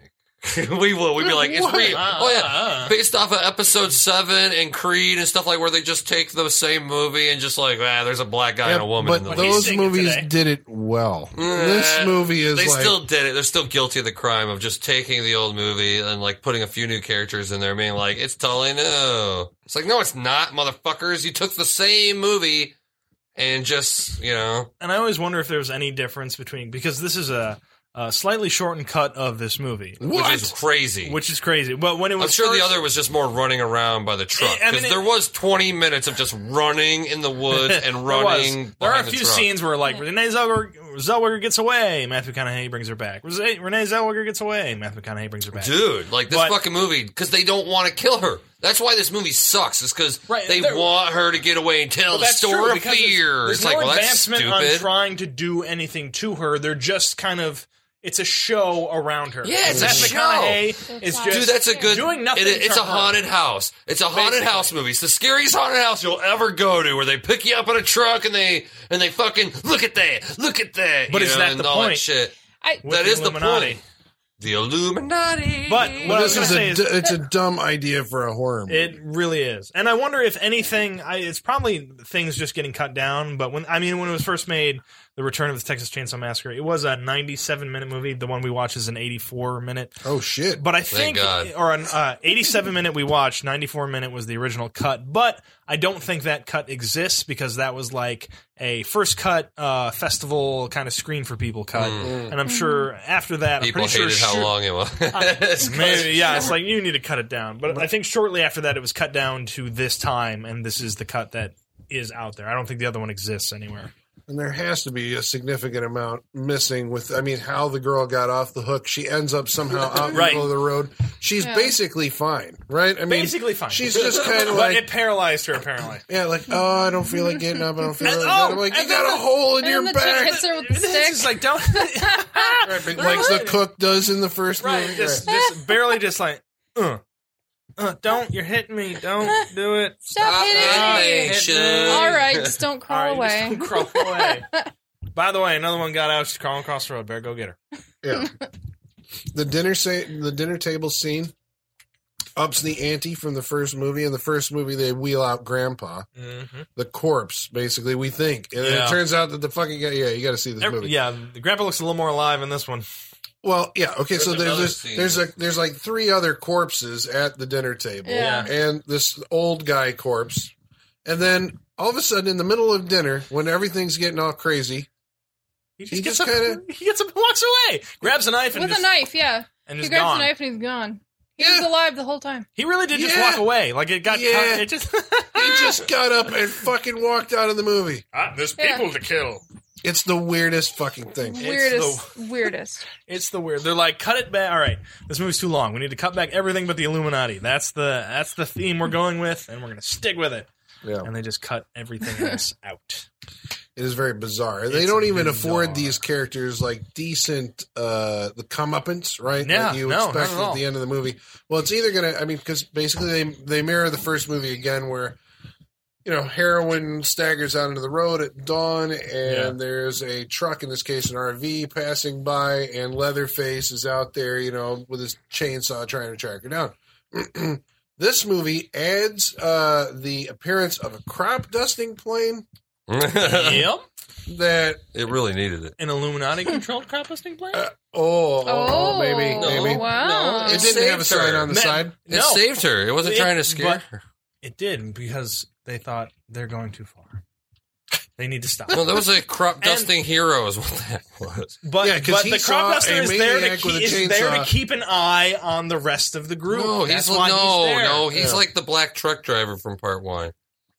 [SPEAKER 5] *laughs* we will. We'd be like, it's
[SPEAKER 3] What?
[SPEAKER 5] real. Oh
[SPEAKER 4] uh,
[SPEAKER 5] yeah,
[SPEAKER 4] uh.
[SPEAKER 5] based off of Episode Seven and Creed and stuff like where they just take the same movie and just like, ah, there's a black guy
[SPEAKER 3] Yeah,
[SPEAKER 5] and a woman. in
[SPEAKER 3] but
[SPEAKER 5] the
[SPEAKER 4] he's
[SPEAKER 3] those
[SPEAKER 4] singing
[SPEAKER 3] movies
[SPEAKER 4] today.
[SPEAKER 3] did it well. this
[SPEAKER 5] Eh,
[SPEAKER 3] movie is
[SPEAKER 5] They
[SPEAKER 3] like
[SPEAKER 5] still did it. They're still guilty of the crime of just taking the old movie and like putting a few new characters in there, being like, it's totally new. It's like, no, it's not, motherfuckers. You took the same movie and just you know,
[SPEAKER 4] And I always wonder if there was any difference between because this is a, a slightly shortened cut of this movie,
[SPEAKER 5] which is crazy.
[SPEAKER 4] which is crazy. But when it was
[SPEAKER 5] I'm sure the
[SPEAKER 4] first-
[SPEAKER 5] other was just more running around by the truck
[SPEAKER 4] I
[SPEAKER 5] because
[SPEAKER 4] mean, it-
[SPEAKER 5] there was 20 minutes of just running in the woods
[SPEAKER 4] *laughs*
[SPEAKER 5] and
[SPEAKER 4] There was.
[SPEAKER 5] running.
[SPEAKER 4] There are a
[SPEAKER 5] behind the
[SPEAKER 4] few
[SPEAKER 5] truck.
[SPEAKER 4] scenes where like Renee Zellweger, Zellweger gets away, Matthew McConaughey brings her back. Renee Renee Zellweger gets away, Matthew McConaughey brings her back.
[SPEAKER 5] Dude, like this
[SPEAKER 4] But-
[SPEAKER 5] fucking movie, because they don't want to kill her. That's why this movie sucks. Is because
[SPEAKER 4] Right,
[SPEAKER 5] they
[SPEAKER 4] there-
[SPEAKER 5] want her to get away and tell
[SPEAKER 4] Well,
[SPEAKER 5] the
[SPEAKER 4] that's
[SPEAKER 5] story
[SPEAKER 4] true,
[SPEAKER 5] of
[SPEAKER 4] because
[SPEAKER 5] fear.
[SPEAKER 4] There's,
[SPEAKER 5] it's
[SPEAKER 4] there's
[SPEAKER 5] like,
[SPEAKER 4] no
[SPEAKER 5] well, that's
[SPEAKER 4] advancement on
[SPEAKER 5] stupid.
[SPEAKER 4] trying to do anything to her. They're just kind of it's a show around her.
[SPEAKER 5] Yeah, it's a
[SPEAKER 4] Matthew
[SPEAKER 5] show.
[SPEAKER 4] McConaughey is
[SPEAKER 6] That's
[SPEAKER 4] just
[SPEAKER 5] Dude, that's a good.
[SPEAKER 4] doing nothing.
[SPEAKER 5] it- it's
[SPEAKER 4] to
[SPEAKER 5] a haunted
[SPEAKER 4] Her.
[SPEAKER 5] house. It's a haunted
[SPEAKER 4] Basically.
[SPEAKER 5] house movie. It's the scariest haunted house you'll ever go to, where they pick you up in a truck and they and they fucking look at that, look at that.
[SPEAKER 4] But
[SPEAKER 5] you
[SPEAKER 4] is
[SPEAKER 5] know,
[SPEAKER 4] that
[SPEAKER 5] and
[SPEAKER 4] the
[SPEAKER 5] all That
[SPEAKER 4] point?
[SPEAKER 5] shit.
[SPEAKER 6] I
[SPEAKER 4] With
[SPEAKER 5] That
[SPEAKER 4] the
[SPEAKER 5] is the
[SPEAKER 4] Illuminati.
[SPEAKER 5] point. The Illuminati.
[SPEAKER 4] But what I was
[SPEAKER 3] this
[SPEAKER 4] gonna
[SPEAKER 3] is
[SPEAKER 4] say
[SPEAKER 3] a
[SPEAKER 4] is
[SPEAKER 3] d- it's a dumb idea for a horror movie.
[SPEAKER 4] It really is, and I wonder if anything. I, it's probably things just getting cut down. But when I mean, when it was first made, the Return of the Texas Chainsaw Massacre, it was a 97 minute movie. The one we watch is an 84 minute.
[SPEAKER 3] oh shit!
[SPEAKER 4] But I think,
[SPEAKER 5] God.
[SPEAKER 4] or an uh, 87 minute we watched, 94 minute was the original cut. But I don't think that cut exists because that was like a first cut uh, festival kind of screen for people cut.
[SPEAKER 6] Mm.
[SPEAKER 4] And I'm sure after that,
[SPEAKER 5] Hmm. people
[SPEAKER 4] I'm pretty
[SPEAKER 5] hated
[SPEAKER 4] sure Uh,
[SPEAKER 5] how
[SPEAKER 4] shoot- *laughs*
[SPEAKER 5] long it *laughs* was.
[SPEAKER 4] Maybe yeah, it's like you need to cut it down. But I think shortly after that, it was cut down to this time, and this is the cut that is out there. I don't think the other one exists anywhere.
[SPEAKER 3] And there has to be a significant amount missing with, I mean, how the girl got off the hook. She ends up somehow out in the
[SPEAKER 4] *laughs* Right.
[SPEAKER 3] middle of the road. She's
[SPEAKER 6] Yeah.
[SPEAKER 3] basically fine, right? I mean,
[SPEAKER 4] Basically fine.
[SPEAKER 3] She's
[SPEAKER 4] *laughs*
[SPEAKER 3] just kind of
[SPEAKER 4] but
[SPEAKER 3] like,
[SPEAKER 4] it paralyzed her apparently.
[SPEAKER 3] yeah, like, oh, I don't feel like getting up. I
[SPEAKER 4] *laughs*
[SPEAKER 3] don't feel like, getting up. I'm like,
[SPEAKER 4] Oh, and
[SPEAKER 3] you got
[SPEAKER 4] then
[SPEAKER 3] a hole in
[SPEAKER 6] and
[SPEAKER 3] your
[SPEAKER 6] then the chick
[SPEAKER 3] back.
[SPEAKER 6] hits her with the
[SPEAKER 4] This is
[SPEAKER 6] stick.
[SPEAKER 4] like don't
[SPEAKER 6] *laughs*
[SPEAKER 3] Right, but like the cook does in the first
[SPEAKER 4] right,
[SPEAKER 3] movie.
[SPEAKER 4] just,
[SPEAKER 3] Right.
[SPEAKER 6] *laughs*
[SPEAKER 4] just barely just like uh, uh, don't you're hitting me.
[SPEAKER 6] *laughs*
[SPEAKER 4] Don't do it.
[SPEAKER 6] Stop hitting me.
[SPEAKER 4] hitting
[SPEAKER 6] All right, just
[SPEAKER 4] *laughs*
[SPEAKER 6] don't
[SPEAKER 4] All
[SPEAKER 6] crawl
[SPEAKER 4] right,
[SPEAKER 6] away.
[SPEAKER 4] just *laughs* crawl
[SPEAKER 6] *laughs*
[SPEAKER 4] away. By the way, another one got out. She's crawling across the road. Better go get her.
[SPEAKER 3] Yeah. The dinner sa- the dinner table scene ups the ante from the first movie. In the first movie, they wheel out Grandpa,
[SPEAKER 4] Mm-hmm.
[SPEAKER 3] the corpse, basically. We think, and then
[SPEAKER 4] Yeah.
[SPEAKER 3] it turns out that the fucking guy. Yeah, you got to see this movie.
[SPEAKER 4] yeah, the grandpa looks a little more alive in this one.
[SPEAKER 3] Well, yeah. Okay, so
[SPEAKER 5] There's
[SPEAKER 3] there's
[SPEAKER 5] another
[SPEAKER 3] this,
[SPEAKER 5] scene.
[SPEAKER 3] there's a there's like three other corpses at the dinner table,
[SPEAKER 6] Yeah.
[SPEAKER 3] and this old guy corpse, and then all of a sudden in the middle of dinner when everything's getting all crazy,
[SPEAKER 4] He just
[SPEAKER 3] He
[SPEAKER 4] gets
[SPEAKER 3] just
[SPEAKER 4] up.
[SPEAKER 3] kinda-
[SPEAKER 4] He gets up and walks away. Grabs a knife and
[SPEAKER 6] With
[SPEAKER 4] just,
[SPEAKER 6] a knife, yeah.
[SPEAKER 4] and
[SPEAKER 6] He
[SPEAKER 4] is
[SPEAKER 6] grabs
[SPEAKER 4] gone.
[SPEAKER 6] a knife and he's gone. He
[SPEAKER 3] Yeah.
[SPEAKER 6] was alive the whole time.
[SPEAKER 4] He really did just
[SPEAKER 3] Yeah.
[SPEAKER 4] walk away. Like it got.
[SPEAKER 3] Yeah.
[SPEAKER 4] Cut. It just. *laughs*
[SPEAKER 3] he just got up and fucking walked out of the movie.
[SPEAKER 4] there's
[SPEAKER 6] Yeah. people
[SPEAKER 4] Ah, to kill.
[SPEAKER 3] It's the weirdest fucking thing.
[SPEAKER 6] Weirdest, weirdest.
[SPEAKER 4] It's the weird. They're like, cut it back. All right, this movie's too long. We need to cut back everything but the Illuminati. That's the that's the theme we're going with, and we're gonna stick with it.
[SPEAKER 3] Yeah.
[SPEAKER 4] And they just cut
[SPEAKER 3] *laughs*
[SPEAKER 4] everything else out.
[SPEAKER 3] It is very bizarre. They
[SPEAKER 4] It's
[SPEAKER 3] don't even
[SPEAKER 4] bizarre.
[SPEAKER 3] afford these characters like decent uh the comeuppance, right?
[SPEAKER 4] Yeah,
[SPEAKER 3] that you
[SPEAKER 4] no, not
[SPEAKER 3] expect
[SPEAKER 4] at
[SPEAKER 3] at,
[SPEAKER 4] all.
[SPEAKER 3] the end of the movie. Well, it's either gonna I mean, because basically they they mirror the first movie again where you know, heroin staggers out into the road at dawn, and
[SPEAKER 4] Yeah.
[SPEAKER 3] there's a truck, in this case, an RV, passing by, and Leatherface is out there, you know, with his chainsaw trying to track her down. *clears throat* this movie adds uh, the appearance of a crop dusting plane
[SPEAKER 4] yep.
[SPEAKER 3] that
[SPEAKER 5] it really needed it.
[SPEAKER 4] An Illuminati controlled crop dusting plant.
[SPEAKER 3] Uh, Oh, oh,
[SPEAKER 6] Oh,
[SPEAKER 3] oh, maybe,
[SPEAKER 6] no,
[SPEAKER 3] maybe.
[SPEAKER 6] wow.
[SPEAKER 3] It didn't have a
[SPEAKER 5] Saved
[SPEAKER 3] sign
[SPEAKER 5] her.
[SPEAKER 3] on the
[SPEAKER 4] Man,
[SPEAKER 3] side.
[SPEAKER 5] It
[SPEAKER 4] no,
[SPEAKER 5] saved her. It wasn't
[SPEAKER 4] It-
[SPEAKER 5] trying to scare
[SPEAKER 4] but-
[SPEAKER 5] her.
[SPEAKER 4] It did because they thought they're going too far. They need to stop.
[SPEAKER 5] No, that was a crop dusting hero, is what that was.
[SPEAKER 4] But,
[SPEAKER 3] Yeah, 'cause
[SPEAKER 4] but
[SPEAKER 3] he
[SPEAKER 4] the crop
[SPEAKER 3] saw
[SPEAKER 4] duster
[SPEAKER 3] a
[SPEAKER 4] is there, to
[SPEAKER 3] maniac with
[SPEAKER 4] keep,
[SPEAKER 3] a
[SPEAKER 4] is there to
[SPEAKER 3] chainsaw.
[SPEAKER 4] keep an eye on the rest of the group.
[SPEAKER 5] No,
[SPEAKER 4] That's
[SPEAKER 5] he's
[SPEAKER 4] why
[SPEAKER 5] like, no,
[SPEAKER 4] he's there.
[SPEAKER 5] no, he's
[SPEAKER 3] Yeah.
[SPEAKER 5] like the black truck driver from part one.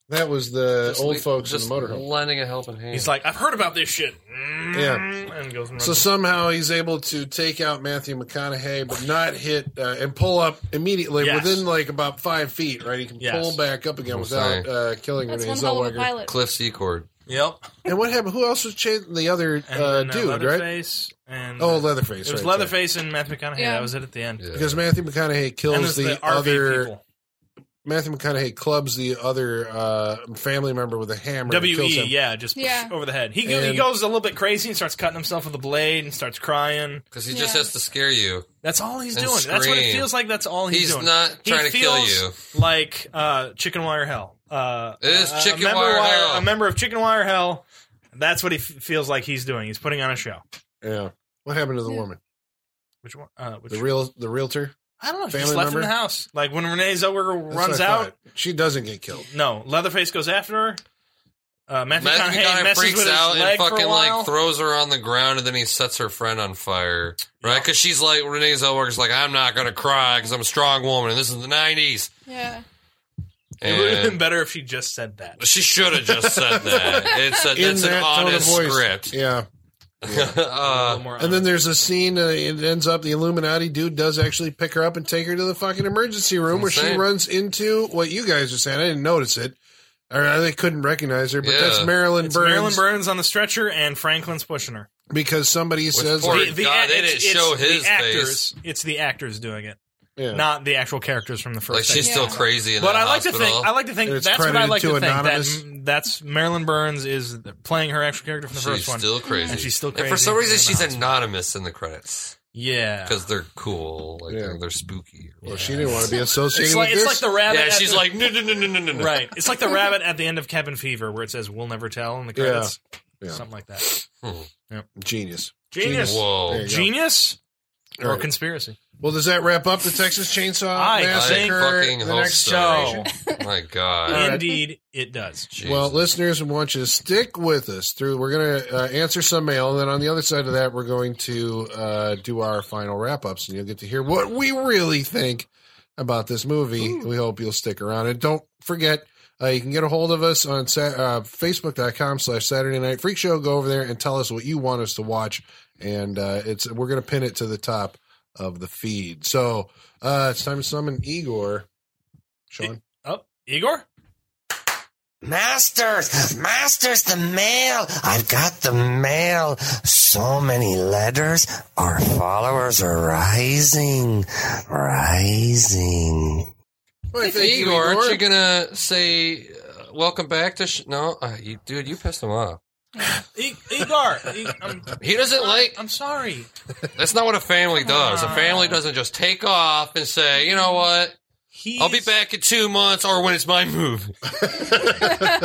[SPEAKER 3] That was the
[SPEAKER 5] Just
[SPEAKER 3] old
[SPEAKER 5] le-
[SPEAKER 3] folks
[SPEAKER 5] just
[SPEAKER 3] in the motorhome.
[SPEAKER 5] lending a helping hand.
[SPEAKER 4] He's like, I've heard about this shit. Mm,
[SPEAKER 3] Yeah.
[SPEAKER 4] And goes and
[SPEAKER 3] So
[SPEAKER 4] runs.
[SPEAKER 3] somehow he's able to take out Matthew McConaughey, but not hit uh, and pull up immediately
[SPEAKER 4] Yes.
[SPEAKER 3] within like about five feet. Right, he can
[SPEAKER 4] Yes.
[SPEAKER 3] pull back up again
[SPEAKER 5] I'm
[SPEAKER 3] without
[SPEAKER 5] saying.
[SPEAKER 3] uh, killing
[SPEAKER 6] That's
[SPEAKER 3] Renee
[SPEAKER 6] one hell of a
[SPEAKER 3] Zellweger.
[SPEAKER 6] pilot.
[SPEAKER 5] Cliff Secord.
[SPEAKER 4] yep.
[SPEAKER 3] And what happened? Who else was chasing the other
[SPEAKER 4] And
[SPEAKER 3] uh,
[SPEAKER 4] then,
[SPEAKER 3] dude? Right?
[SPEAKER 4] Leatherface and
[SPEAKER 3] Oh, Leatherface.
[SPEAKER 4] It was
[SPEAKER 3] right,
[SPEAKER 4] Leatherface and Matthew McConaughey.
[SPEAKER 6] Yeah.
[SPEAKER 4] That was it at the end.
[SPEAKER 5] Yeah.
[SPEAKER 3] yeah. Because Matthew McConaughey
[SPEAKER 4] And
[SPEAKER 3] kills
[SPEAKER 4] there's
[SPEAKER 3] the,
[SPEAKER 4] the, RV
[SPEAKER 3] other.
[SPEAKER 4] people.
[SPEAKER 3] Matthew McConaughey clubs the other uh, family member with a hammer. and
[SPEAKER 4] We
[SPEAKER 3] kills him.
[SPEAKER 4] E, yeah, just
[SPEAKER 6] Yeah.
[SPEAKER 4] over the head. He, go- he
[SPEAKER 3] And-
[SPEAKER 4] goes a little bit crazy and starts cutting himself with a blade and starts crying.
[SPEAKER 5] Because he just
[SPEAKER 6] Yeah.
[SPEAKER 5] has to scare you.
[SPEAKER 4] That's all he's
[SPEAKER 5] And
[SPEAKER 4] doing. That's what it
[SPEAKER 5] scream.
[SPEAKER 4] feels like. That's all he's,
[SPEAKER 5] He's
[SPEAKER 4] doing.
[SPEAKER 5] not trying to kill
[SPEAKER 4] you. Like uh, chicken wire hell. Uh,
[SPEAKER 5] It is
[SPEAKER 4] a-
[SPEAKER 5] Chicken
[SPEAKER 4] a member
[SPEAKER 5] Wire
[SPEAKER 4] of
[SPEAKER 5] Hell.
[SPEAKER 4] A member of chicken wire hell. That's what he f- feels like he's doing. He's putting on a show.
[SPEAKER 3] Yeah. What happened to the
[SPEAKER 6] Yeah.
[SPEAKER 3] woman?
[SPEAKER 4] Which one? Uh, which
[SPEAKER 3] The real the realtor
[SPEAKER 4] I don't know. He just
[SPEAKER 3] family
[SPEAKER 4] left in
[SPEAKER 3] member?
[SPEAKER 4] the house. Like when Renee Zellweger
[SPEAKER 3] That's
[SPEAKER 4] runs
[SPEAKER 3] what I
[SPEAKER 4] out,
[SPEAKER 3] thought. She doesn't get killed.
[SPEAKER 4] No, Leatherface goes after her. Uh, Matthew,
[SPEAKER 5] Matthew
[SPEAKER 4] McConaughey,
[SPEAKER 5] McConaughey
[SPEAKER 4] messes
[SPEAKER 5] freaks
[SPEAKER 4] with
[SPEAKER 5] out
[SPEAKER 4] his
[SPEAKER 5] and
[SPEAKER 4] leg for
[SPEAKER 5] fucking
[SPEAKER 4] a while.
[SPEAKER 5] like throws her on the ground, and then he sets her friend on fire. Right? Because she's like Renee Zellweger's like, I'm not gonna cry because I'm a strong woman, and this is the '90s.
[SPEAKER 6] Yeah.
[SPEAKER 4] it would have been
[SPEAKER 5] And
[SPEAKER 4] better if she just said that.
[SPEAKER 5] she should have just said that. It's a,
[SPEAKER 3] In
[SPEAKER 5] it's
[SPEAKER 3] that tone
[SPEAKER 5] an
[SPEAKER 3] of
[SPEAKER 5] honest
[SPEAKER 3] voice.
[SPEAKER 5] script.
[SPEAKER 3] Yeah.
[SPEAKER 4] A
[SPEAKER 5] uh,
[SPEAKER 4] little more
[SPEAKER 3] And then there's a scene. Uh, it ends up the Illuminati dude does actually pick her up and take her to the fucking emergency room where she
[SPEAKER 5] insane.
[SPEAKER 3] runs into what you guys are saying. I didn't notice it. Or I they couldn't recognize her, but
[SPEAKER 5] Yeah.
[SPEAKER 3] that's Marilyn
[SPEAKER 4] It's
[SPEAKER 3] Burns
[SPEAKER 4] Marilyn Burns on the stretcher and Franklin's pushing her.
[SPEAKER 3] because somebody says,
[SPEAKER 5] poor-
[SPEAKER 3] that-
[SPEAKER 5] The- Oh God, they
[SPEAKER 4] it's-
[SPEAKER 5] didn't show
[SPEAKER 4] it's
[SPEAKER 5] his
[SPEAKER 4] the actors, It's the actors doing it,
[SPEAKER 3] yeah.
[SPEAKER 4] not the actual characters from the first.
[SPEAKER 5] like she's
[SPEAKER 4] thing.
[SPEAKER 5] still
[SPEAKER 6] Yeah.
[SPEAKER 5] crazy. In
[SPEAKER 4] But
[SPEAKER 5] that
[SPEAKER 4] I like
[SPEAKER 5] hospital.
[SPEAKER 4] to think. I like to think
[SPEAKER 3] And it's
[SPEAKER 4] that's what I
[SPEAKER 3] credited
[SPEAKER 4] like to
[SPEAKER 3] to
[SPEAKER 4] think. That,
[SPEAKER 3] Anonymous.
[SPEAKER 4] that's Marilyn Burns is playing her actual character from the
[SPEAKER 5] she's
[SPEAKER 4] first one.
[SPEAKER 5] still crazy,
[SPEAKER 4] And she's still
[SPEAKER 5] And for
[SPEAKER 4] crazy
[SPEAKER 5] some reason,
[SPEAKER 4] in the
[SPEAKER 5] she's
[SPEAKER 4] hospital.
[SPEAKER 5] anonymous in the credits
[SPEAKER 4] yeah,
[SPEAKER 5] because they're cool. Like
[SPEAKER 3] Yeah.
[SPEAKER 5] they're, they're spooky.
[SPEAKER 3] Well, she didn't want to be
[SPEAKER 4] it's
[SPEAKER 3] associated
[SPEAKER 4] like
[SPEAKER 3] with
[SPEAKER 4] it's
[SPEAKER 3] this.
[SPEAKER 4] like the rabbit.
[SPEAKER 5] Yeah,
[SPEAKER 4] at
[SPEAKER 5] she's
[SPEAKER 4] the-
[SPEAKER 5] like no no no no no no.
[SPEAKER 4] Right. It's like the rabbit at the end of Cabin Fever where it says "We'll never tell" in the
[SPEAKER 3] Yeah.
[SPEAKER 4] credits,
[SPEAKER 3] Yeah.
[SPEAKER 4] something like that.
[SPEAKER 3] Genius.
[SPEAKER 4] Genius,
[SPEAKER 5] Whoa.
[SPEAKER 3] There you go.
[SPEAKER 4] genius,
[SPEAKER 3] All
[SPEAKER 4] or
[SPEAKER 3] right.
[SPEAKER 4] conspiracy.
[SPEAKER 3] Well, does that wrap up the Texas Chainsaw
[SPEAKER 4] I
[SPEAKER 3] Massacre?
[SPEAKER 5] fucking
[SPEAKER 3] Uh, the
[SPEAKER 5] hope
[SPEAKER 3] next
[SPEAKER 5] so.
[SPEAKER 3] generation?
[SPEAKER 5] My God.
[SPEAKER 3] right.
[SPEAKER 4] Indeed, it does.
[SPEAKER 5] Jeez.
[SPEAKER 3] Well, listeners, we want you to stick with us through. We're going to uh, answer some mail, and then on the other side of that, we're going to uh, do our final wrap ups, and you'll get to hear what we really think about this movie. We hope you'll stick around, and don't forget. Uh, you can get a hold of us on sa- uh, facebook.com slash saturday night freak show go over there and tell us what you want us to watch and uh, it's we're going to pin it to the top of the feed so uh, it's time to summon igor sean
[SPEAKER 4] Oh, Igor.
[SPEAKER 7] Masters, Masters, the mail. I've got the mail. So many letters. Our followers are rising, rising.
[SPEAKER 3] Well,
[SPEAKER 5] Hey,
[SPEAKER 3] thank you,
[SPEAKER 5] Igor, aren't you gonna say uh, welcome back to? Sh- no, uh, you, dude, you pissed him off.
[SPEAKER 4] I- E, Igor. I- I'm,
[SPEAKER 5] He doesn't like.
[SPEAKER 4] I'm sorry.
[SPEAKER 5] That's not what a family does. A family doesn't just take off and say, you know what,
[SPEAKER 4] He's,
[SPEAKER 5] I'll be back in two months or when it's my move,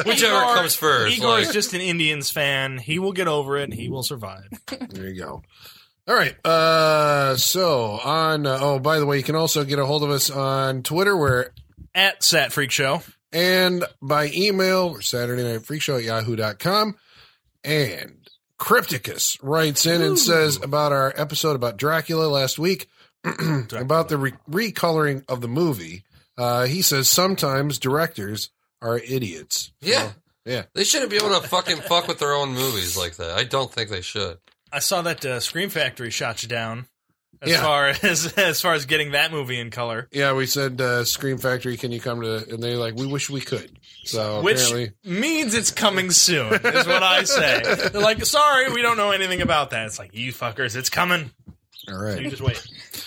[SPEAKER 5] whichever
[SPEAKER 4] Igor-
[SPEAKER 5] comes first.
[SPEAKER 4] Igor is
[SPEAKER 5] like-
[SPEAKER 4] just an Indians fan. He will get over it. He will survive.
[SPEAKER 3] There you go. All right. Uh, so on. Uh, oh, by the way, you can also get a hold of us on Twitter. We're
[SPEAKER 4] At Sat Freak Show.
[SPEAKER 3] and by email. We're Saturday Night Freak Show at yahoo.com. And Crypticus writes in and says about our episode about Dracula last week, *clears throat* about the re- recoloring of the movie. Uh, he says sometimes directors are idiots.
[SPEAKER 5] yeah,
[SPEAKER 3] yeah.
[SPEAKER 5] They shouldn't be able to fucking fuck with their own movies like that. I don't think they should.
[SPEAKER 4] I saw that uh, Scream Factory shot you down. As
[SPEAKER 3] Yeah.
[SPEAKER 4] far *laughs* as as far as getting that movie in color,
[SPEAKER 3] Yeah, we said uh, Scream Factory, can you come to? And they're like, we wish we could. So
[SPEAKER 4] which
[SPEAKER 3] apparently,
[SPEAKER 4] means it's coming soon, is what I say. They're like, sorry, we don't know anything about that. It's like you fuckers, it's coming.
[SPEAKER 3] all right.
[SPEAKER 5] Mm.
[SPEAKER 4] You just wait.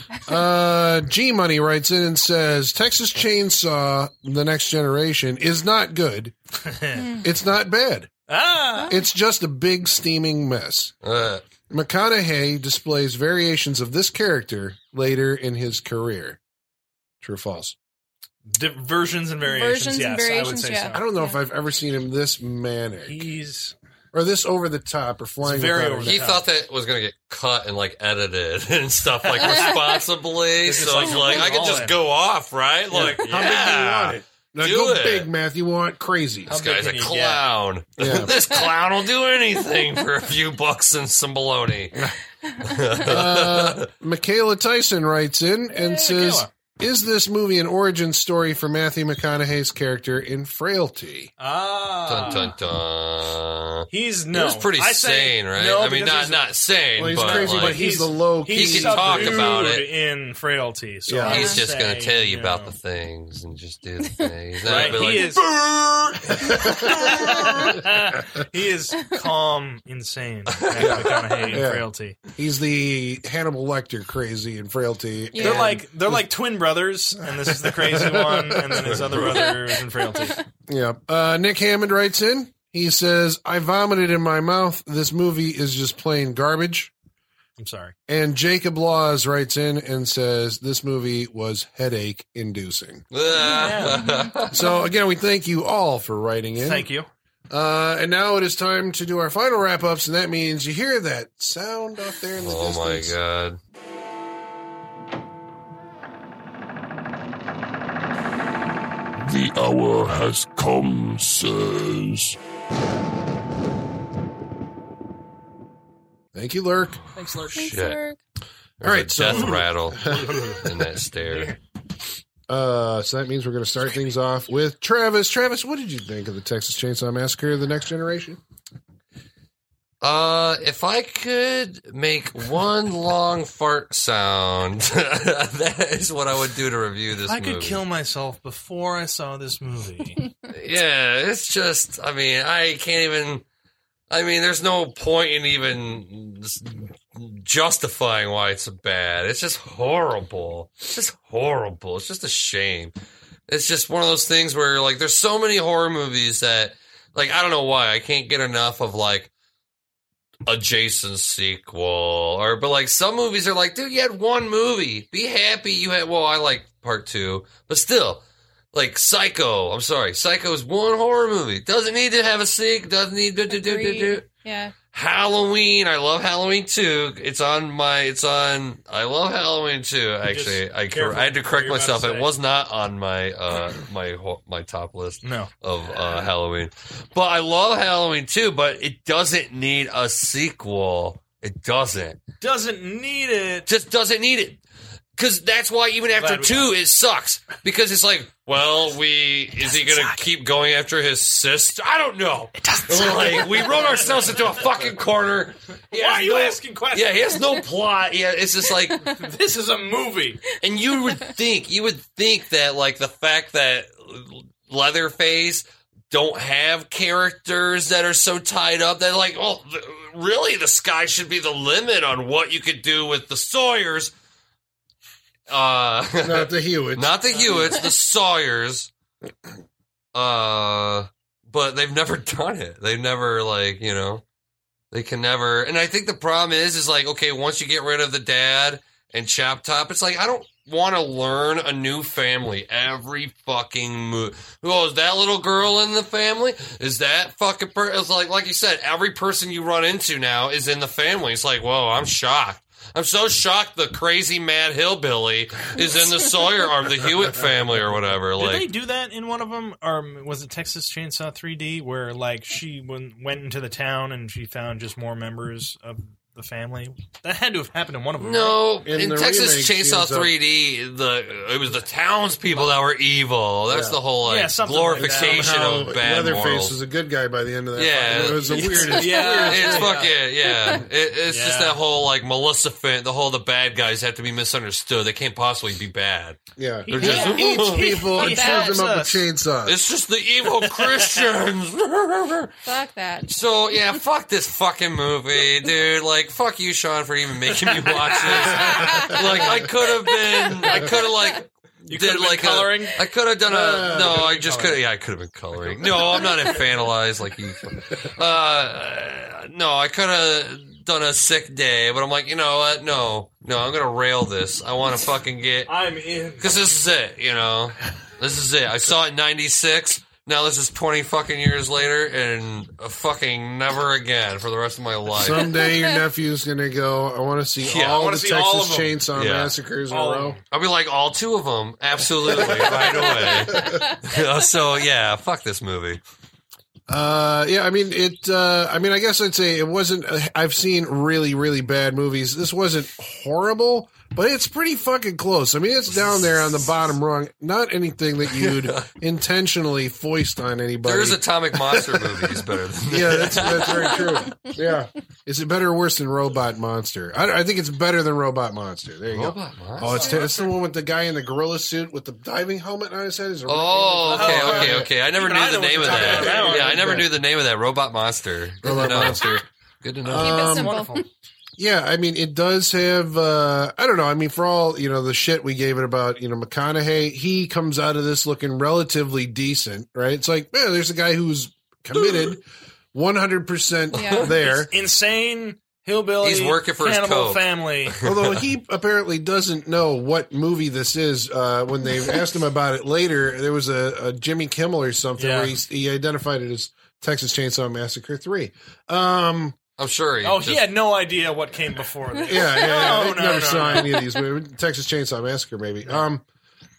[SPEAKER 4] *laughs*
[SPEAKER 3] Uh, G Money writes in and says Texas Chainsaw: The Next Generation is not good. it's not bad.
[SPEAKER 4] Ah,
[SPEAKER 3] It's just a big steaming mess.
[SPEAKER 5] Uh,
[SPEAKER 3] McConaughey displays variations of this character later in his career. True or false?
[SPEAKER 4] Di- versions and variations.
[SPEAKER 6] Versions and
[SPEAKER 4] yes, I would
[SPEAKER 6] variations,
[SPEAKER 4] say
[SPEAKER 6] yeah.
[SPEAKER 3] I
[SPEAKER 4] so.
[SPEAKER 3] don't know if I've ever seen him this manic
[SPEAKER 4] He's
[SPEAKER 3] or this over the top or flying.
[SPEAKER 4] It's very
[SPEAKER 3] without a
[SPEAKER 4] over the
[SPEAKER 5] He
[SPEAKER 4] Yeah.
[SPEAKER 5] thought that was gonna get cut and like edited *laughs* and stuff like
[SPEAKER 4] *laughs*
[SPEAKER 5] responsibly.
[SPEAKER 4] It's just
[SPEAKER 5] so
[SPEAKER 4] like,
[SPEAKER 5] he's like, I could
[SPEAKER 4] all
[SPEAKER 5] just
[SPEAKER 4] in.
[SPEAKER 5] go off, right? Like,
[SPEAKER 3] How big do you
[SPEAKER 5] yeah.
[SPEAKER 3] want it? Now
[SPEAKER 5] Do
[SPEAKER 3] go
[SPEAKER 5] it.
[SPEAKER 3] big, Matthew. You want crazy.
[SPEAKER 4] How
[SPEAKER 5] This guy's a
[SPEAKER 4] big can you get?
[SPEAKER 5] clown.
[SPEAKER 3] Yeah.
[SPEAKER 5] *laughs* this clown will do anything for a few bucks and some baloney.
[SPEAKER 3] Uh, Michaela Tyson writes in and
[SPEAKER 4] Hey,
[SPEAKER 3] says,
[SPEAKER 4] Michaela.
[SPEAKER 3] "Is this movie an origin story for Matthew McConaughey's character in Frailty?"
[SPEAKER 4] Ah.
[SPEAKER 5] *laughs* dun dun dun.
[SPEAKER 4] He's
[SPEAKER 5] He
[SPEAKER 4] no.
[SPEAKER 5] was pretty
[SPEAKER 4] I say
[SPEAKER 5] sane, right?
[SPEAKER 4] No,
[SPEAKER 5] I mean,
[SPEAKER 4] because he's,
[SPEAKER 5] not not sane,
[SPEAKER 3] Well, he's
[SPEAKER 5] but
[SPEAKER 3] crazy,
[SPEAKER 5] like,
[SPEAKER 3] but he's the low
[SPEAKER 4] he's
[SPEAKER 5] He can talk
[SPEAKER 4] subdued
[SPEAKER 5] about it.
[SPEAKER 4] in frailty. So
[SPEAKER 3] Yeah.
[SPEAKER 4] I
[SPEAKER 5] he's
[SPEAKER 4] would
[SPEAKER 5] just going
[SPEAKER 4] say,
[SPEAKER 5] to tell you about
[SPEAKER 4] no.
[SPEAKER 5] the things and just
[SPEAKER 4] *laughs*
[SPEAKER 5] do the things. He's not
[SPEAKER 4] Right,
[SPEAKER 5] gonna
[SPEAKER 4] he is.
[SPEAKER 5] be like, *laughs*
[SPEAKER 4] he is *laughs* calm, insane. Matthew McConaughey in
[SPEAKER 3] Yeah.
[SPEAKER 4] frailty.
[SPEAKER 3] He's the Hannibal Lecter crazy in Frailty.
[SPEAKER 6] Yeah.
[SPEAKER 4] They're like they're like twin brothers, and this is the crazy one, and then his other
[SPEAKER 5] *laughs*
[SPEAKER 4] brother is in frailty.
[SPEAKER 3] Yeah. Uh, Nick Hammond writes in. He says, "I vomited in my mouth. This movie is just plain garbage."
[SPEAKER 4] I'm sorry.
[SPEAKER 3] And Jacob Laws writes in and says, "This movie was headache inducing."
[SPEAKER 5] "Ah."
[SPEAKER 3] So again, we thank you all for writing in.
[SPEAKER 4] Thank you.
[SPEAKER 3] Uh, and now it is time to do our final wrap ups, and that means you hear that sound out there in the
[SPEAKER 5] *laughs* oh my
[SPEAKER 3] distance.
[SPEAKER 5] god.
[SPEAKER 2] The hour has come, sirs.
[SPEAKER 3] Thank you, Lurk.
[SPEAKER 5] Thanks, Lord.
[SPEAKER 6] Thanks,
[SPEAKER 5] Shit.
[SPEAKER 6] Lurk.
[SPEAKER 3] All right,
[SPEAKER 5] There's
[SPEAKER 3] so
[SPEAKER 5] a death rattle in that stare.
[SPEAKER 3] uh, so that means we're going to start things off with Travis. Travis, what did you think of the Texas Chainsaw Massacre: The Next Generation?
[SPEAKER 5] Uh, if I could make one long fart sound, *laughs* that is what I would do to review this.
[SPEAKER 4] I could
[SPEAKER 5] movie.
[SPEAKER 4] kill myself before I saw this movie.
[SPEAKER 5] Yeah, it's just. I mean, I can't even. I mean, there's no point in even s- justifying why it's bad. It's just horrible. It's just horrible. It's just a shame. It's just one of those things where like there's so many horror movies that like I don't know why I can't get enough of like a Jason sequel or but like some movies are like dude you had one movie be happy you had well I like part 2 but still like Psycho I'm sorry Psycho is one horror movie doesn't need to have a sequel doesn't need to do do do do
[SPEAKER 6] Agreed. Yeah.
[SPEAKER 5] Halloween. I love Halloween too. It's on my. It's on. I love Halloween too. Actually, I cor-
[SPEAKER 4] careful
[SPEAKER 5] I had to
[SPEAKER 4] what
[SPEAKER 5] correct
[SPEAKER 4] you're about to
[SPEAKER 5] myself. It
[SPEAKER 4] say.
[SPEAKER 5] was not on my uh my ho- my top
[SPEAKER 4] *laughs*
[SPEAKER 5] list
[SPEAKER 4] no.
[SPEAKER 5] of uh, Halloween, but I love Halloween too. But it doesn't need a sequel. It doesn't.
[SPEAKER 4] Doesn't need it.
[SPEAKER 5] Just doesn't need it. Because that's why even after
[SPEAKER 4] Glad we
[SPEAKER 5] two, it sucks. Because it's like, well, we is he gonna keep going after his sister? I don't know. It doesn't. Like we rode ourselves into a fucking corner. He
[SPEAKER 4] Why
[SPEAKER 5] has
[SPEAKER 4] are you
[SPEAKER 5] no-
[SPEAKER 4] asking questions?
[SPEAKER 5] yeah, he has no plot. Yeah, it's just like,
[SPEAKER 4] This is a movie.
[SPEAKER 5] and you would think, you would think that like the fact that Leatherface don't have characters that are so tied up that like, oh, th- really, the sky should be the limit on what you could do with the Sawyer's. Uh,
[SPEAKER 3] Not the Hewitt.
[SPEAKER 5] not the Hewitts, the Sawyers. Uh, but they've *laughs* never done it. They've never like you know, they can never. And I think the problem is, is like okay, once you get rid of the dad and Chop Top, it's like I don't want to learn a new family every fucking move. Oh, is that little girl in the family? Is that fucking per? It's like like you said, every person you run into now is in the family. It's like whoa, I'm shocked. I'm so shocked the crazy mad hillbilly is in the Sawyer arm, the Hewitt family or whatever.
[SPEAKER 4] Did they
[SPEAKER 5] Like,
[SPEAKER 4] do that in one of them, or was it Texas Chainsaw 3D, where like she went, went into the town and she found just more members of the family? That had to have happened in one of them. right?
[SPEAKER 5] no,
[SPEAKER 3] In
[SPEAKER 5] in,
[SPEAKER 3] the remake,
[SPEAKER 5] Texas
[SPEAKER 3] she
[SPEAKER 5] Chainsaw
[SPEAKER 3] ends up-
[SPEAKER 5] 3D, the it was the townspeople that were evil. That's
[SPEAKER 3] Yeah.
[SPEAKER 5] the whole like
[SPEAKER 4] Yeah, something like that.
[SPEAKER 5] glorification
[SPEAKER 3] Somehow
[SPEAKER 5] of bad
[SPEAKER 3] Oh, Leatherface
[SPEAKER 5] morals.
[SPEAKER 3] was a good guy by the end of that.
[SPEAKER 5] *laughs* Yeah.
[SPEAKER 3] fight. it was the weirdest.
[SPEAKER 4] *laughs* Yeah.
[SPEAKER 5] it's
[SPEAKER 4] Yeah.
[SPEAKER 5] fucking yeah. It, it's just
[SPEAKER 4] Yeah.
[SPEAKER 5] that whole like Maleficent. The whole the bad guys have to be misunderstood. They can't possibly be bad.
[SPEAKER 3] Yeah,
[SPEAKER 5] They're just
[SPEAKER 6] Yeah.
[SPEAKER 3] eats people and
[SPEAKER 6] He
[SPEAKER 3] serves them up with
[SPEAKER 4] us.
[SPEAKER 3] chainsaws.
[SPEAKER 5] It's just
[SPEAKER 4] *laughs*
[SPEAKER 5] the evil Christians. *laughs*
[SPEAKER 6] Fuck that.
[SPEAKER 5] So yeah, fuck this fucking movie, dude. Like, fuck you, Sean, for even making me watch this. like, I could have been, I could have like.
[SPEAKER 4] You
[SPEAKER 5] did
[SPEAKER 4] could have been
[SPEAKER 5] like
[SPEAKER 4] coloring?
[SPEAKER 5] A, I could have done a
[SPEAKER 3] Uh,
[SPEAKER 5] no. I just could. Yeah, I could have been coloring. No, I'm not infantilized like you. Uh, no, I could have done a sick day, but I'm like, you know what? No, no, I'm gonna rail this. I want to fucking get
[SPEAKER 4] I'm in.
[SPEAKER 5] because this is it, you know. This is it. I saw it in 96. Now this is twenty fucking years later, and a fucking never again for the rest of my life.
[SPEAKER 3] Someday
[SPEAKER 4] *laughs*
[SPEAKER 3] your nephew's gonna go. I want to see
[SPEAKER 5] Yeah, I
[SPEAKER 3] all
[SPEAKER 4] wanna
[SPEAKER 3] the
[SPEAKER 4] see
[SPEAKER 3] Texas
[SPEAKER 4] all of 'em."
[SPEAKER 3] Chainsaw
[SPEAKER 5] Yeah.
[SPEAKER 3] Massacres in a
[SPEAKER 4] All of
[SPEAKER 3] row.
[SPEAKER 4] 'em.
[SPEAKER 5] I'll be like all two of them, absolutely right away. Uh, so yeah, fuck this movie.
[SPEAKER 3] Uh, yeah, I mean it. Uh, I mean, I guess I'd say it wasn't. Uh, I've seen really, really bad movies. This wasn't horrible, but it's pretty fucking close. I mean, it's down there on the bottom rung. Not anything that
[SPEAKER 5] *laughs*
[SPEAKER 3] you'd intentionally foist on anybody.
[SPEAKER 5] There's Atomic Monster movies better than this.
[SPEAKER 3] yeah, that's that's very true. Yeah, is it better or worse than Robot Monster? I, I think it's better than Robot Monster. There you
[SPEAKER 5] *laughs* Robot
[SPEAKER 3] go.
[SPEAKER 5] Monster?
[SPEAKER 3] Oh, it's, it's the one with the guy in the gorilla suit with the diving helmet on his head. Is it-
[SPEAKER 5] Oh, okay,
[SPEAKER 4] Oh,
[SPEAKER 5] okay,
[SPEAKER 4] yeah.
[SPEAKER 5] okay. I never
[SPEAKER 4] Even
[SPEAKER 5] knew
[SPEAKER 4] I
[SPEAKER 5] the
[SPEAKER 4] know what
[SPEAKER 5] name of
[SPEAKER 4] you're talking
[SPEAKER 5] that.
[SPEAKER 4] about now,
[SPEAKER 5] Yeah, I
[SPEAKER 4] right?
[SPEAKER 5] never knew the name of that. Robot Monster. Good
[SPEAKER 3] Robot
[SPEAKER 5] to know.
[SPEAKER 3] Monster.
[SPEAKER 5] Good to know.
[SPEAKER 6] Keep
[SPEAKER 3] Um,
[SPEAKER 6] it simple.
[SPEAKER 4] Wonderful.
[SPEAKER 3] Yeah, I mean, it does have. Uh, I don't know. I mean, for all you know, the shit we gave it about you know McConaughey, he comes out of this looking relatively decent, right? It's like, man, there's a guy who's committed, one hundred percent *laughs*
[SPEAKER 4] *laughs*
[SPEAKER 6] Yeah.
[SPEAKER 3] there.
[SPEAKER 4] Insane hillbilly.
[SPEAKER 5] He's working for his
[SPEAKER 4] cannibal
[SPEAKER 5] coke.
[SPEAKER 4] family.
[SPEAKER 5] *laughs*
[SPEAKER 3] Although he apparently doesn't know what movie this is. Uh, when they asked him about it later, there was a, a Jimmy Kimmel or something
[SPEAKER 4] Yeah.
[SPEAKER 3] where he, he identified it as Texas Chainsaw Massacre Three. Um,
[SPEAKER 5] I'm sure he.
[SPEAKER 4] Oh,
[SPEAKER 5] just-
[SPEAKER 4] he had no idea what came before that.
[SPEAKER 3] Yeah, yeah,
[SPEAKER 5] *laughs* Oh,
[SPEAKER 3] yeah.
[SPEAKER 4] No,
[SPEAKER 3] I
[SPEAKER 4] no,
[SPEAKER 3] never
[SPEAKER 4] no,
[SPEAKER 3] saw
[SPEAKER 4] no.
[SPEAKER 3] any of these movies. Texas Chainsaw Massacre, maybe. Um,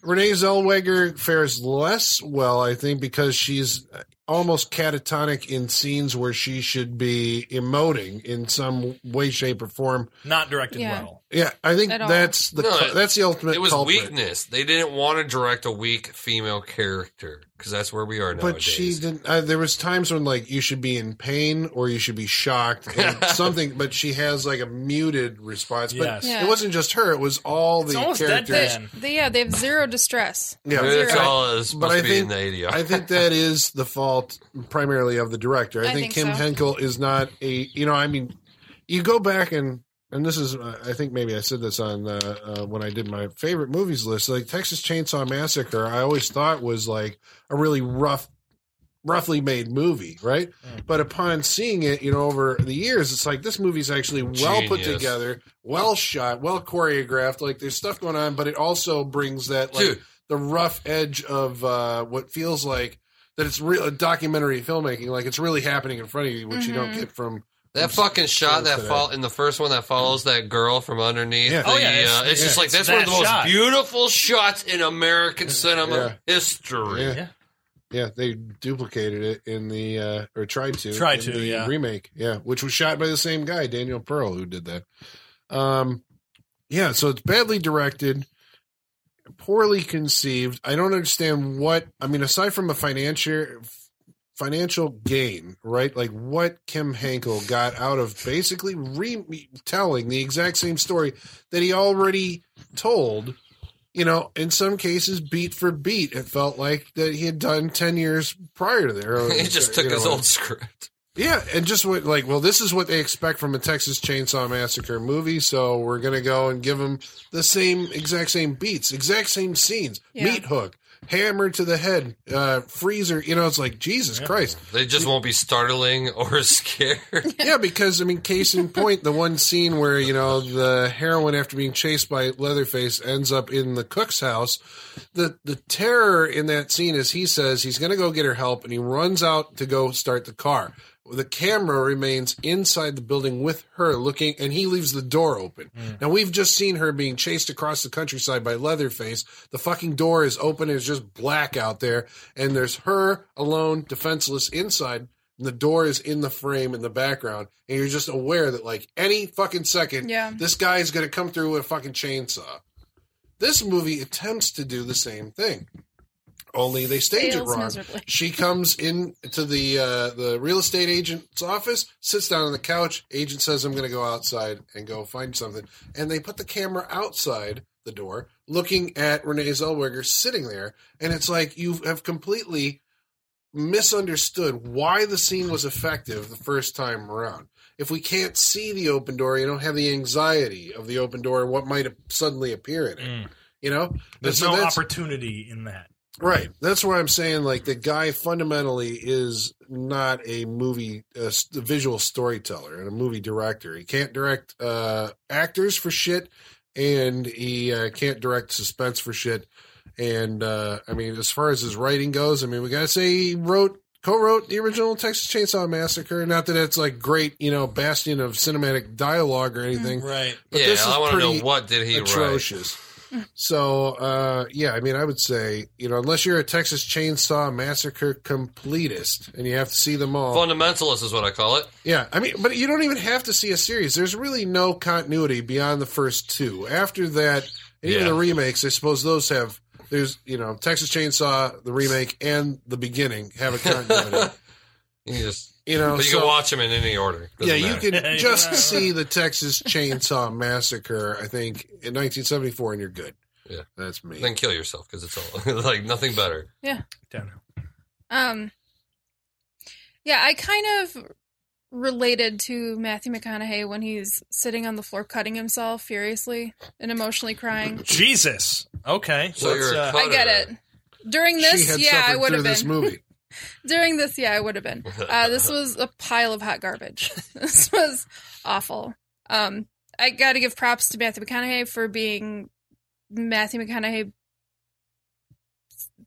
[SPEAKER 3] Renee Zellweger fares less well, I think, because she's almost catatonic in scenes where she should be emoting in some way, shape, or form.
[SPEAKER 4] Not directed
[SPEAKER 6] Yeah.
[SPEAKER 4] well.
[SPEAKER 3] Yeah, I think
[SPEAKER 6] At all.
[SPEAKER 3] that's the
[SPEAKER 5] No, it-
[SPEAKER 3] that's the ultimate.
[SPEAKER 5] It was
[SPEAKER 3] culprit.
[SPEAKER 5] weakness. They didn't want to direct a weak female character because that's where we are now.
[SPEAKER 3] But she didn't. Uh, there was times when like you should be in pain or you should be shocked
[SPEAKER 5] *laughs*
[SPEAKER 3] and something. But she has like a muted response. But
[SPEAKER 4] Yes.
[SPEAKER 6] Yeah.
[SPEAKER 3] it wasn't just her. It was all the
[SPEAKER 4] almost
[SPEAKER 3] characters.
[SPEAKER 4] deadpan.
[SPEAKER 6] They, yeah, they have zero distress.
[SPEAKER 3] Yeah,
[SPEAKER 5] That's
[SPEAKER 6] Zero.
[SPEAKER 5] all it's supposed
[SPEAKER 3] I
[SPEAKER 5] to be
[SPEAKER 3] think-
[SPEAKER 5] in the ADR.
[SPEAKER 3] I think that is the fault primarily of the director. I,
[SPEAKER 6] I
[SPEAKER 3] think,
[SPEAKER 6] think
[SPEAKER 3] Kim
[SPEAKER 6] so.
[SPEAKER 3] Henkel is not a you know I mean you go back and and this is uh, I think maybe I said this on uh, uh, when I did my favorite movies list like Texas Chainsaw Massacre I always thought was like a really rough roughly made movie right
[SPEAKER 5] Mm.
[SPEAKER 3] but upon seeing it you know over the years it's like this movie's actually well put
[SPEAKER 5] Genius.
[SPEAKER 3] together well shot well choreographed like there's stuff going on but it also brings that like
[SPEAKER 5] Dude,
[SPEAKER 3] the rough edge of uh, what feels like that it's real documentary filmmaking, like it's really happening in front of you, which you don't
[SPEAKER 6] Mhm.
[SPEAKER 3] get from.
[SPEAKER 5] That fucking shot that fall in the first one that follows that girl from underneath.
[SPEAKER 3] Yeah.
[SPEAKER 5] The,
[SPEAKER 4] Oh, yeah, it's-
[SPEAKER 5] uh, it's just
[SPEAKER 4] yeah,
[SPEAKER 5] like
[SPEAKER 4] it's
[SPEAKER 5] that's one of
[SPEAKER 4] that
[SPEAKER 5] the most
[SPEAKER 4] shot.
[SPEAKER 5] beautiful shots in American cinema history.
[SPEAKER 3] Yeah.
[SPEAKER 4] Yeah.
[SPEAKER 3] yeah, they duplicated it in the uh, or tried to
[SPEAKER 4] Tried
[SPEAKER 3] in
[SPEAKER 4] to,
[SPEAKER 3] the
[SPEAKER 4] yeah.
[SPEAKER 3] remake, yeah, which was shot by the same guy, Daniel Pearl, who did that. Um, yeah, so it's badly directed, poorly conceived. I don't understand what I mean aside from a financial financial gain, right? Like what Kim Hankel got out of basically retelling the exact same story that he already told. You know, in some cases, beat for beat, it felt like that he had done ten years prior to there.
[SPEAKER 5] *laughs* *laughs* He just took
[SPEAKER 3] You know,
[SPEAKER 5] his old script.
[SPEAKER 3] yeah, and just what like, well, this is what they expect from a Texas Chainsaw Massacre movie, so we're gonna go and give them the same exact same beats, exact same scenes,
[SPEAKER 6] Yeah.
[SPEAKER 3] meat hook, hammer to the head, uh, freezer. You know, it's like Jesus Christ.
[SPEAKER 5] They just won't be startling or *laughs* scared.
[SPEAKER 3] Yeah, because I mean, case in point, the one scene where you know the heroine, after being chased by Leatherface, ends up in the cook's house. The the terror in that scene is he says he's going to go get her help, and he runs out to go start the car. The camera remains inside the building with her looking, and he leaves the door open. Now we've just seen her being chased across the countryside by Leatherface. The fucking door is open; and it's just black out there, and there's her alone, defenseless inside and the door is in the frame in the background, and you're just aware that like any fucking second,
[SPEAKER 6] Yeah.
[SPEAKER 3] this guy is gonna come through with a fucking chainsaw. This movie attempts to do the same thing. Only they stage
[SPEAKER 6] Fails
[SPEAKER 3] it wrong.
[SPEAKER 6] miserably.
[SPEAKER 3] She comes in to the uh, the real estate agent's office, sits down on the couch. Agent says, "I'm going to go outside and go find something." And they put the camera outside the door, looking at Renee Zellweger sitting there, and it's like you have completely misunderstood why the scene was effective the first time around. If we can't see the open door, you don't have the anxiety of the open door and what might suddenly appear in it.
[SPEAKER 4] Mm.
[SPEAKER 3] You know,
[SPEAKER 4] There's
[SPEAKER 3] So
[SPEAKER 4] no
[SPEAKER 3] that's-
[SPEAKER 4] opportunity in that.
[SPEAKER 3] Right. That's why I'm saying like the guy fundamentally is not a movie a s- a visual storyteller and a movie director. He can't direct uh, actors for shit, and he uh, can't direct suspense for shit. And uh, I mean, as far as his writing goes, I mean, we gotta say he wrote, co-wrote the original Texas Chainsaw Massacre. Not that it's like great, you know, bastion of cinematic dialogue or anything.
[SPEAKER 4] Right.
[SPEAKER 3] But
[SPEAKER 5] yeah,
[SPEAKER 3] this is
[SPEAKER 5] I want to know
[SPEAKER 3] pretty
[SPEAKER 5] what did he write.
[SPEAKER 3] atrocious. So uh, yeah, I mean, I would say you know, unless you're a Texas Chainsaw Massacre completist and you have to see them all,
[SPEAKER 5] Fundamentalist is what I call it.
[SPEAKER 3] yeah, I mean, but you don't even have to see a series. There's really no continuity beyond the first two. After that, and even
[SPEAKER 5] Yeah.
[SPEAKER 3] the remakes, I suppose those have. There's you know Texas Chainsaw the remake and the beginning have a
[SPEAKER 5] *laughs*
[SPEAKER 3] continuity.
[SPEAKER 5] You just,
[SPEAKER 3] you know,
[SPEAKER 5] but you
[SPEAKER 3] so,
[SPEAKER 5] can watch them in any order.
[SPEAKER 3] yeah,
[SPEAKER 5] Doesn't
[SPEAKER 3] you
[SPEAKER 5] matter.
[SPEAKER 3] can
[SPEAKER 4] Yeah,
[SPEAKER 3] just
[SPEAKER 4] yeah.
[SPEAKER 3] see the Texas Chainsaw Massacre. I think in 1974, and you're good.
[SPEAKER 5] Yeah.
[SPEAKER 3] that's me.
[SPEAKER 5] Then kill yourself because it's all *laughs* like nothing better.
[SPEAKER 4] Down now.
[SPEAKER 6] Um, yeah, I kind of related to Matthew McConaughey when he's sitting on the floor cutting himself furiously and emotionally crying.
[SPEAKER 4] Jesus. Okay.
[SPEAKER 5] So
[SPEAKER 4] let's,
[SPEAKER 5] you're a
[SPEAKER 4] uh,
[SPEAKER 5] cunt.
[SPEAKER 6] I get it. During this, yeah, I
[SPEAKER 3] suffered
[SPEAKER 6] would
[SPEAKER 3] through
[SPEAKER 6] have
[SPEAKER 3] this
[SPEAKER 6] been.
[SPEAKER 3] movie.
[SPEAKER 6] During this, yeah, I would
[SPEAKER 4] *laughs*
[SPEAKER 6] have been. Uh, this was a pile of hot garbage. *laughs* this was awful. Um, I got to give props to Matthew McConaughey for being Matthew McConaughey,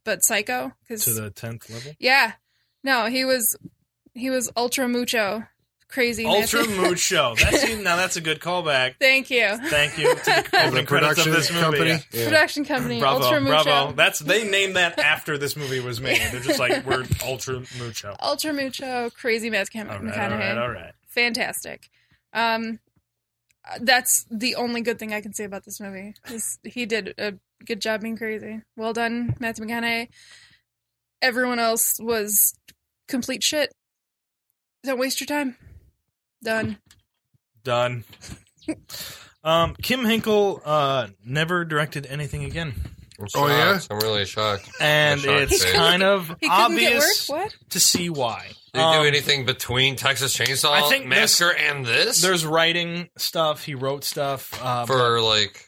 [SPEAKER 6] but psycho.
[SPEAKER 4] to
[SPEAKER 6] Because
[SPEAKER 4] the tenth level.
[SPEAKER 6] yeah, no, he was he was ultra mucho crazy. *laughs*
[SPEAKER 4] Ultra
[SPEAKER 6] Matthew-
[SPEAKER 4] Mucho. That's you, now. That's a good callback.
[SPEAKER 6] Thank you,
[SPEAKER 4] Thank you. To the
[SPEAKER 6] *laughs* Of
[SPEAKER 4] opening credits of this movie. Yeah.
[SPEAKER 3] Yeah.
[SPEAKER 6] production company.
[SPEAKER 4] Bravo,
[SPEAKER 6] ultra mucho.
[SPEAKER 4] bravo. That's they named that after this movie was made. They're just like we're Ultra
[SPEAKER 6] *laughs*
[SPEAKER 4] Mucho.
[SPEAKER 6] ultra mucho crazy Matthew
[SPEAKER 4] All
[SPEAKER 6] McConaughey.
[SPEAKER 4] right, all right, all right.
[SPEAKER 6] fantastic. Um, that's the only good thing I can say about this movie. Is he did a good job being crazy. Well done, Matthew McConaughey. Everyone else was complete shit. Don't waste your time. Done.
[SPEAKER 4] Done. Um, Kim Hinkle uh, never directed anything again,
[SPEAKER 5] I'm
[SPEAKER 3] Oh, yeah?
[SPEAKER 5] shocked. I'm really shocked.
[SPEAKER 4] and
[SPEAKER 5] Shocked
[SPEAKER 4] it's
[SPEAKER 5] face.
[SPEAKER 4] kind of
[SPEAKER 6] He couldn't
[SPEAKER 4] obvious
[SPEAKER 6] get work. What?
[SPEAKER 4] to see why.
[SPEAKER 5] Did he
[SPEAKER 4] Um,
[SPEAKER 5] do anything between Texas Chainsaw
[SPEAKER 4] I think this-
[SPEAKER 5] Massacre and this?
[SPEAKER 4] There's writing stuff. He wrote stuff. Uh,
[SPEAKER 5] for like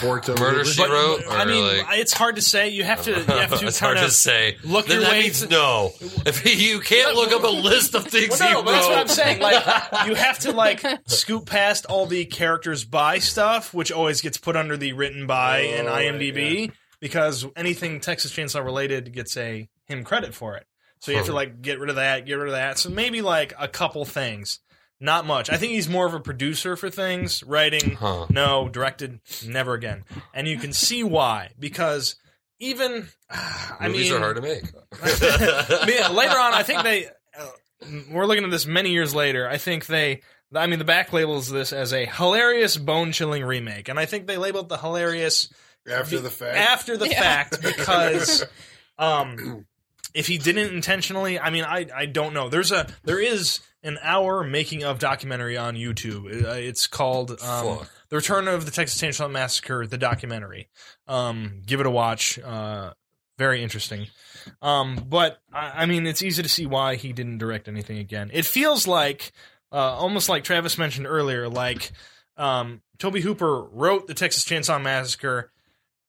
[SPEAKER 3] Forked over
[SPEAKER 5] Murder
[SPEAKER 3] the-
[SPEAKER 5] She Wrote. Or
[SPEAKER 4] I mean,
[SPEAKER 5] like,
[SPEAKER 4] it's hard to say. You have to. You have to
[SPEAKER 5] *laughs* it's
[SPEAKER 4] kind
[SPEAKER 5] hard to
[SPEAKER 4] of
[SPEAKER 5] say.
[SPEAKER 4] look
[SPEAKER 5] then
[SPEAKER 4] your
[SPEAKER 5] that
[SPEAKER 4] way
[SPEAKER 5] means
[SPEAKER 4] th-
[SPEAKER 5] no. If *laughs* you can't look up a list of things
[SPEAKER 4] Well, no,
[SPEAKER 5] he
[SPEAKER 4] but that's what I'm
[SPEAKER 5] wrote,
[SPEAKER 4] saying. Like,
[SPEAKER 5] *laughs*
[SPEAKER 4] you have to like scoop past all the characters by stuff, which always gets put under the written by
[SPEAKER 5] Oh,
[SPEAKER 4] in IMDb because anything Texas Chainsaw related gets a him credit for it. So you have to
[SPEAKER 5] Hmm.
[SPEAKER 4] like get rid of that, get rid of that. So maybe like a couple things, not much. I think he's more of a producer for things, writing.
[SPEAKER 5] huh?
[SPEAKER 4] No, directed never again, and you can see why because even *sighs* I
[SPEAKER 5] Movies
[SPEAKER 4] mean
[SPEAKER 5] are hard to make.
[SPEAKER 3] um,
[SPEAKER 4] *laughs* I mean, later on, I think they. Uh, we're looking at this many years later. I think they. I mean, the back labels this as a hilarious, bone-chilling remake, and I think they labeled the hilarious
[SPEAKER 3] after the fact.
[SPEAKER 4] after the
[SPEAKER 6] Yeah.
[SPEAKER 3] *laughs*
[SPEAKER 4] fact because, um, if he didn't intentionally, I mean, I I don't know. There's a there is an hour making of documentary on YouTube. Uh, It's called um,
[SPEAKER 5] Fuck.
[SPEAKER 4] "The Return of the Texas Chainsaw Massacre: The Documentary." Um, give it a watch. Uh, very interesting. Um, but I, I mean, it's easy to see why he didn't direct anything again. It feels like uh, almost like Travis mentioned earlier, like um, Toby Hooper wrote the Texas Chainsaw Massacre.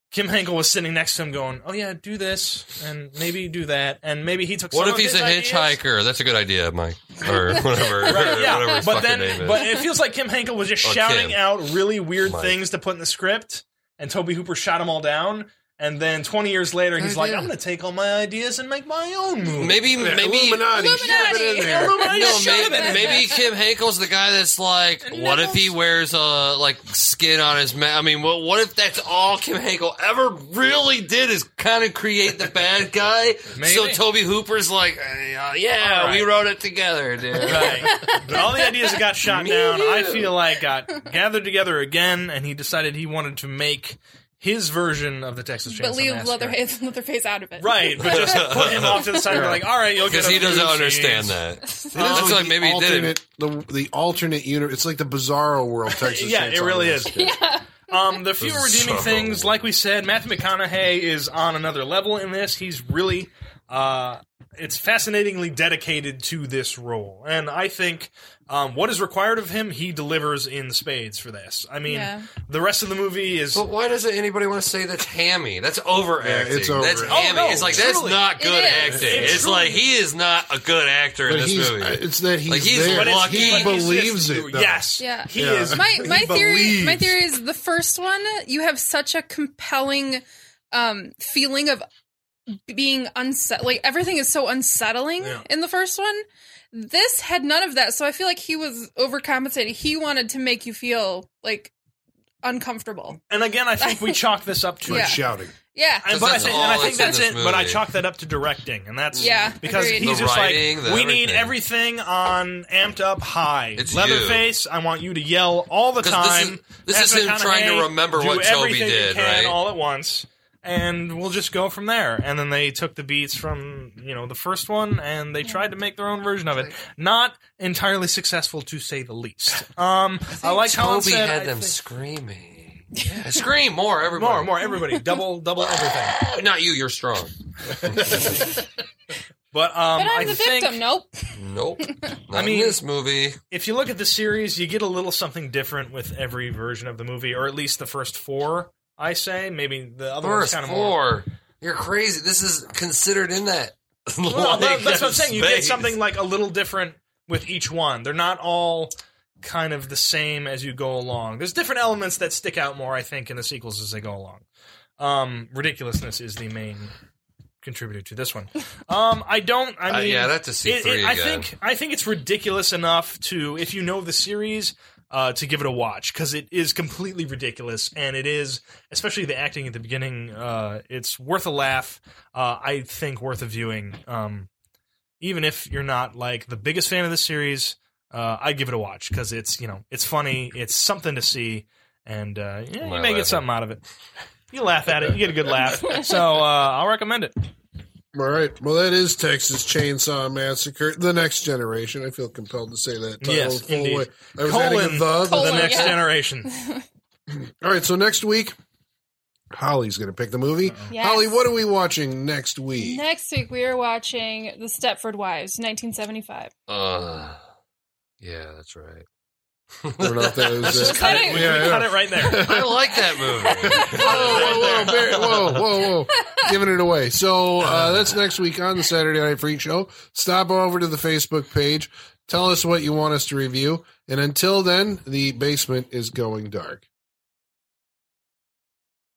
[SPEAKER 4] Kim Henkel was sitting next to him, going, "Oh yeah, do this and maybe do that, and maybe he took."
[SPEAKER 5] What
[SPEAKER 4] some
[SPEAKER 5] if
[SPEAKER 4] of
[SPEAKER 5] he's
[SPEAKER 4] his
[SPEAKER 5] a
[SPEAKER 4] ideas."
[SPEAKER 5] hitchhiker? That's a good idea, Mike,
[SPEAKER 4] *laughs*
[SPEAKER 5] or whatever,
[SPEAKER 4] Right, yeah.
[SPEAKER 5] whatever his
[SPEAKER 4] but
[SPEAKER 5] fucking
[SPEAKER 4] then,
[SPEAKER 5] name is.
[SPEAKER 4] but it feels like Kim Henkel was just
[SPEAKER 5] Or
[SPEAKER 4] shouting
[SPEAKER 5] Kim.
[SPEAKER 4] out really weird
[SPEAKER 5] Mike.
[SPEAKER 4] things to put in the script, and Toby Hooper shot them all down. And then 20 years later, he's like,
[SPEAKER 5] Idea.
[SPEAKER 4] "I'm going to take all my ideas and make my own movie."
[SPEAKER 5] maybe, maybe
[SPEAKER 3] Illuminati.
[SPEAKER 6] Illuminati.
[SPEAKER 3] should've been in there.
[SPEAKER 4] Illuminati
[SPEAKER 5] No,
[SPEAKER 4] should've
[SPEAKER 5] maybe,
[SPEAKER 4] been in
[SPEAKER 5] maybe Kim Hankel's the guy that's like, what if he wears uh like skin on his mask? I mean, what what if that's all Kim Hankel ever really did is kind of create the bad guy? So
[SPEAKER 4] Maybe.
[SPEAKER 5] Toby Hooper's like, uh, yeah,
[SPEAKER 4] All right.
[SPEAKER 5] we wrote it together, dude. *laughs*
[SPEAKER 4] Right. But all the ideas that got shot
[SPEAKER 5] Me
[SPEAKER 4] down, I
[SPEAKER 5] too.
[SPEAKER 4] feel like got gathered together again, and he decided he wanted to make his version of the Texas Chainsaw
[SPEAKER 6] But leave
[SPEAKER 4] Massacre.
[SPEAKER 6] *laughs* Leatherface, Leatherface out of it.
[SPEAKER 4] Right, but just put him off to the side and be like, all right, you'll get
[SPEAKER 5] Because
[SPEAKER 4] a
[SPEAKER 5] he doesn't
[SPEAKER 4] few
[SPEAKER 5] understand
[SPEAKER 4] scenes."
[SPEAKER 5] that.
[SPEAKER 3] It is
[SPEAKER 5] That's
[SPEAKER 3] like
[SPEAKER 5] why
[SPEAKER 3] the
[SPEAKER 5] maybe he did it.
[SPEAKER 3] alternate- The, the alternate universe. It's like the Bizarro World Texas
[SPEAKER 4] Yeah, it
[SPEAKER 3] Chainsaw
[SPEAKER 4] really is.
[SPEAKER 3] Massacre.
[SPEAKER 4] Um, the few redeeming
[SPEAKER 5] So-
[SPEAKER 4] things, like we said, Matthew McConaughey is on another level in this. He's really, uh, it's fascinatingly dedicated to this role, and I think um, what is required of him, he delivers in spades for this. I mean,
[SPEAKER 6] Yeah.
[SPEAKER 4] the rest of the movie is
[SPEAKER 5] But why doesn't anybody want to say that's hammy? That's overacting.
[SPEAKER 3] Yeah, it's over-
[SPEAKER 5] That's
[SPEAKER 3] Oh,
[SPEAKER 5] hammy.
[SPEAKER 4] no,
[SPEAKER 5] it's like that's
[SPEAKER 4] truly.
[SPEAKER 5] not good
[SPEAKER 6] is.
[SPEAKER 5] acting.
[SPEAKER 4] It
[SPEAKER 5] It's,
[SPEAKER 4] truly-
[SPEAKER 5] like he is not a good actor in
[SPEAKER 3] But
[SPEAKER 5] this
[SPEAKER 3] he's,
[SPEAKER 5] movie.
[SPEAKER 3] it's that he's,
[SPEAKER 5] Like, he's
[SPEAKER 3] there.
[SPEAKER 5] But it's-
[SPEAKER 4] Lucky.
[SPEAKER 3] he
[SPEAKER 5] he's
[SPEAKER 3] believes
[SPEAKER 4] just-
[SPEAKER 3] it. Though.
[SPEAKER 4] Yes.
[SPEAKER 6] Yeah.
[SPEAKER 4] He
[SPEAKER 3] Yeah.
[SPEAKER 4] is.
[SPEAKER 6] My my
[SPEAKER 3] He
[SPEAKER 6] theory
[SPEAKER 3] believes.
[SPEAKER 6] my theory is the first one you have such a compelling um feeling of being unset like everything is so unsettling
[SPEAKER 5] Yeah.
[SPEAKER 6] in the first one this had none of that so i feel like he was overcompensating he wanted to make you feel like uncomfortable
[SPEAKER 4] And again, I think we chalk this up to
[SPEAKER 3] Like
[SPEAKER 6] Yeah.
[SPEAKER 3] shouting.
[SPEAKER 6] yeah
[SPEAKER 4] And,
[SPEAKER 5] 'Cause
[SPEAKER 4] but I um,
[SPEAKER 5] that's
[SPEAKER 4] think, and I
[SPEAKER 5] all
[SPEAKER 4] think
[SPEAKER 5] that's
[SPEAKER 4] that's
[SPEAKER 5] in
[SPEAKER 4] it.
[SPEAKER 5] this
[SPEAKER 4] But I
[SPEAKER 5] movie.
[SPEAKER 4] chalk that up to directing, and that's
[SPEAKER 6] Yeah,
[SPEAKER 4] because
[SPEAKER 6] agreed.
[SPEAKER 4] he's
[SPEAKER 6] The
[SPEAKER 4] just
[SPEAKER 5] writing, the
[SPEAKER 4] like, we need everything
[SPEAKER 5] everything."
[SPEAKER 4] on amped up high.
[SPEAKER 5] It's
[SPEAKER 4] Leatherface, I want you to yell all the
[SPEAKER 5] 'Cause
[SPEAKER 4] time.
[SPEAKER 5] this is- this
[SPEAKER 4] Ezra
[SPEAKER 5] is him trying to
[SPEAKER 4] Conahay,
[SPEAKER 5] remember
[SPEAKER 4] do
[SPEAKER 5] what Toby
[SPEAKER 4] everything you
[SPEAKER 5] did,
[SPEAKER 4] can
[SPEAKER 5] right?
[SPEAKER 4] All at once, and we'll just go from there. And then they took the beats from you know the first one, and they tried to make their own version of it. Not entirely successful, to say the
[SPEAKER 5] *laughs*
[SPEAKER 4] least. Um, I, like how it
[SPEAKER 5] Toby
[SPEAKER 4] said,
[SPEAKER 5] had
[SPEAKER 4] I
[SPEAKER 5] them
[SPEAKER 4] think-
[SPEAKER 5] screaming. Yeah, scream more, everybody.
[SPEAKER 4] more, more, everybody, double, double everything.
[SPEAKER 5] Not you. You're strong.
[SPEAKER 4] But um,
[SPEAKER 6] but i'm
[SPEAKER 4] I
[SPEAKER 6] the
[SPEAKER 4] think
[SPEAKER 6] victim nope
[SPEAKER 4] *laughs*
[SPEAKER 5] Nope. Not I mean,
[SPEAKER 4] mean-
[SPEAKER 5] this movie.
[SPEAKER 4] if you look at the series, you get a little something different with every version of the movie, or at least the first four. I say maybe the other one's
[SPEAKER 5] First
[SPEAKER 4] kind of more.
[SPEAKER 5] four. You're crazy. This is considered in that. *laughs*
[SPEAKER 4] *laughs* Well, that-
[SPEAKER 5] Like,
[SPEAKER 4] that's what I'm saying. You get
[SPEAKER 5] space.
[SPEAKER 4] something like a little different with each one. They're not all kind of the same as you go along. There's different elements that stick out more, I think, in the sequels as they go along. Um, ridiculousness is the main contributor to this one. Um, I don't. I mean,
[SPEAKER 5] Uh, yeah, I'd have to see
[SPEAKER 4] it- it-
[SPEAKER 5] three
[SPEAKER 4] I
[SPEAKER 5] again.
[SPEAKER 4] think I think it's ridiculous enough to if you know the series. Uh, to give it a watch because it is completely ridiculous and it is especially the acting at the beginning uh, it's worth a laugh uh, i think worth a viewing um, even if you're not like the biggest fan of the series uh, i'd give it a watch because it's you know it's funny it's something to see and uh, yeah, you
[SPEAKER 5] Am I
[SPEAKER 4] may
[SPEAKER 5] laughing?
[SPEAKER 4] get something out of it you laugh at it you get a good
[SPEAKER 5] *laughs*
[SPEAKER 4] laugh so uh, i'll recommend it
[SPEAKER 3] All right. Well, that is Texas Chainsaw Massacre: The Next Generation. I feel compelled to say that. Title
[SPEAKER 4] Yes,
[SPEAKER 3] full
[SPEAKER 4] indeed.
[SPEAKER 3] way. I was adding a
[SPEAKER 4] Colon.
[SPEAKER 3] the.
[SPEAKER 6] Colon.
[SPEAKER 4] the next
[SPEAKER 6] yeah.
[SPEAKER 4] generation
[SPEAKER 3] All right. So next week, Holly's going to pick the movie.
[SPEAKER 6] Yes.
[SPEAKER 3] Holly, what are we watching next week?
[SPEAKER 6] next week we are watching the stepford wives 1975
[SPEAKER 5] Uh, yeah, that's right.
[SPEAKER 3] We're not those, uh,
[SPEAKER 4] just cut
[SPEAKER 6] it.
[SPEAKER 4] it,
[SPEAKER 3] Yeah, yeah.
[SPEAKER 4] cut it right
[SPEAKER 3] *laughs*
[SPEAKER 4] there
[SPEAKER 5] *laughs* I like that
[SPEAKER 4] *laughs*
[SPEAKER 5] movie. Oh,
[SPEAKER 3] whoa, whoa, whoa, whoa, whoa, whoa. Giving it away. So uh, that's next week on the Saturday Night Freak Show. Stop over to the Facebook page. Tell us what you want us to review. And until then, the basement is going dark.